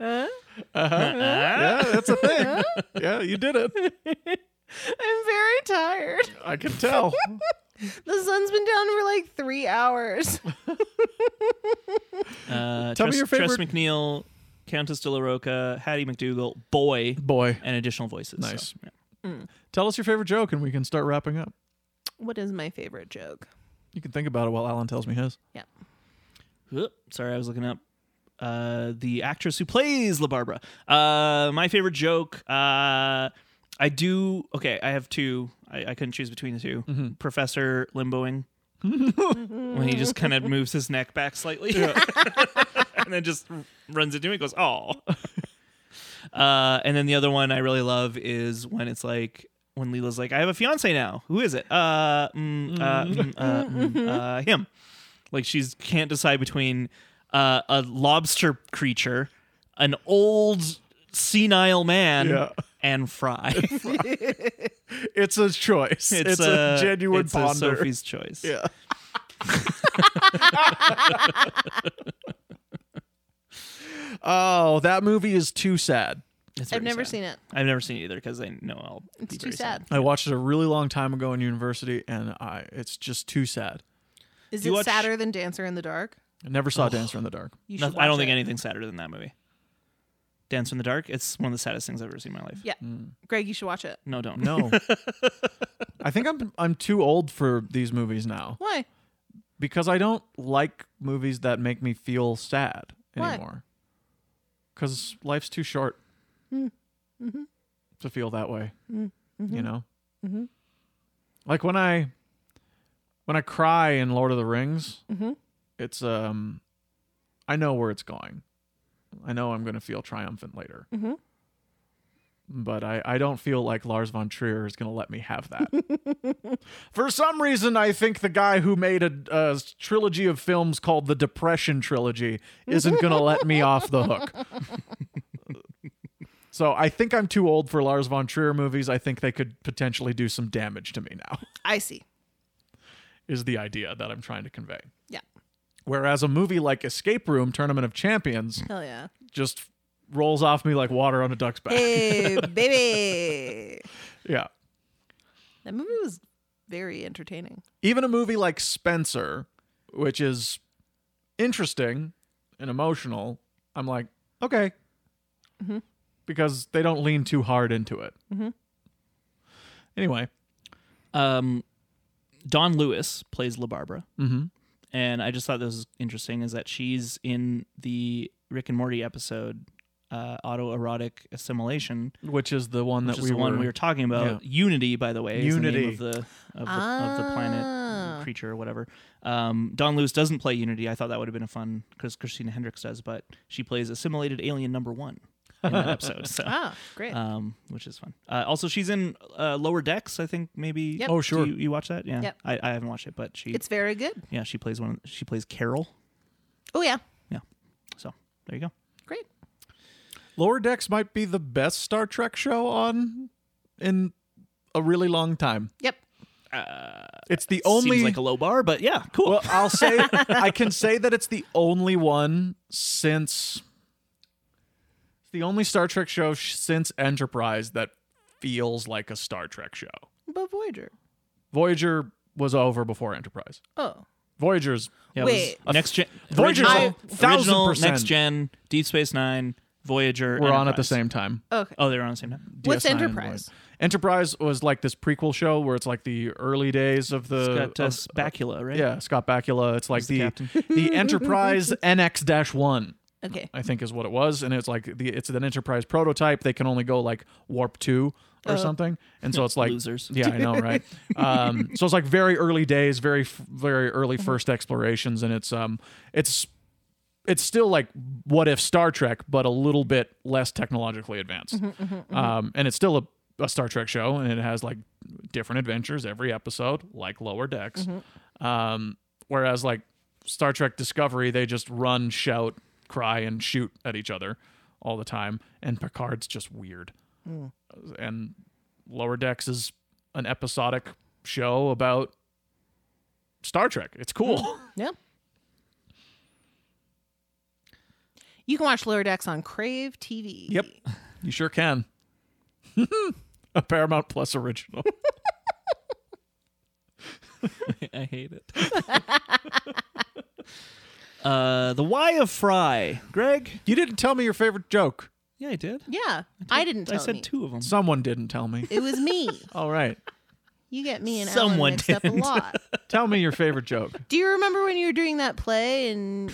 Speaker 3: Uh-huh. Yeah, that's a thing. yeah, you did it.
Speaker 2: I'm very tired.
Speaker 3: I can tell.
Speaker 2: The sun's been down for like three hours.
Speaker 1: Uh,
Speaker 3: Tell me
Speaker 1: Tress,
Speaker 3: your
Speaker 1: Tress
Speaker 3: favorite-
Speaker 1: McNeil, Countess de la Roca, Hattie McDougal, Boy,
Speaker 3: Boy,
Speaker 1: and additional voices. so,
Speaker 3: Nice.
Speaker 1: yeah.
Speaker 3: tell us your favorite joke and we can start wrapping up.
Speaker 2: What is my favorite joke?
Speaker 3: You can think about it while Alan tells me his.
Speaker 1: Whoop, sorry, I was looking up uh, the actress who plays La Barbara. Uh, my favorite joke. Uh, I do. Okay, I have two. I, I couldn't choose between the 2 Professor Limboing. when he just kind
Speaker 2: Mm-hmm.
Speaker 1: of moves his neck back slightly and then just runs into me and goes, Oh. Uh, and then the other one I really love is when it's like when Leela's like, "I have a fiance now. Who is it? Uh, mm, uh, mm, uh,
Speaker 2: Mm-hmm.
Speaker 1: mm, uh, him." Like she's can't decide between uh, a lobster creature, an old senile man,
Speaker 3: Yeah.
Speaker 1: and Fry. it's,
Speaker 3: It's a choice. It's, a, genuine
Speaker 1: it's
Speaker 3: ponder.
Speaker 1: A Sophie's choice.
Speaker 3: Yeah. oh, that movie is too sad.
Speaker 1: It's
Speaker 2: I've
Speaker 1: very
Speaker 2: never
Speaker 1: sad.
Speaker 2: seen it.
Speaker 1: I've never seen it either because I know I'll.
Speaker 2: It's
Speaker 1: be
Speaker 2: too
Speaker 1: very
Speaker 2: sad.
Speaker 3: I watched it a really long time ago in university, and I it's just too sad.
Speaker 2: Is
Speaker 1: You
Speaker 2: it
Speaker 1: watch-
Speaker 2: sadder than Dancer in the Dark?
Speaker 3: I never saw Dancer in the Dark.
Speaker 2: You
Speaker 1: No,
Speaker 2: should
Speaker 1: I don't
Speaker 2: watch
Speaker 1: think
Speaker 2: it.
Speaker 1: anything's sadder than that movie. Dance in the Dark. It's one of the saddest things I've ever seen in my life.
Speaker 2: Yeah, Greg, you should watch it.
Speaker 1: No, don't.
Speaker 3: No, I think I'm I'm too old for these movies now
Speaker 2: Why?
Speaker 3: because I don't like movies that make me feel sad
Speaker 2: Why?
Speaker 3: anymore. Because life's too short to feel that way. You know, like when I when I cry in Lord of the Rings, it's um, I know where it's going. I know I'm going to feel triumphant later. But I, I don't feel like Lars von Trier is going to let me have that. For some reason, I think the guy who made a, a trilogy of films called the Depression Trilogy isn't going to let me off the hook. So I think I'm too old for Lars von Trier movies. I think they could potentially do some damage to me now,
Speaker 2: I see.
Speaker 3: is the idea that I'm trying to convey.
Speaker 2: Yeah.
Speaker 3: Whereas a movie like Escape Room Tournament of Champions
Speaker 2: Hell yeah.
Speaker 3: just rolls off me like water on a duck's back.
Speaker 2: Hey, baby.
Speaker 3: Yeah.
Speaker 2: That movie was very entertaining.
Speaker 3: even a movie like Spencer, which is interesting and emotional, I'm like, okay.
Speaker 1: Mm-hmm.
Speaker 3: Because they don't lean too hard into it. Anyway,
Speaker 1: um, Don Lewis plays LaBarbara. Mm-hmm. And I just thought this was interesting is that she's in the Rick and Morty episode, uh, Autoerotic Assimilation,
Speaker 3: which is the one
Speaker 1: which
Speaker 3: that
Speaker 1: is
Speaker 3: we
Speaker 1: the
Speaker 3: were,
Speaker 1: one we were talking about. Unity, by the way,
Speaker 3: Unity.
Speaker 1: is the name of the, of the, of the
Speaker 2: Ah.
Speaker 1: planet, creature, or whatever. Um, Don Lewis doesn't play Unity. I thought that would have been a fun, because Christina Hendricks does, but she plays Assimilated Alien Number One in that episode. So
Speaker 2: Ah, great.
Speaker 1: um, which is fun. Uh, also, she's in uh, Lower Decks. I think maybe.
Speaker 2: Yep.
Speaker 3: Oh, sure.
Speaker 1: Do you, you watch that? Yeah.
Speaker 2: Yep.
Speaker 1: I, I haven't watched it, but she.
Speaker 2: it's very good.
Speaker 1: yeah, she plays one. She plays Carol.
Speaker 2: Oh yeah.
Speaker 1: Yeah. So there you go.
Speaker 2: Great.
Speaker 3: Lower Decks might be the best Star Trek show on in a really long time.
Speaker 2: Yep.
Speaker 3: It's the only
Speaker 1: Seems like a low bar, but yeah, cool.
Speaker 3: Well, I'll say I can say that it's the only one since it's the only Star Trek show sh- since Enterprise that feels like a Star Trek show.
Speaker 2: But Voyager.
Speaker 3: Voyager was over before Enterprise.
Speaker 2: Oh.
Speaker 3: Voyager's
Speaker 1: yeah, it was
Speaker 2: wait.
Speaker 1: next gen.
Speaker 3: Voyager's
Speaker 1: original,
Speaker 3: a thousand
Speaker 1: original
Speaker 3: percent.
Speaker 1: next gen. Deep Space Nine. Voyager.
Speaker 3: were on at the
Speaker 1: Enterprise.
Speaker 3: same time.
Speaker 2: Okay.
Speaker 1: Oh, they were on the same time.
Speaker 2: What's
Speaker 3: DS9 and
Speaker 2: Enterprise?
Speaker 3: Voyager. Enterprise was like this prequel show where it's like the early days of the
Speaker 1: Got uh,
Speaker 3: of-
Speaker 1: Spacula, right?
Speaker 3: yeah Scott Bakula. It's like
Speaker 1: the
Speaker 3: the
Speaker 1: captain.
Speaker 3: the Enterprise NX one.
Speaker 2: Okay.
Speaker 3: I think is what it was, and it's like the it's an enterprise prototype. They can only go like warp two or something, and so it's like
Speaker 1: Losers.
Speaker 3: Yeah, I know, right? um, so it's like very early days, very f- very early first explorations, and it's um it's it's still like what if Star Trek, but a little bit less technologically advanced. Um, and it's still a, a Star Trek show, and it has like different adventures every episode, like Lower Decks. Um, whereas like Star Trek Discovery, they just run, shout, cry, and shoot at each other all the time, and Picard's just weird. And Lower Decks is an episodic show about Star Trek. It's cool.
Speaker 2: Yeah. You can watch Lower Decks on Crave TV.
Speaker 3: Yep. You sure can. a Paramount Plus original.
Speaker 1: I hate it. uh, the Why of Fry, Greg.
Speaker 3: You didn't tell me your favorite joke.
Speaker 1: Yeah, I did.
Speaker 2: Yeah. I didn't tell
Speaker 1: I said
Speaker 2: me.
Speaker 1: two of them.
Speaker 3: Someone didn't tell me.
Speaker 2: It was me.
Speaker 3: All right.
Speaker 2: You get me and
Speaker 1: Someone
Speaker 2: Alan mixed up a
Speaker 1: didn't.
Speaker 2: lot.
Speaker 3: Tell me your favorite joke.
Speaker 2: Do you remember when you were doing that play and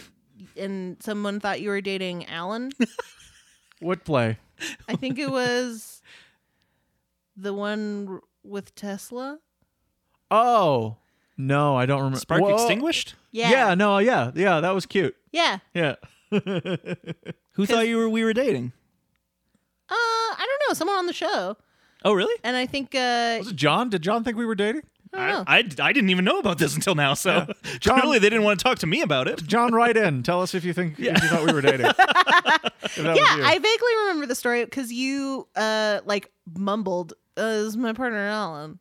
Speaker 2: and someone thought you were dating Alan?
Speaker 3: What play?
Speaker 2: I think it was the one with Tesla.
Speaker 3: Oh, no, I don't remember.
Speaker 1: Spark
Speaker 3: Whoa.
Speaker 1: extinguished.
Speaker 2: Yeah.
Speaker 3: Yeah, no, yeah, yeah, that was cute.
Speaker 2: Yeah.
Speaker 3: Yeah.
Speaker 1: Who thought you were we were dating?
Speaker 2: Uh, know, someone on the show.
Speaker 1: Oh, really?
Speaker 2: And I think uh,
Speaker 3: Was it John? Did John think we were dating?
Speaker 2: I don't know.
Speaker 1: I, I didn't even know about this until now. So
Speaker 3: John-
Speaker 1: clearly they didn't want to talk to me about it.
Speaker 3: John, write in. Tell us if you think if you thought we were dating. If that
Speaker 2: yeah,
Speaker 3: was you.
Speaker 2: I vaguely remember the story because you uh like mumbled, uh, "This is my partner Alan,"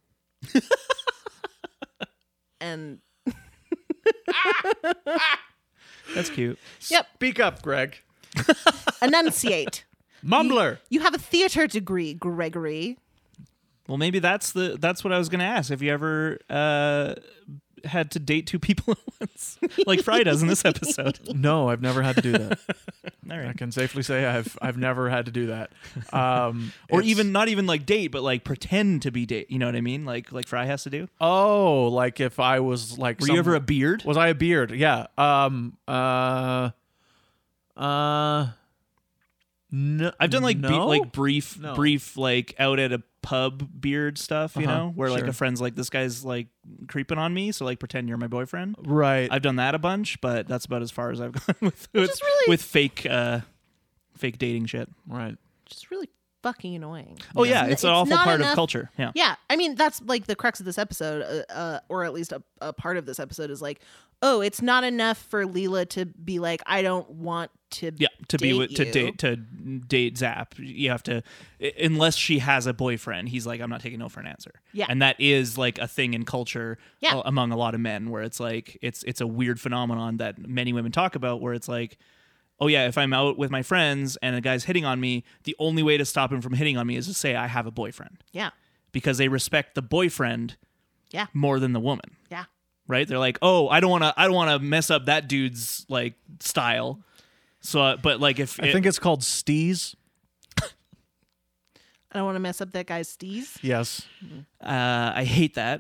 Speaker 2: and
Speaker 1: That's cute.
Speaker 2: yep,
Speaker 3: Speak up, Greg.
Speaker 2: enunciate.
Speaker 3: Mumbler.
Speaker 2: You have a theater degree, Gregory.
Speaker 1: Well, maybe that's the that's what I was going to ask. Have you ever uh, had to date two people at once, like Fry does in this episode?
Speaker 3: No, I've never had to do that.
Speaker 1: All
Speaker 3: I
Speaker 1: right.
Speaker 3: can safely say I've I've never had to do that. Um,
Speaker 1: Or
Speaker 3: it's-
Speaker 1: even not even like date, but like pretend to be date. You know what I mean? Like like Fry has to do.
Speaker 3: oh, like if I was like
Speaker 1: Were
Speaker 3: some-
Speaker 1: you ever a beard?
Speaker 3: was I a beard? Yeah. Um. Uh. Uh. No,
Speaker 1: I've done like be-
Speaker 3: no?
Speaker 1: like brief
Speaker 3: No.
Speaker 1: brief like out at a pub beard stuff. You
Speaker 3: Uh-huh,
Speaker 1: know, where like
Speaker 3: sure.
Speaker 1: a friend's like this guy's like creeping on me, so like pretend you're my boyfriend.
Speaker 3: right.
Speaker 1: I've done that a bunch, but that's about as far as I've gone with with,
Speaker 2: is really-
Speaker 1: with fake uh, fake dating shit.
Speaker 3: right.
Speaker 2: Just really fucking annoying.
Speaker 1: Oh yeah,
Speaker 2: n-
Speaker 1: it's, an
Speaker 2: it's
Speaker 1: awful
Speaker 2: not
Speaker 1: part of
Speaker 2: enough-
Speaker 1: culture. Yeah.
Speaker 2: Yeah, I mean that's like the crux of this episode, uh, uh, or at least a, a part of this episode is like, oh, it's not enough for Leela to be like, I don't want to.
Speaker 1: Yeah, to be with, to
Speaker 2: you."
Speaker 1: date to date Zap, you have to i- unless she has a boyfriend. He's like, I'm not taking no for an answer.
Speaker 2: Yeah.
Speaker 1: and that is like a thing in culture
Speaker 2: Yeah.
Speaker 1: a- among a lot of men, where it's like it's it's a weird phenomenon that many women talk about, where it's like, oh yeah, if I'm out with my friends and a guy's hitting on me, the only way to stop him from hitting on me is to say I have a boyfriend,
Speaker 2: Yeah,
Speaker 1: because they respect the boyfriend
Speaker 2: Yeah.
Speaker 1: more than the woman.
Speaker 2: yeah.
Speaker 1: right? They're like, "Oh, I don't want to I don't want to mess up that dude's like style." So, uh, but like if
Speaker 3: I
Speaker 1: it-
Speaker 3: think it's called stees.
Speaker 2: I don't want to mess up that guy's steez.
Speaker 3: Yes.
Speaker 1: uh, I hate that.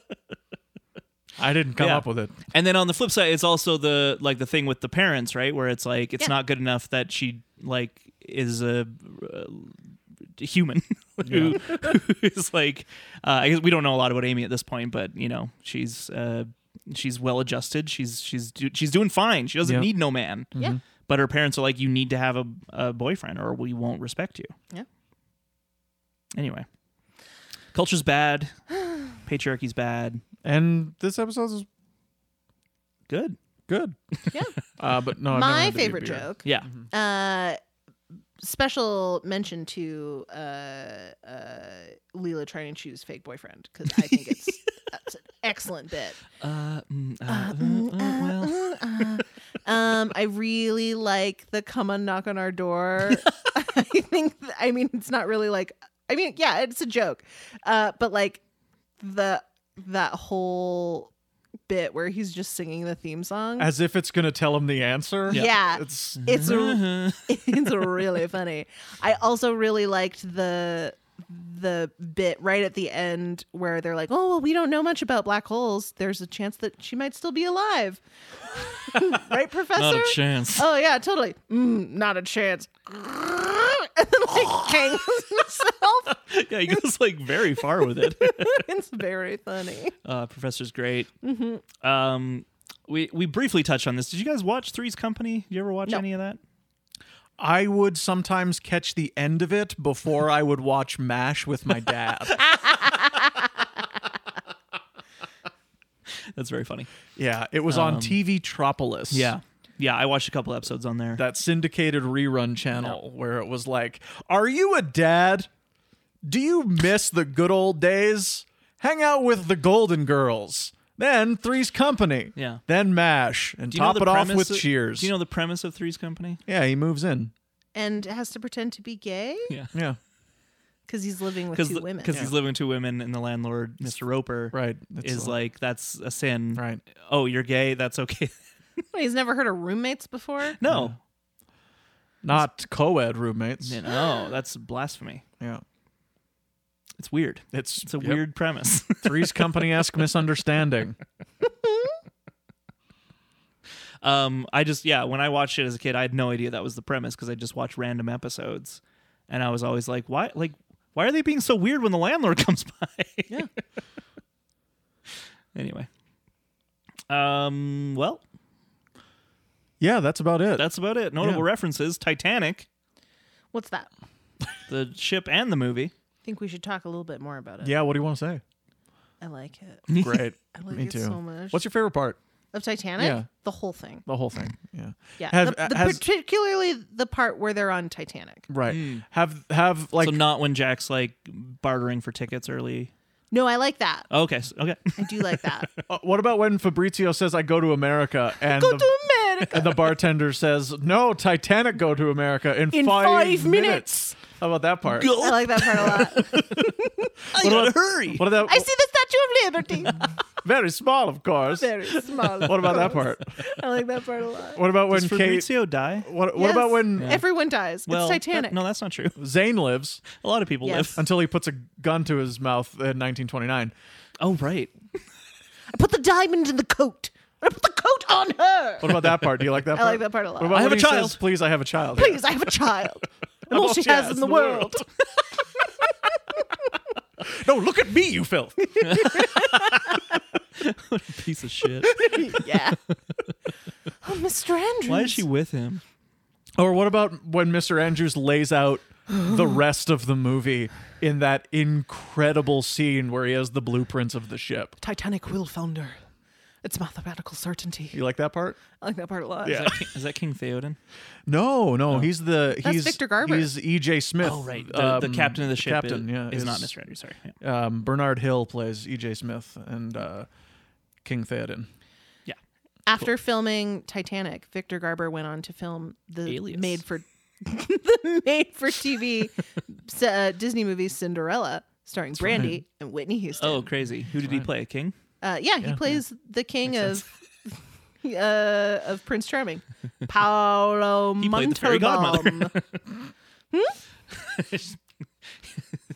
Speaker 3: I didn't come
Speaker 1: Yeah.
Speaker 3: up with it.
Speaker 1: and then on the flip side, it's also the like the thing with the parents, right? Where it's like it's
Speaker 2: Yeah.
Speaker 1: not good enough that she like is a uh, human who, who is like uh, I guess we don't know a lot about Amy at this point, but you know she's uh, she's well adjusted. She's she's do- she's doing fine. She doesn't
Speaker 3: Yeah. Mm-hmm.
Speaker 1: need no man.
Speaker 2: Yeah.
Speaker 1: But her parents are like, you need to have a, a boyfriend or we won't respect you.
Speaker 2: Yeah.
Speaker 1: Anyway, culture's bad. Patriarchy's bad.
Speaker 3: And this episode is
Speaker 1: Good.
Speaker 3: good.
Speaker 2: Yeah.
Speaker 3: Uh, but no, I've never
Speaker 2: My
Speaker 3: had to be a
Speaker 2: favorite
Speaker 3: beard.
Speaker 2: joke.
Speaker 1: Yeah.
Speaker 2: Uh, special mention to uh, uh, Leela trying to choose fake boyfriend because I think it's that's an excellent bit.
Speaker 1: Uh, mm, uh,
Speaker 2: Uh,
Speaker 1: uh,
Speaker 2: mm,
Speaker 1: uh, well.
Speaker 2: uh, mm, uh. um, I really like the come and knock on our door. I think, th- I mean, it's not really like, I mean, yeah, it's a joke, uh, but like the that whole bit where he's just singing the theme song.
Speaker 3: As if it's gonna tell him the answer.
Speaker 2: Yeah. Yeah.
Speaker 3: It's
Speaker 2: it's
Speaker 1: uh-huh.
Speaker 2: a, it's really funny. I also really liked the the bit right at the end where they're like, "Oh, well, we don't know much about black holes. There's a chance that she might still be alive." right, professor?
Speaker 1: Not a chance.
Speaker 2: Oh yeah, totally. Mm, not a chance. And then like hangs himself.
Speaker 1: yeah, he goes like very far with it.
Speaker 2: it's very funny.
Speaker 1: Uh, professor's great.
Speaker 3: Mm-hmm.
Speaker 1: Um, we we briefly touched on this. Did you guys watch Three's Company? Did you ever watch
Speaker 2: No.
Speaker 1: any of that?
Speaker 3: I would sometimes catch the end of it before I would watch MASH with my dad.
Speaker 1: That's very funny.
Speaker 3: yeah. It was on TV Tropolis.
Speaker 1: Um, Yeah, I watched a couple episodes on there.
Speaker 3: That syndicated rerun channel where it was like, Are you a dad? Do you miss the good old days? Hang out with the Golden Girls. Then Three's Company.
Speaker 1: Yeah.
Speaker 3: Then MASH. And
Speaker 1: Do you know
Speaker 3: top
Speaker 1: the
Speaker 3: it off
Speaker 1: premise
Speaker 3: with
Speaker 1: of-
Speaker 3: Cheers.
Speaker 1: Do you know the premise of Three's Company?
Speaker 3: yeah, he moves in.
Speaker 2: And has to pretend to be gay
Speaker 1: Yeah.
Speaker 3: Yeah.
Speaker 2: because he's living with
Speaker 1: because
Speaker 2: two women.
Speaker 1: he's living with two women and the landlord mr roper
Speaker 3: Right. That's
Speaker 1: is
Speaker 3: a-
Speaker 1: like that's a sin
Speaker 3: Right.
Speaker 1: oh you're gay that's okay
Speaker 2: What, he's never heard of roommates before.
Speaker 1: no
Speaker 3: Not co ed roommates.
Speaker 1: no, no oh, that's blasphemy
Speaker 3: Yeah.
Speaker 1: it's weird
Speaker 3: It's,
Speaker 1: it's a
Speaker 3: yep.
Speaker 1: weird premise
Speaker 3: Three's Company esque misunderstanding.
Speaker 1: um i just yeah when i watched it as a kid i had no idea that was the premise because i just watched random episodes and i was always like why like why are they being so weird when the landlord comes by yeah anyway um well
Speaker 3: Yeah, that's about it.
Speaker 1: that's about it notable
Speaker 3: Yeah.
Speaker 1: references titanic
Speaker 2: What's that? I
Speaker 1: The ship and the movie.
Speaker 2: think we should talk a little bit more about it.
Speaker 3: Yeah, what do you want to
Speaker 2: I like it.
Speaker 3: say? Great.
Speaker 2: I like
Speaker 3: Me
Speaker 2: it
Speaker 3: too.
Speaker 2: so much.
Speaker 3: What's your favorite part?
Speaker 2: of Titanic?
Speaker 3: Yeah.
Speaker 2: The whole thing.
Speaker 3: The whole thing. Yeah.
Speaker 2: Yeah.
Speaker 3: Have-
Speaker 2: the, the,
Speaker 3: has-
Speaker 2: particularly the part where they're on Titanic.
Speaker 3: Right.
Speaker 2: Mm.
Speaker 3: Have have like
Speaker 1: so not when Jack's like bartering for tickets early. Oh,
Speaker 2: No, I like that.
Speaker 1: Okay, s- okay.
Speaker 2: I do like that.
Speaker 3: uh, what about when Fabrizio says I go to America and
Speaker 2: Go
Speaker 3: the,
Speaker 2: to America.
Speaker 3: and the bartender says no Titanic go to America in,
Speaker 2: In five minutes.
Speaker 3: How about that part?
Speaker 2: I like that part a lot.
Speaker 1: I gotta hurry.
Speaker 3: What about
Speaker 2: I see the Statue of Liberty.
Speaker 3: very small of course.
Speaker 2: Very small.
Speaker 3: What about that part?
Speaker 2: I like that part a lot.
Speaker 3: What about when
Speaker 1: Does
Speaker 3: Kate
Speaker 1: Fabrizio die?
Speaker 3: what, what about
Speaker 2: Yes,
Speaker 3: when
Speaker 2: everyone dies?
Speaker 1: Well,
Speaker 2: it's
Speaker 1: that-
Speaker 2: Titanic.
Speaker 1: no, that's not true.
Speaker 3: Zane lives
Speaker 1: A lot of people
Speaker 2: Yes.
Speaker 1: live.
Speaker 3: until he puts a gun to his mouth in 1929?
Speaker 1: Oh right.
Speaker 2: I put the diamond in the coat. I put the coat on her.
Speaker 3: What about that part? Do you like that
Speaker 2: I
Speaker 3: part?
Speaker 2: like that part a lot.
Speaker 3: What about
Speaker 1: I have
Speaker 3: when
Speaker 1: a
Speaker 3: he
Speaker 1: child.
Speaker 3: Says, Please, I have a child.
Speaker 2: Please, I have a child. And all she has in the world.
Speaker 3: no, look at me, you filth.
Speaker 1: Piece of shit.
Speaker 2: yeah. Oh, Mr. Andrews.
Speaker 1: Why is she with him?
Speaker 3: Or what about when Mr. Andrews lays out the rest of the movie in that incredible scene where he has the blueprints of the ship?
Speaker 2: Titanic will founder. It's mathematical certainty.
Speaker 3: You like that part?
Speaker 2: I like that part a lot.
Speaker 1: Is that King, is that King Theoden?
Speaker 3: No, no, he's the he's
Speaker 2: Victor Garber.
Speaker 3: He's E.J. Smith.
Speaker 1: Oh right, the, the
Speaker 3: Um,
Speaker 1: captain of the ship
Speaker 3: Captain,
Speaker 1: is,
Speaker 3: yeah,
Speaker 1: is not Mr. Andrews. Sorry. Yeah.
Speaker 3: Um, Bernard Hill plays E.J. Smith and uh, King Theoden.
Speaker 2: After filming Titanic, Victor Garber went on to film the
Speaker 1: Alias.
Speaker 2: made for the made for TV s- uh, Disney movie Cinderella, starring Brandy and Whitney Houston.
Speaker 1: Oh crazy. Who did he play? King.
Speaker 2: Uh, yeah, he plays the king of uh, of Prince Charming, Paolo
Speaker 1: played the fairy godmother.
Speaker 2: Montalban.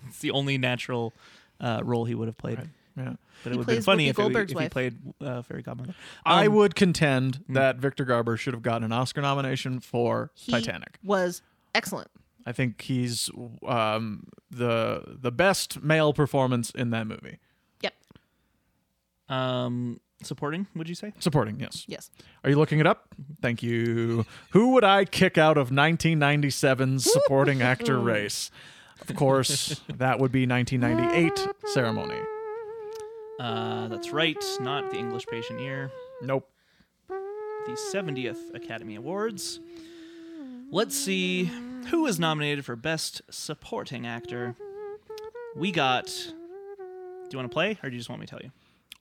Speaker 1: It's the only natural uh, role he would have played.
Speaker 3: Yeah.
Speaker 1: But it would have been
Speaker 2: plays
Speaker 1: funny
Speaker 2: Whoopi
Speaker 1: if, it,
Speaker 2: Goldberg's
Speaker 1: if he
Speaker 2: wife.
Speaker 1: played uh, Fairy Godmother.
Speaker 3: I would contend that Victor Garber should have gotten an Oscar nomination for
Speaker 2: He
Speaker 3: Titanic.
Speaker 2: was excellent.
Speaker 3: I think he's um, the the best male performance in that movie.
Speaker 2: Yep.
Speaker 1: Um, supporting? Would you say?
Speaker 3: Supporting, yes.
Speaker 2: Yes.
Speaker 3: Are you looking it up? Thank you. Who would I kick out of 1997's supporting actor race? Of course, that would be 1998 ceremony.
Speaker 1: Uh, that's right. Not the English Patient Year.
Speaker 3: Nope.
Speaker 1: The 70th Academy Awards. Let's see who was nominated for Best Supporting Actor. We got. Do you want to play, or do you just want me to tell you?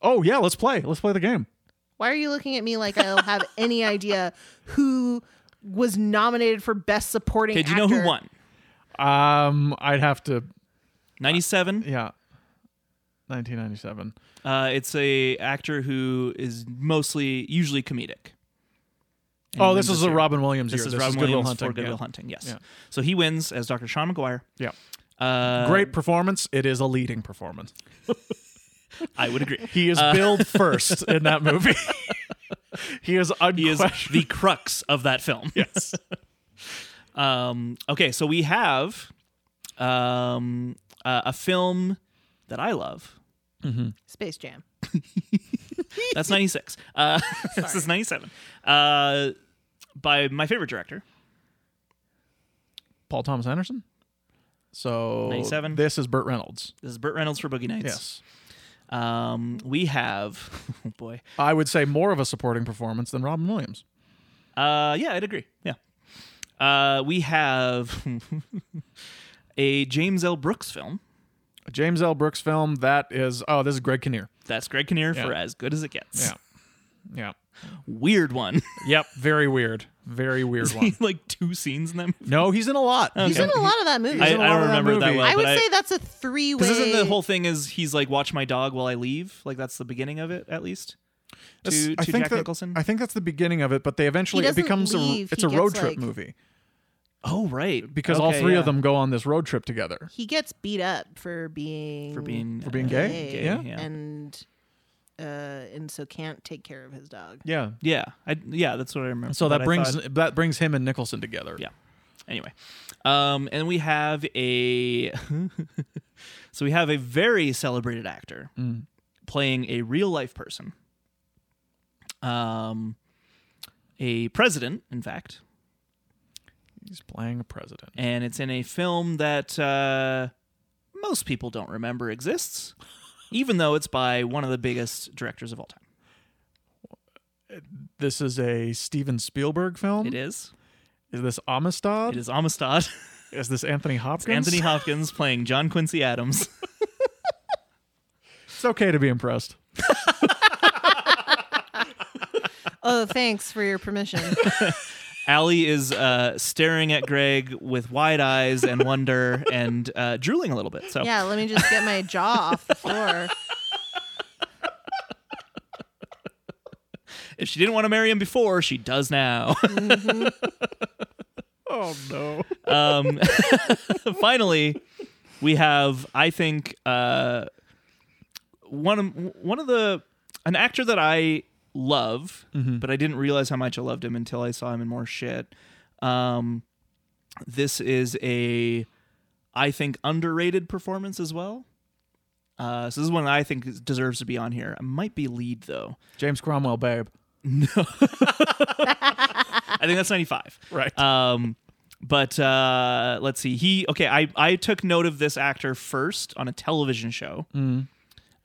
Speaker 3: Oh yeah, let's play. Let's play the game.
Speaker 2: Why are you looking at me like I'll have any idea who was nominated for best supporting?
Speaker 1: Okay, do you know who
Speaker 2: actor?
Speaker 1: won?
Speaker 3: Um, I'd have to.
Speaker 1: 97.
Speaker 3: Yeah. 1997.
Speaker 1: Uh, it's a actor who is mostly usually comedic. And
Speaker 3: Oh,
Speaker 1: he
Speaker 3: this
Speaker 1: wins
Speaker 3: is a
Speaker 1: year.
Speaker 3: Robin Williams
Speaker 1: This
Speaker 3: year.
Speaker 1: is
Speaker 3: this
Speaker 1: Robin
Speaker 3: is Good Will
Speaker 1: Williams
Speaker 3: Hunting.
Speaker 1: for Good
Speaker 3: yeah.
Speaker 1: Will Hunting. Yes.
Speaker 3: Yeah.
Speaker 1: So he wins as Dr. Sean McGuire.
Speaker 3: Yeah.
Speaker 1: Uh,
Speaker 3: Great performance. It is a leading performance.
Speaker 1: I would agree.
Speaker 3: He is billed first in that movie. he is
Speaker 1: He is
Speaker 3: unquestioned.
Speaker 1: the crux of that film.
Speaker 3: yes.
Speaker 1: Um, okay, so we have um, uh, a film that I love.
Speaker 2: Space Jam.
Speaker 1: That's 96. Uh, this is 97. Uh, by my favorite director.
Speaker 3: Paul Thomas Anderson. So
Speaker 1: 97.
Speaker 3: this is Burt Reynolds.
Speaker 1: This is Burt Reynolds for Boogie Nights.
Speaker 3: Yes.
Speaker 1: Um, we have, oh boy.
Speaker 3: I would say more of a supporting performance than Robin Williams.
Speaker 1: Uh, yeah, I'd agree. Yeah. Uh, we have a James L. Brooks film.
Speaker 3: A James L. Brooks film. That is oh, this is Greg Kinnear.
Speaker 1: That's Greg Kinnear for
Speaker 3: Yeah.
Speaker 1: As Good as It Gets.
Speaker 3: Yeah. Yeah.
Speaker 1: Weird one.
Speaker 3: Yep. Very weird. Very weird one.
Speaker 1: like two scenes in that movie.
Speaker 3: No, he's in a lot.
Speaker 2: He's in a lot of that movie.
Speaker 1: I,
Speaker 3: in a
Speaker 1: I
Speaker 3: lot
Speaker 1: don't
Speaker 3: of that
Speaker 1: remember it that
Speaker 3: movie.
Speaker 1: well.
Speaker 2: I would
Speaker 1: but
Speaker 2: say that's a three-way.
Speaker 1: Because isn't the whole thing is he's like watch my dog while I leave? Like that's the beginning of it at least. To,
Speaker 3: That's-
Speaker 1: to
Speaker 3: I think
Speaker 1: Jack
Speaker 3: that-
Speaker 1: Nicholson.
Speaker 3: I think that's the beginning of it, but they eventually
Speaker 2: He
Speaker 3: it
Speaker 2: doesn't
Speaker 3: becomes
Speaker 2: leave,
Speaker 3: a it's
Speaker 2: he
Speaker 3: a road
Speaker 2: gets,
Speaker 3: trip
Speaker 2: like-
Speaker 3: movie
Speaker 1: oh right,
Speaker 3: because all
Speaker 1: Okay,
Speaker 3: three
Speaker 1: yeah.
Speaker 3: of them go on this road trip together
Speaker 2: He gets beat up for being
Speaker 1: for being
Speaker 3: for being
Speaker 1: uh,
Speaker 3: gay.
Speaker 2: gay,
Speaker 3: Yeah.
Speaker 1: yeah.
Speaker 2: and uh, and so can't take care of his dog.
Speaker 3: Yeah.
Speaker 1: yeah, I, yeah. That's what I remember.
Speaker 3: So
Speaker 1: But
Speaker 3: that
Speaker 1: I
Speaker 3: brings
Speaker 1: thought-
Speaker 3: that brings him and Nicholson together.
Speaker 1: yeah. Anyway, um, and we have a so we have a very celebrated actor playing a real life person, um, a president, in fact.
Speaker 3: He's playing a president.
Speaker 1: and it's in a film that uh, most people don't remember exists, even though it's by one of the biggest directors of all time.
Speaker 3: This is a Steven Spielberg film.
Speaker 1: It is.
Speaker 3: Is this Amistad?
Speaker 1: It is Amistad.
Speaker 3: Is this Anthony Hopkins?
Speaker 1: Anthony Hopkins playing John Quincy Adams.
Speaker 3: It's okay to be impressed.
Speaker 2: Oh, thanks for your permission.
Speaker 1: Allie is uh, staring at Greg with wide eyes and wonder and uh, drooling a little bit. So
Speaker 2: yeah, let me just get my jaw off the floor.
Speaker 1: if she didn't want to marry him before, she does now.
Speaker 3: Oh no.
Speaker 1: um, finally, we have I think uh, one of, one of the an actor that I love, but I didn't realize how much I loved him until I saw him in more shit. Um, this is a I think underrated performance as well. Uh, so this is one that I think is- deserves to be on here. It might be lead though.
Speaker 3: James Cromwell, babe.
Speaker 1: I think that's ninety five.
Speaker 3: Right.
Speaker 1: Um, but uh, let's see. He okay. I I took note of this actor first on a television show,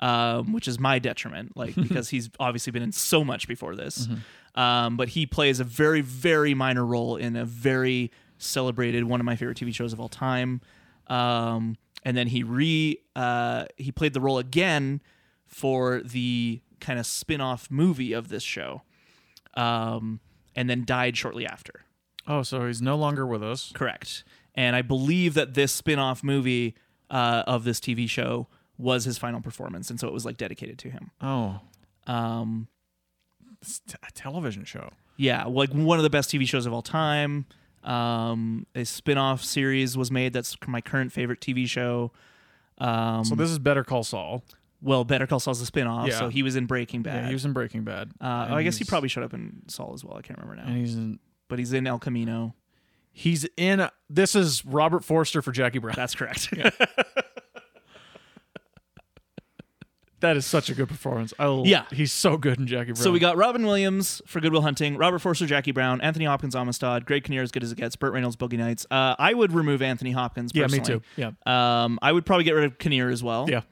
Speaker 1: um, which is my detriment, like because he's obviously been in so much before this. Um, but he plays a very very minor role in a very celebrated one of my favorite TV shows of all time. Um, and then he re uh, he played the role again for the kind of spin-off movie of this show um, and then died shortly after
Speaker 3: oh, so he's no longer with us.
Speaker 1: Correct. And I believe that this spin-off movie uh, of this TV show was his final performance, and so it was like dedicated to him.
Speaker 3: Oh,
Speaker 1: Um,
Speaker 3: it's t- a television show.
Speaker 1: yeah, like one of the best TV shows of all time. Um, a spin-off series was made. That's my current favorite TV show. Um,
Speaker 3: So this is Better Call Saul.
Speaker 1: well, Better Call Saul's a spin-off,
Speaker 3: Yeah.
Speaker 1: so he was in Breaking Bad.
Speaker 3: Yeah, he was in Breaking Bad.
Speaker 1: uh,
Speaker 3: And
Speaker 1: oh, I guess he
Speaker 3: he's-
Speaker 1: probably showed up in Saul as well. I can't remember now,
Speaker 3: and he's in.
Speaker 1: but he's in El Camino.
Speaker 3: He's in. This is Robert Forster for Jackie Brown.
Speaker 1: That's correct.
Speaker 3: that is such a good performance. I l-
Speaker 1: Yeah.
Speaker 3: he's so good in Jackie Brown.
Speaker 1: So we got Robin Williams for Goodwill Hunting, Robert Forster, Jackie Brown, Anthony Hopkins, Amistad, Greg Kinnear, As Good as It Gets, Burt Reynolds, Boogie Nights. Uh, I would remove Anthony Hopkins.
Speaker 3: Yeah, me
Speaker 1: personally.
Speaker 3: too.
Speaker 1: Um, I would probably get rid of Kinnear as well.
Speaker 3: yeah,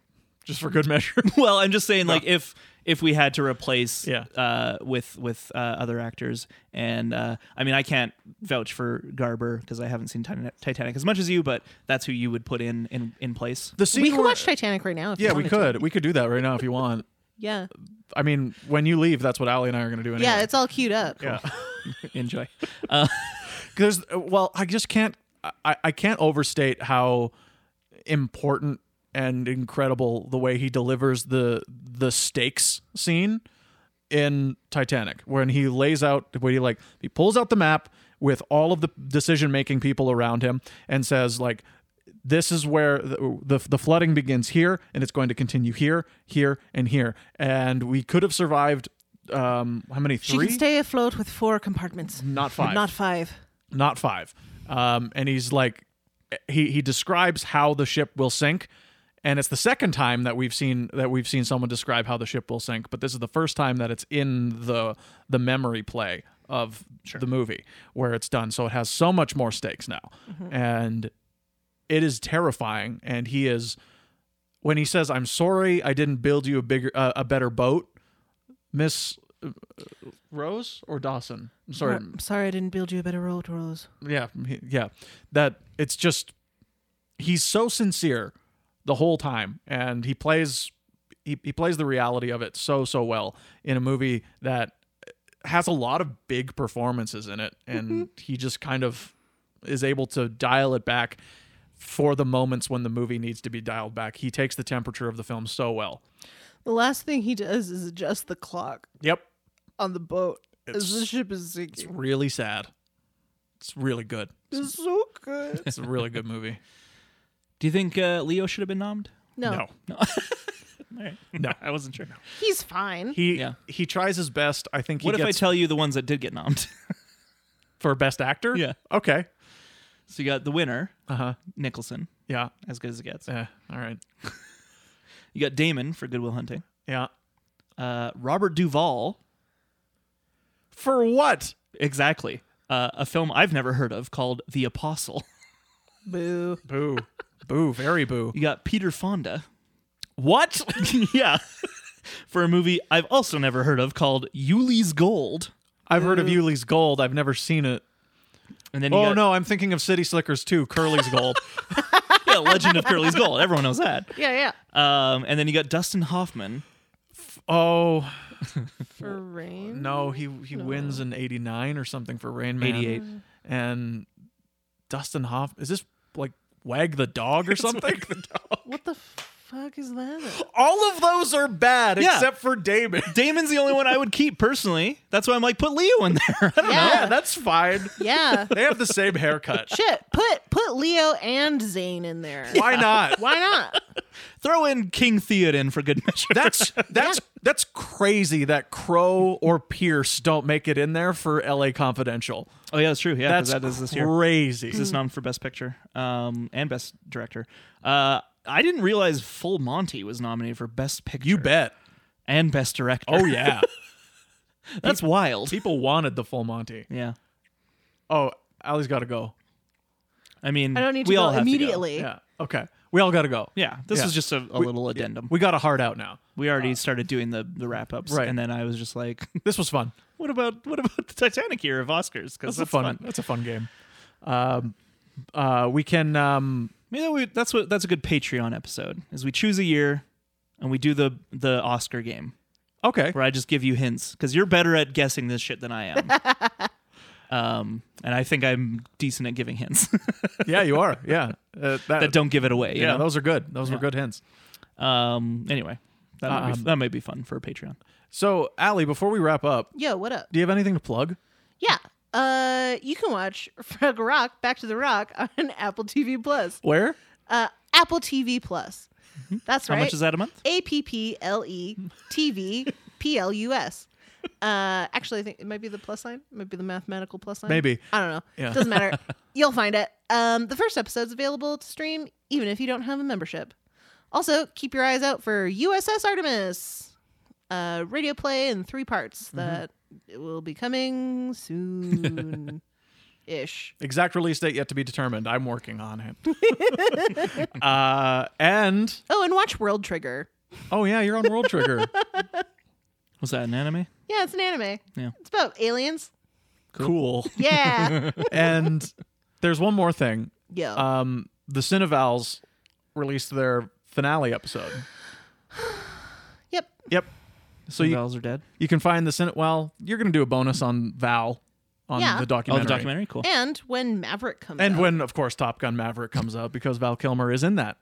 Speaker 3: just for good measure.
Speaker 1: Well, I'm just saying, like if if we had to replace
Speaker 3: Yeah.
Speaker 1: uh, with with uh, other actors, and uh, I mean, I can't vouch for Garber because I haven't seen Titan- Titanic as much as you, but that's who you would put in in, in place.
Speaker 3: the scene
Speaker 2: We can
Speaker 3: where-
Speaker 2: watch Titanic right now. If
Speaker 3: Yeah,
Speaker 2: you
Speaker 3: we
Speaker 2: wanted
Speaker 3: could.
Speaker 2: To.
Speaker 3: We could do that right now if you want.
Speaker 2: Yeah,
Speaker 3: I mean, when you leave, that's what Allie and I are going to do. Anyway.
Speaker 2: yeah, it's all queued up.
Speaker 3: yeah.
Speaker 1: Enjoy.
Speaker 3: There's well, I just can't. I, I can't overstate how important and incredible the way he delivers the the stakes scene in Titanic when he lays out when he like he pulls out the map with all of the decision making people around him and says like this is where the, the the flooding begins here and it's going to continue here here and here and we could have survived um how many
Speaker 2: She
Speaker 3: three
Speaker 2: can stay afloat with four compartments,
Speaker 3: not five
Speaker 2: not five.
Speaker 3: not five. Um, and he's like, he he describes how the ship will sink, and it's the second time that we've seen that we've seen someone describe how the ship will sink, but this is the first time that it's in the the memory play of the movie where it's done. So it has so much more stakes now, and it is terrifying. And he is when he says, "I'm sorry, I didn't build you a bigger uh, a better boat," Miss. uh, Rose or Dawson? I'm sorry,
Speaker 2: I'm sorry, I didn't build you a better road, Rose.
Speaker 3: yeah he- yeah that it's just he's so sincere the whole time and he plays he, he plays the reality of it so so well in a movie that uh, has a lot of big performances in it and
Speaker 1: Mm-hmm.
Speaker 3: he just kind of is able to dial it back for the moments when the movie needs to be dialed back he takes the temperature of the film so well
Speaker 2: The last thing he does is adjust the clock
Speaker 3: yep
Speaker 2: on the boat
Speaker 3: It's-
Speaker 2: as the ship is
Speaker 3: it's
Speaker 2: sinking.
Speaker 3: really sad it's really good
Speaker 2: It's so good.
Speaker 3: it's a really good movie
Speaker 1: Do you think uh, Leo should have been nommed?
Speaker 2: No,
Speaker 3: no
Speaker 1: All right. No, I wasn't sure.
Speaker 2: he's fine.
Speaker 3: he
Speaker 1: Yeah.
Speaker 3: he tries his best i think he
Speaker 1: What if I
Speaker 3: gets-
Speaker 1: tell you the ones that did get nommed?
Speaker 3: for best actor.
Speaker 1: Yeah.
Speaker 3: Okay.
Speaker 1: so you got the winner,
Speaker 3: Uh huh.
Speaker 1: Nicholson,
Speaker 3: Yeah.
Speaker 1: as good as it gets.
Speaker 3: Eh, all right.
Speaker 1: You got Damon for Goodwill Hunting.
Speaker 3: Yeah.
Speaker 1: Uh, Robert Duvall,
Speaker 3: For what?
Speaker 1: exactly. uh, a film I've never heard of called The Apostle.
Speaker 2: Boo.
Speaker 3: Boo. boo. Very boo.
Speaker 1: You got Peter Fonda.
Speaker 3: What?
Speaker 1: yeah. For a movie I've also never heard of called Yuli's Gold.
Speaker 3: I've heard of Yuli's Gold. I've never seen it.
Speaker 1: And then you
Speaker 3: Oh
Speaker 1: got
Speaker 3: no, I'm thinking of City Slickers too. Curly's Gold.
Speaker 1: yeah, Legend of Curly's Gold. Everyone knows that.
Speaker 2: Yeah, yeah.
Speaker 1: Um, and then you got Dustin Hoffman.
Speaker 3: oh
Speaker 2: For rain.
Speaker 3: no, he he wins in '89 or something for Rain Man.
Speaker 1: 88.
Speaker 3: And Dustin Hoff is this like Wag the Dog or something?
Speaker 2: What the fuck is that?
Speaker 3: All of those are bad
Speaker 1: Yeah.
Speaker 3: except for Damon.
Speaker 1: Damon's the only one I would keep personally. That's why I'm like, put Leo in there. I don't know.
Speaker 3: yeah, that's fine.
Speaker 2: Yeah.
Speaker 3: They have the same haircut.
Speaker 2: Shit. Put put Leo and Zane in there.
Speaker 3: Why not?
Speaker 2: Why not?
Speaker 1: Throw in King Theoden for good measure.
Speaker 3: That's that's that's crazy that Crow or Pierce don't make it in there for LA Confidential.
Speaker 1: oh yeah, that's true. Yeah, 'cause
Speaker 3: That's
Speaker 1: that is this year.
Speaker 3: crazy.
Speaker 1: This is nom for best picture um, and best director. Uh, I didn't realize Full Monty was nominated for best picture.
Speaker 3: You bet.
Speaker 1: And best director.
Speaker 3: Oh yeah.
Speaker 1: that's wild.
Speaker 3: People wanted the full Monty.
Speaker 1: Yeah.
Speaker 3: Oh, Ali's got to go.
Speaker 1: I mean,
Speaker 2: I don't need to
Speaker 1: we
Speaker 2: go
Speaker 1: all have to go.
Speaker 2: immediately.
Speaker 3: Yeah. Okay. We all got to go.
Speaker 1: Yeah, this
Speaker 3: Yeah.
Speaker 1: was just a, a little addendum.
Speaker 3: We got a heart out now.
Speaker 1: we already started doing the the wrap ups,
Speaker 3: Right.
Speaker 1: and then I was just like,
Speaker 3: This was fun.
Speaker 1: "What about what about the Titanic year of Oscars?" Because
Speaker 3: That's, a fun, That's a fun game. Um, uh, we can. Um,
Speaker 1: Maybe that we, that's what that's a good Patreon episode. Is we choose a year, and we do the the Oscar game
Speaker 3: okay.
Speaker 1: where I just give you hints because you're better at guessing this shit than I am. um, and I think I'm decent at giving hints
Speaker 3: Yeah, you are. Yeah. Uh, that,
Speaker 1: that don't give it away. you
Speaker 3: yeah,
Speaker 1: know?
Speaker 3: those are good. Those were good hints.
Speaker 1: um. Anyway, that might be,
Speaker 3: Um,
Speaker 1: that might be fun for a Patreon.
Speaker 3: So, Ali, before we wrap up,
Speaker 2: Yo, what up?
Speaker 3: do you have anything to plug?
Speaker 2: Yeah. Uh, you can watch Frog Rock Back to the Rock on Apple TV Plus.
Speaker 3: Where?
Speaker 2: Uh, Apple TV Plus. That's
Speaker 1: How
Speaker 2: right.
Speaker 1: much is that a month?
Speaker 2: A P P L E T V P L U S. Uh, actually, I think it might be the plus sign. It might be the mathematical plus sign.
Speaker 3: Maybe.
Speaker 2: I don't know.
Speaker 3: Yeah.
Speaker 2: Doesn't matter. You'll find it. Um, the first episode's available to stream, even if you don't have a membership. Also, keep your eyes out for USS Artemis, uh, radio play in three parts
Speaker 3: Mm-hmm.
Speaker 2: that it will be coming soon, ish.
Speaker 3: Exact release date yet to be determined. I'm working on it. uh, and
Speaker 2: Oh, and watch World Trigger.
Speaker 3: oh yeah, you're on World Trigger.
Speaker 1: Was that an anime?
Speaker 2: Yeah, it's an anime.
Speaker 1: Yeah.
Speaker 2: It's about aliens.
Speaker 3: cool.
Speaker 2: Yeah.
Speaker 3: and there's one more thing.
Speaker 2: Yo.
Speaker 3: Um, the Cinevals released their finale episode.
Speaker 2: yep.
Speaker 3: Yep.
Speaker 1: Oh,
Speaker 3: So
Speaker 1: the
Speaker 3: you,
Speaker 1: vowels are dead.
Speaker 3: you can find the Cine. Well, you're gonna do a bonus on Val on
Speaker 2: Yeah.
Speaker 3: the
Speaker 1: Oh,
Speaker 3: documentary.
Speaker 1: the documentary. Cool.
Speaker 2: And when Maverick comes
Speaker 3: And
Speaker 2: out.
Speaker 3: when, of course, Top Gun Maverick comes out because Val Kilmer is in that.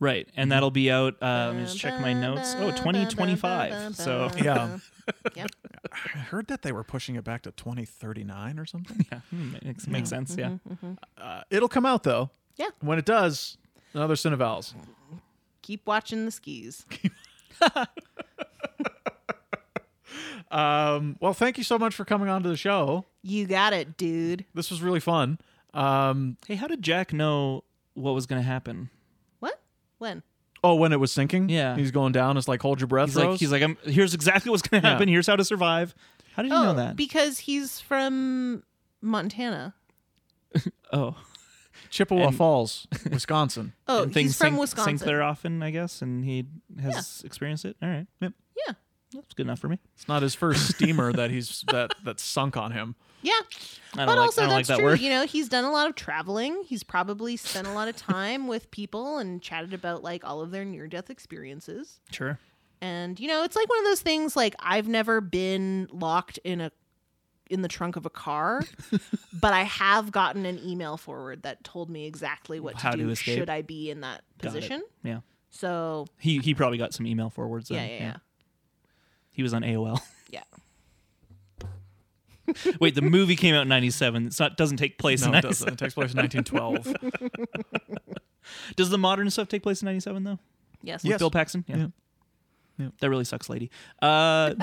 Speaker 1: Right, and that'll be out. Uh, let me just check my notes. Oh, 2025. So
Speaker 3: Yeah.
Speaker 2: Yeah.
Speaker 3: I heard that they were pushing it back to 2039 or something.
Speaker 1: yeah, hmm, makes, makes sense. Yeah,
Speaker 3: Uh, it'll come out though.
Speaker 2: Yeah.
Speaker 3: When it does, another Cinevals.
Speaker 2: Keep watching the skis.
Speaker 3: Um, well, thank you so much for coming on to the show.
Speaker 2: You got it, dude.
Speaker 3: This was really fun. Um,
Speaker 1: Hey, how did Jack know what was going to happen?
Speaker 2: What? When?
Speaker 3: oh, when it was sinking,
Speaker 1: Yeah.
Speaker 3: he's going down. It's like hold your breath.
Speaker 1: He's like,
Speaker 3: Rose.
Speaker 1: he's like, I'm, here's exactly what's going to
Speaker 3: Yeah.
Speaker 1: happen. Here's how to survive. How did you
Speaker 2: Oh,
Speaker 1: know that?
Speaker 2: because he's from Montana.
Speaker 1: oh,
Speaker 3: Chippewa
Speaker 1: and-
Speaker 3: Falls, Wisconsin.
Speaker 2: Oh,
Speaker 1: And
Speaker 2: he's from
Speaker 1: sink,
Speaker 2: Wisconsin.
Speaker 1: Sink there often, I guess, and he has experienced it. All right, yep,
Speaker 2: Yeah.
Speaker 1: that's good enough for me.
Speaker 3: It's not his first steamer that he's that that sunk on him.
Speaker 2: Yeah.
Speaker 1: I don't
Speaker 2: But
Speaker 1: like,
Speaker 2: also
Speaker 1: I don't like
Speaker 2: that's
Speaker 1: that
Speaker 2: true.
Speaker 1: word.
Speaker 2: You know, he's done a lot of traveling. He's probably spent a lot of time with people and chatted about like all of their near death experiences.
Speaker 1: Sure.
Speaker 2: and you know it's like one of those things like i've never been locked in a in the trunk of a car but i have gotten an email forward that told me exactly what
Speaker 1: How to
Speaker 2: to do
Speaker 1: escape.
Speaker 2: should i be in
Speaker 1: Got
Speaker 2: that
Speaker 1: it.
Speaker 2: position
Speaker 1: Yeah.
Speaker 2: so
Speaker 1: He he probably got some email forwards.
Speaker 2: yeah
Speaker 1: then,
Speaker 2: yeah yeah
Speaker 1: He was on AOL.
Speaker 2: yeah
Speaker 1: Wait, the movie came out in '97. It's not doesn't take place
Speaker 3: No,
Speaker 1: in
Speaker 3: it
Speaker 1: 97.
Speaker 3: doesn't. It takes place in 1912.
Speaker 1: Does the modern stuff take place in '97 though?
Speaker 2: yes
Speaker 1: With
Speaker 3: Yes.
Speaker 1: Bill Paxton? Yeah.
Speaker 3: Yeah. Yeah.
Speaker 1: That really sucks, lady. Uh,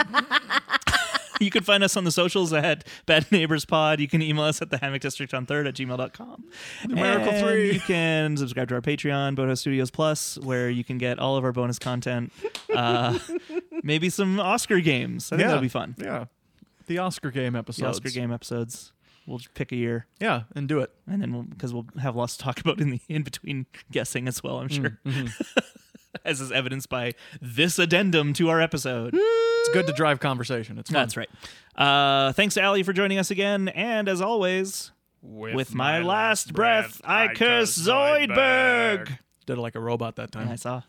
Speaker 1: you can find us on the socials at Bad Neighbors Pod. You can email us at the hammock district on third at gmail.com.
Speaker 3: Numerical
Speaker 1: and
Speaker 3: three.
Speaker 1: You can subscribe to our Patreon, Boho Studios Plus, where you can get all of our bonus content. Uh, maybe some Oscar games. I think that'll be fun.
Speaker 3: Yeah. The Oscar game
Speaker 1: The
Speaker 3: episode.
Speaker 1: Oscar game episodes. We'll just pick a year,
Speaker 3: Yeah, and do it.
Speaker 1: and then because we'll, have lots to talk about in the in between guessing as well. I'm sure, as is evidenced by this addendum to our episode.
Speaker 3: It's good to drive conversation. It's fun.
Speaker 1: That's right. Uh, thanks to Ali for joining us again, and as always,
Speaker 4: With,
Speaker 1: with my, last breath, I curse Zoidberg.
Speaker 3: Did it like a robot that time.
Speaker 1: I saw.